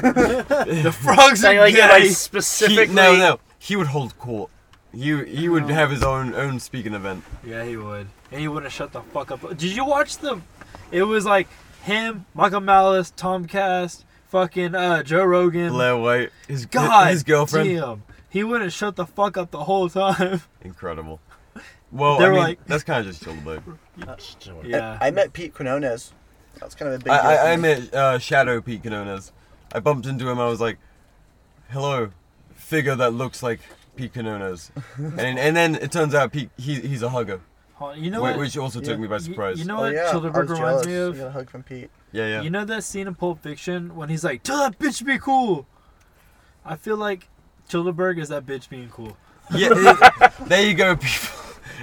S10: the
S11: frogs are Like, like, yeah, like, gay. specifically-
S10: no, no, he would hold court. He he would have his own own speaking event.
S5: Yeah, he would. And he wouldn't shut the fuck up. Did you watch them? It was like him, Michael Malice, Tom Cast, fucking uh, Joe Rogan.
S10: Blair White. His
S5: God,
S10: His girlfriend.
S5: damn. he wouldn't shut the fuck up the whole time.
S10: Incredible. Well,
S5: They're
S10: I mean,
S5: like-
S10: that's kind of just chilled about.
S5: Yeah.
S3: I, I met Pete Quinones. That's kind of a big.
S10: Uh, I,
S3: deal for
S10: I, I
S3: me.
S10: met uh, Shadow Pete Canones. I bumped into him. I was like, "Hello, figure that looks like Pete Canones," and and then it turns out Pete he, he's a hugger.
S5: Hold on, You know
S10: Whi-
S5: what?
S10: which, also took
S5: You-
S10: me by
S5: you-
S10: surprise.
S5: You,
S36: Oh,
S5: know what? Childeberg
S3: Oh, I was
S5: reminds
S3: jealous.
S5: me of.
S3: You got a hug from Pete.
S10: Yeah, yeah.
S5: You know that scene in Pulp Fiction when he's like, "Tell that bitch to be cool." I feel like Childeberg is that bitch being cool.
S10: yeah, it- there you go, people.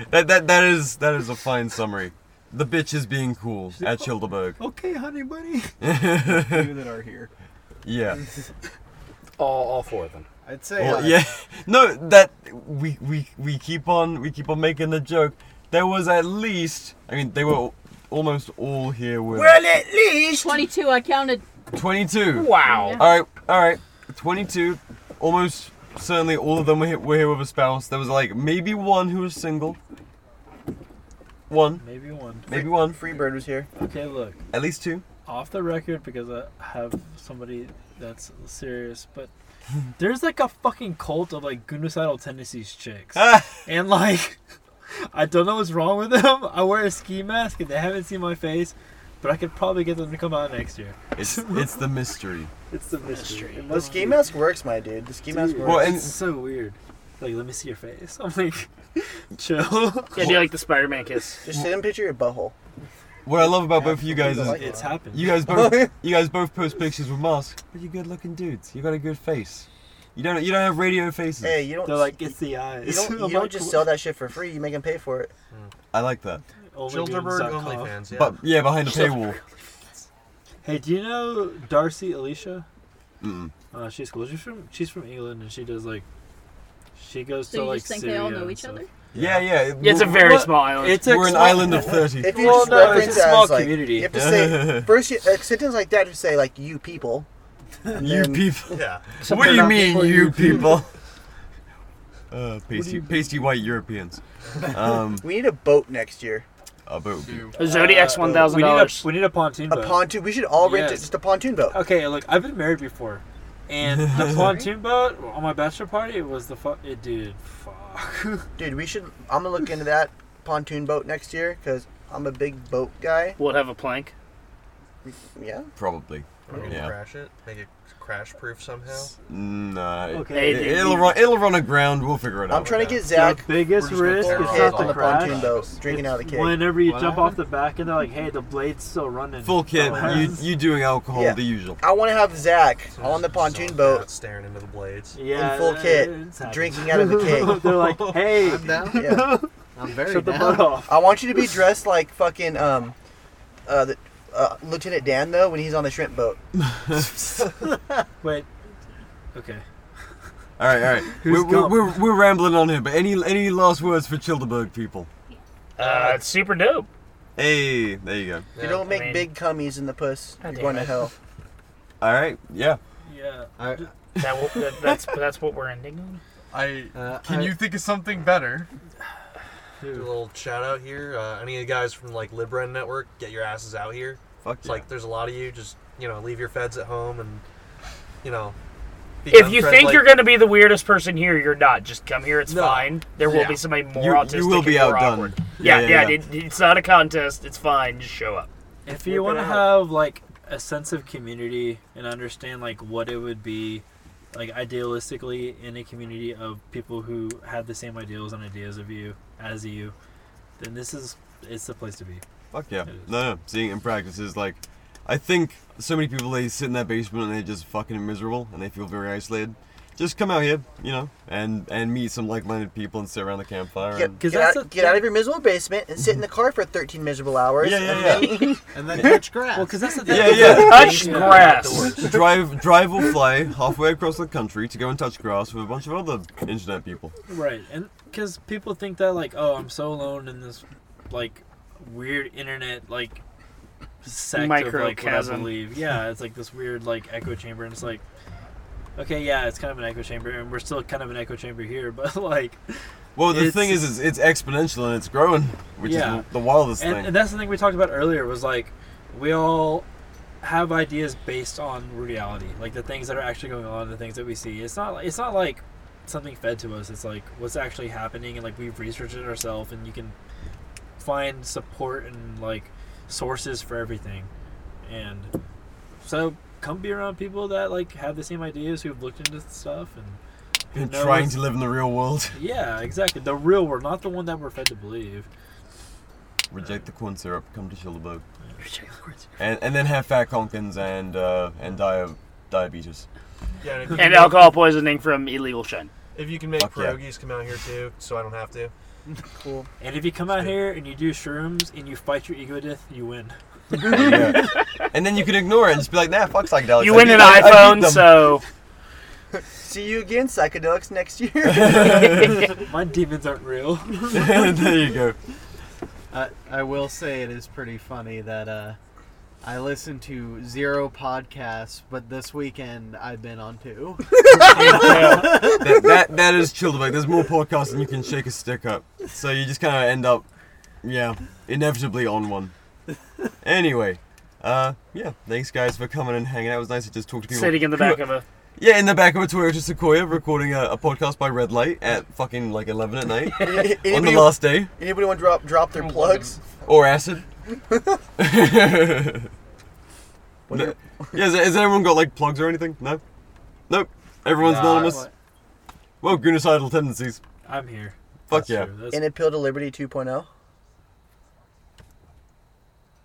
S10: That that that is that is a fine summary. The bitch is being cool at Childeberg.
S5: Okay, honey, buddy.
S36: Few that are here.
S10: Yeah.
S11: All, all four of them.
S36: I'd say.
S10: Well,
S36: uh,
S10: yeah. No, that we, we we keep on we keep on making the joke. There was at least I mean they were almost all here with
S21: at least twenty-two. I counted.
S10: 22.
S21: Wow. Yeah.
S10: All right, all right. 22. Almost certainly all of them were here, were here with a spouse. There was like maybe one who was single. One.
S5: Maybe one.
S10: Maybe one.
S3: Freebird was here.
S5: Okay, look.
S10: At least two.
S5: Off the record because I have somebody that's serious, but there's like a fucking cult of like genocidal tendencies chicks, and like I don't know what's wrong with them. I wear a ski mask and they haven't seen my face, but I could probably get them to come out next year.
S10: It's it's the mystery.
S5: It's the mystery.
S3: The ski mask works, my dude. The ski mask works.
S5: Well, it's so weird. Like, let me see your face. I'm like, chill.
S11: Yeah, do like the Spider-Man kiss?
S3: Just sit and picture your butthole.
S10: What I love about both of you guys is
S5: It's happened.
S10: You guys both you guys both post pictures with masks, but you're good looking dudes. You got a good face. You don't you don't have radio faces.
S3: Hey, you don't.
S5: They're like, it's the eyes.
S3: You
S5: I'm
S3: don't, you
S5: like,
S3: don't just
S5: "What?"
S3: sell that shit for free. You make them pay for it.
S10: I like that.
S5: "Oh Onlygoons.com.
S10: But yeah, behind the paywall.
S5: Hey, do you know Darcy Alicia?
S10: Mm.
S5: Uh, she's cool. She's from she's from England, and she does like she goes
S21: So
S5: to
S21: you
S5: like
S21: just think
S5: Syria
S21: they all know
S5: and
S21: each
S5: stuff.
S21: other?
S10: Yeah, yeah.
S11: It's a very small island.
S5: It's a
S10: We're an
S5: small-
S10: island of 30.
S3: If you
S5: Well,
S3: just
S5: no, it's
S3: reference
S5: a
S3: it
S5: small
S3: as, like,
S5: community.
S3: you have to say first you, uh, sentence like that. You say like you people. And
S10: You
S3: then-
S10: people. Yeah.
S3: Something
S10: What do you
S3: about
S10: mean,
S3: people,
S10: you
S3: you
S10: people? uh, pasty, pasty white Europeans. Um,
S3: we need a boat next year.
S10: a boat.
S5: Uh, we need a- We need a pontoon.
S3: A
S5: boat.
S3: pontoon. We should all rent it.
S5: Yes. Oh.
S3: Just a pontoon boat.
S5: Okay, look, I've been married before, and the pontoon boat on my bachelor party it was the fuck. It dude, fuck.
S3: Dude, we should. I'm gonna look into that pontoon boat next year because I'm a big boat guy.
S11: Will it have a plank?
S3: Yeah.
S10: Probably.
S13: We're gonna
S10: Yeah.
S13: crash it. Make it crash proof somehow.
S10: Nah. it-
S13: Okay.
S10: It, will run. It'll run aground. We'll figure it out.
S3: I'm trying to get Zach.
S5: biggest
S3: We're just
S5: risk
S3: gonna
S5: is not
S3: throw kids
S5: the
S3: on the
S5: crash.
S3: pontoon boat, drinking out of the cake.
S5: Whenever you
S3: What
S5: jump off the back, and they're like, "Hey, the blade's still running."
S10: Full kit.
S5: Oh,
S10: You you doing alcohol
S3: Yeah.
S10: the usual.
S3: I want to have Zach on the pontoon boat,
S13: staring into the blades.
S3: in full kit, drinking out of the cake.
S5: They're like, "Hey,
S3: Yeah.
S5: I'm
S3: very
S5: Shut the
S3: down.
S5: butt off.
S3: I want you to be dressed like fucking um, uh, the, uh, Lieutenant Dan though when he's on the shrimp boat.
S5: Wait. Okay.
S10: All right, all right.
S5: Who's
S10: We're, we're,
S5: gone?
S10: we're, we're rambling on here, but any any last words for Childeberg people?
S11: Uh, it's super dope.
S10: Hey, there you go.
S3: You don't make
S11: I mean-
S3: big cummies in the puss. You're
S11: damn
S3: going to
S11: it.
S3: hell.
S10: All right. Yeah.
S5: Yeah.
S11: That, will- that, that's that's what we're ending on.
S13: I
S37: Can you think of something better?
S13: do a little shout out here? Uh, any of the guys from like LibRen Network, get your asses out here.
S10: Fuck
S13: It's Like there's a lot of you. Just you know, leave your feds at home and you know. be
S11: If you
S13: unfriendly.
S11: think you're going to be the weirdest person here, you're not. Just come here. It's fine. There will
S13: Yeah.
S11: be somebody more
S10: You-
S11: autistic.
S10: you will
S11: and
S10: be
S11: more
S10: outdone.
S11: awkward.
S10: Yeah, yeah,
S11: Yeah, yeah.
S10: yeah.
S11: it- it's not a contest. It's fine. Just show up.
S5: If you want to have like a sense of community and understand like what it would be, like idealistically in a community of people who have the same ideals and ideas of you as you, then this is it's the place to be.
S10: Fuck yeah. No, no. Seeing it in practice is like, I think so many people they sit in their basement and they're just fucking miserable and they feel very isolated. Just come out here, you know, and and meet some like-minded people and sit around the campfire.
S3: Get,
S10: and,
S3: get
S5: that's
S3: out,
S5: the
S3: get out of your miserable basement and sit in the car for 13 miserable hours.
S10: Yeah, yeah,
S3: and Then,
S36: and then touch grass.
S5: Well, because that's the thing.
S10: yeah, yeah.
S11: Touch grass.
S10: drive, drive or fly halfway across the country to go and touch grass with a bunch of other internet people.
S5: Right, and because people think that like, oh, I'm so alone in this like weird internet like sect of like what I
S11: Microcosm.
S5: believe. Yeah, it's like this weird like echo chamber, and it's like, okay, yeah, it's kind of an echo chamber, and we're still kind of an echo chamber here, but like,
S10: Well, the
S5: It's-
S10: thing is, is, it's exponential and it's growing, which
S5: Yeah.
S10: is the wildest
S5: and,
S10: thing.
S5: and that's the thing we talked about earlier was like, we all
S11: have ideas based on reality, like the things that are actually going on, the things that we see. It's not it's not like something fed to us. It's like what's actually happening, and like we've researched it ourselves, and you can find support and like sources for everything. And so come be around people that like have the same ideas who've looked into stuff and who
S10: Been
S11: know
S10: trying
S11: what's-
S10: to live in the real world.
S11: Yeah, exactly. The real world, not the one that we're fed to believe.
S10: Reject the corn syrup. Come to Childeberg. And and then have fat conkins and uh, and die of diabetes.
S38: Yeah, if you can
S39: and
S38: make-
S39: alcohol poisoning from illegal shine.
S38: If you can make
S10: Fuck yeah.
S38: pierogies, come out here too, so I don't have to.
S3: Cool.
S11: And if you come out here and you do shrooms and you fight your ego death, you win.
S10: Yeah. and then you can ignore it and just be like, nah, fuck psychedelics.
S39: You
S10: I
S39: win
S10: beat-
S39: an
S10: I- I beat
S39: iPhone,
S10: them.
S39: so
S3: See you again, psychedelics, next year.
S11: My demons aren't real.
S10: there you go.
S5: I, I will say it is pretty funny that uh, I listen to zero podcasts, but this weekend I've been on two.
S10: that, that that is Childeberg. There's more podcasts than you can shake a stick at. So you just kind of end up, yeah, inevitably on one. Anyway, uh, yeah, thanks guys for coming and hanging out. It was nice to just talk to people.
S39: Sitting in the
S10: who
S39: back
S10: are-
S39: of a-
S10: Yeah, in the back of a Toyota Sequoia, recording a, a podcast by Red Light at fucking like 11 at night on the
S3: Anybody-
S10: last day,
S3: Anybody want to drop drop their plugs?
S10: or acid. No- yeah, has, has anyone got like plugs or anything? No, nope. Everyone's
S3: Nah,
S10: anonymous.
S3: what?
S10: Well, gunocidal tendencies.
S11: I'm here.
S10: Fuck yeah.
S3: And appeal to liberty 2.0.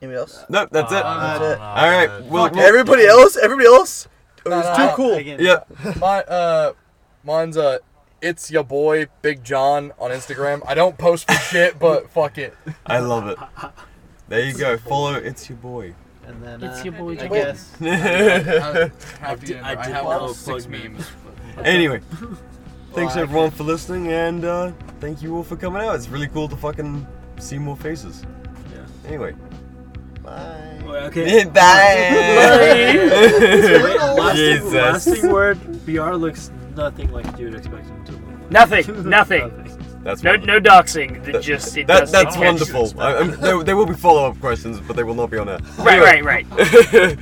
S3: Anybody else?
S10: Nope, that's it.
S5: uh,
S3: That's it.
S10: All right. Well,
S3: Fuck, everybody else, everybody else. Oh, It was too cool.
S10: Yeah.
S13: Mine, uh, mine's uh, it's your boy Big John on Instagram. I don't post for shit, but fuck it.
S10: I love it. There you go. Follow. It's your boy.
S5: And then
S39: It's
S5: uh,
S39: your boy
S5: I
S39: Jack.
S5: guess.
S10: I-
S13: I did- I did love plug memes.
S10: Anyway, thanks
S13: Well, I-
S10: everyone for listening, and uh, thank you all for coming out. It's really cool to fucking see more faces. Yeah. Anyway.
S3: Bye.
S11: Okay.
S10: Bye.
S11: Wait, lasting,
S10: Jesus.
S11: lasting word. BR looks nothing like you would expect him to. look.
S39: Nothing, nothing.
S10: That's
S39: no, no doxing. That just it
S10: That,
S39: does,
S10: that's
S39: it catches-
S10: wonderful. I, I'm- there, there will be follow-up questions, but they will not be on air.
S39: Right, right, right.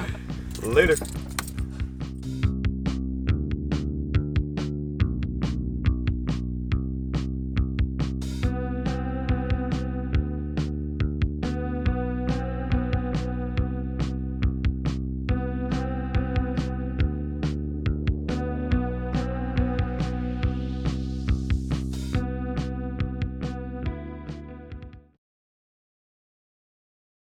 S10: Later.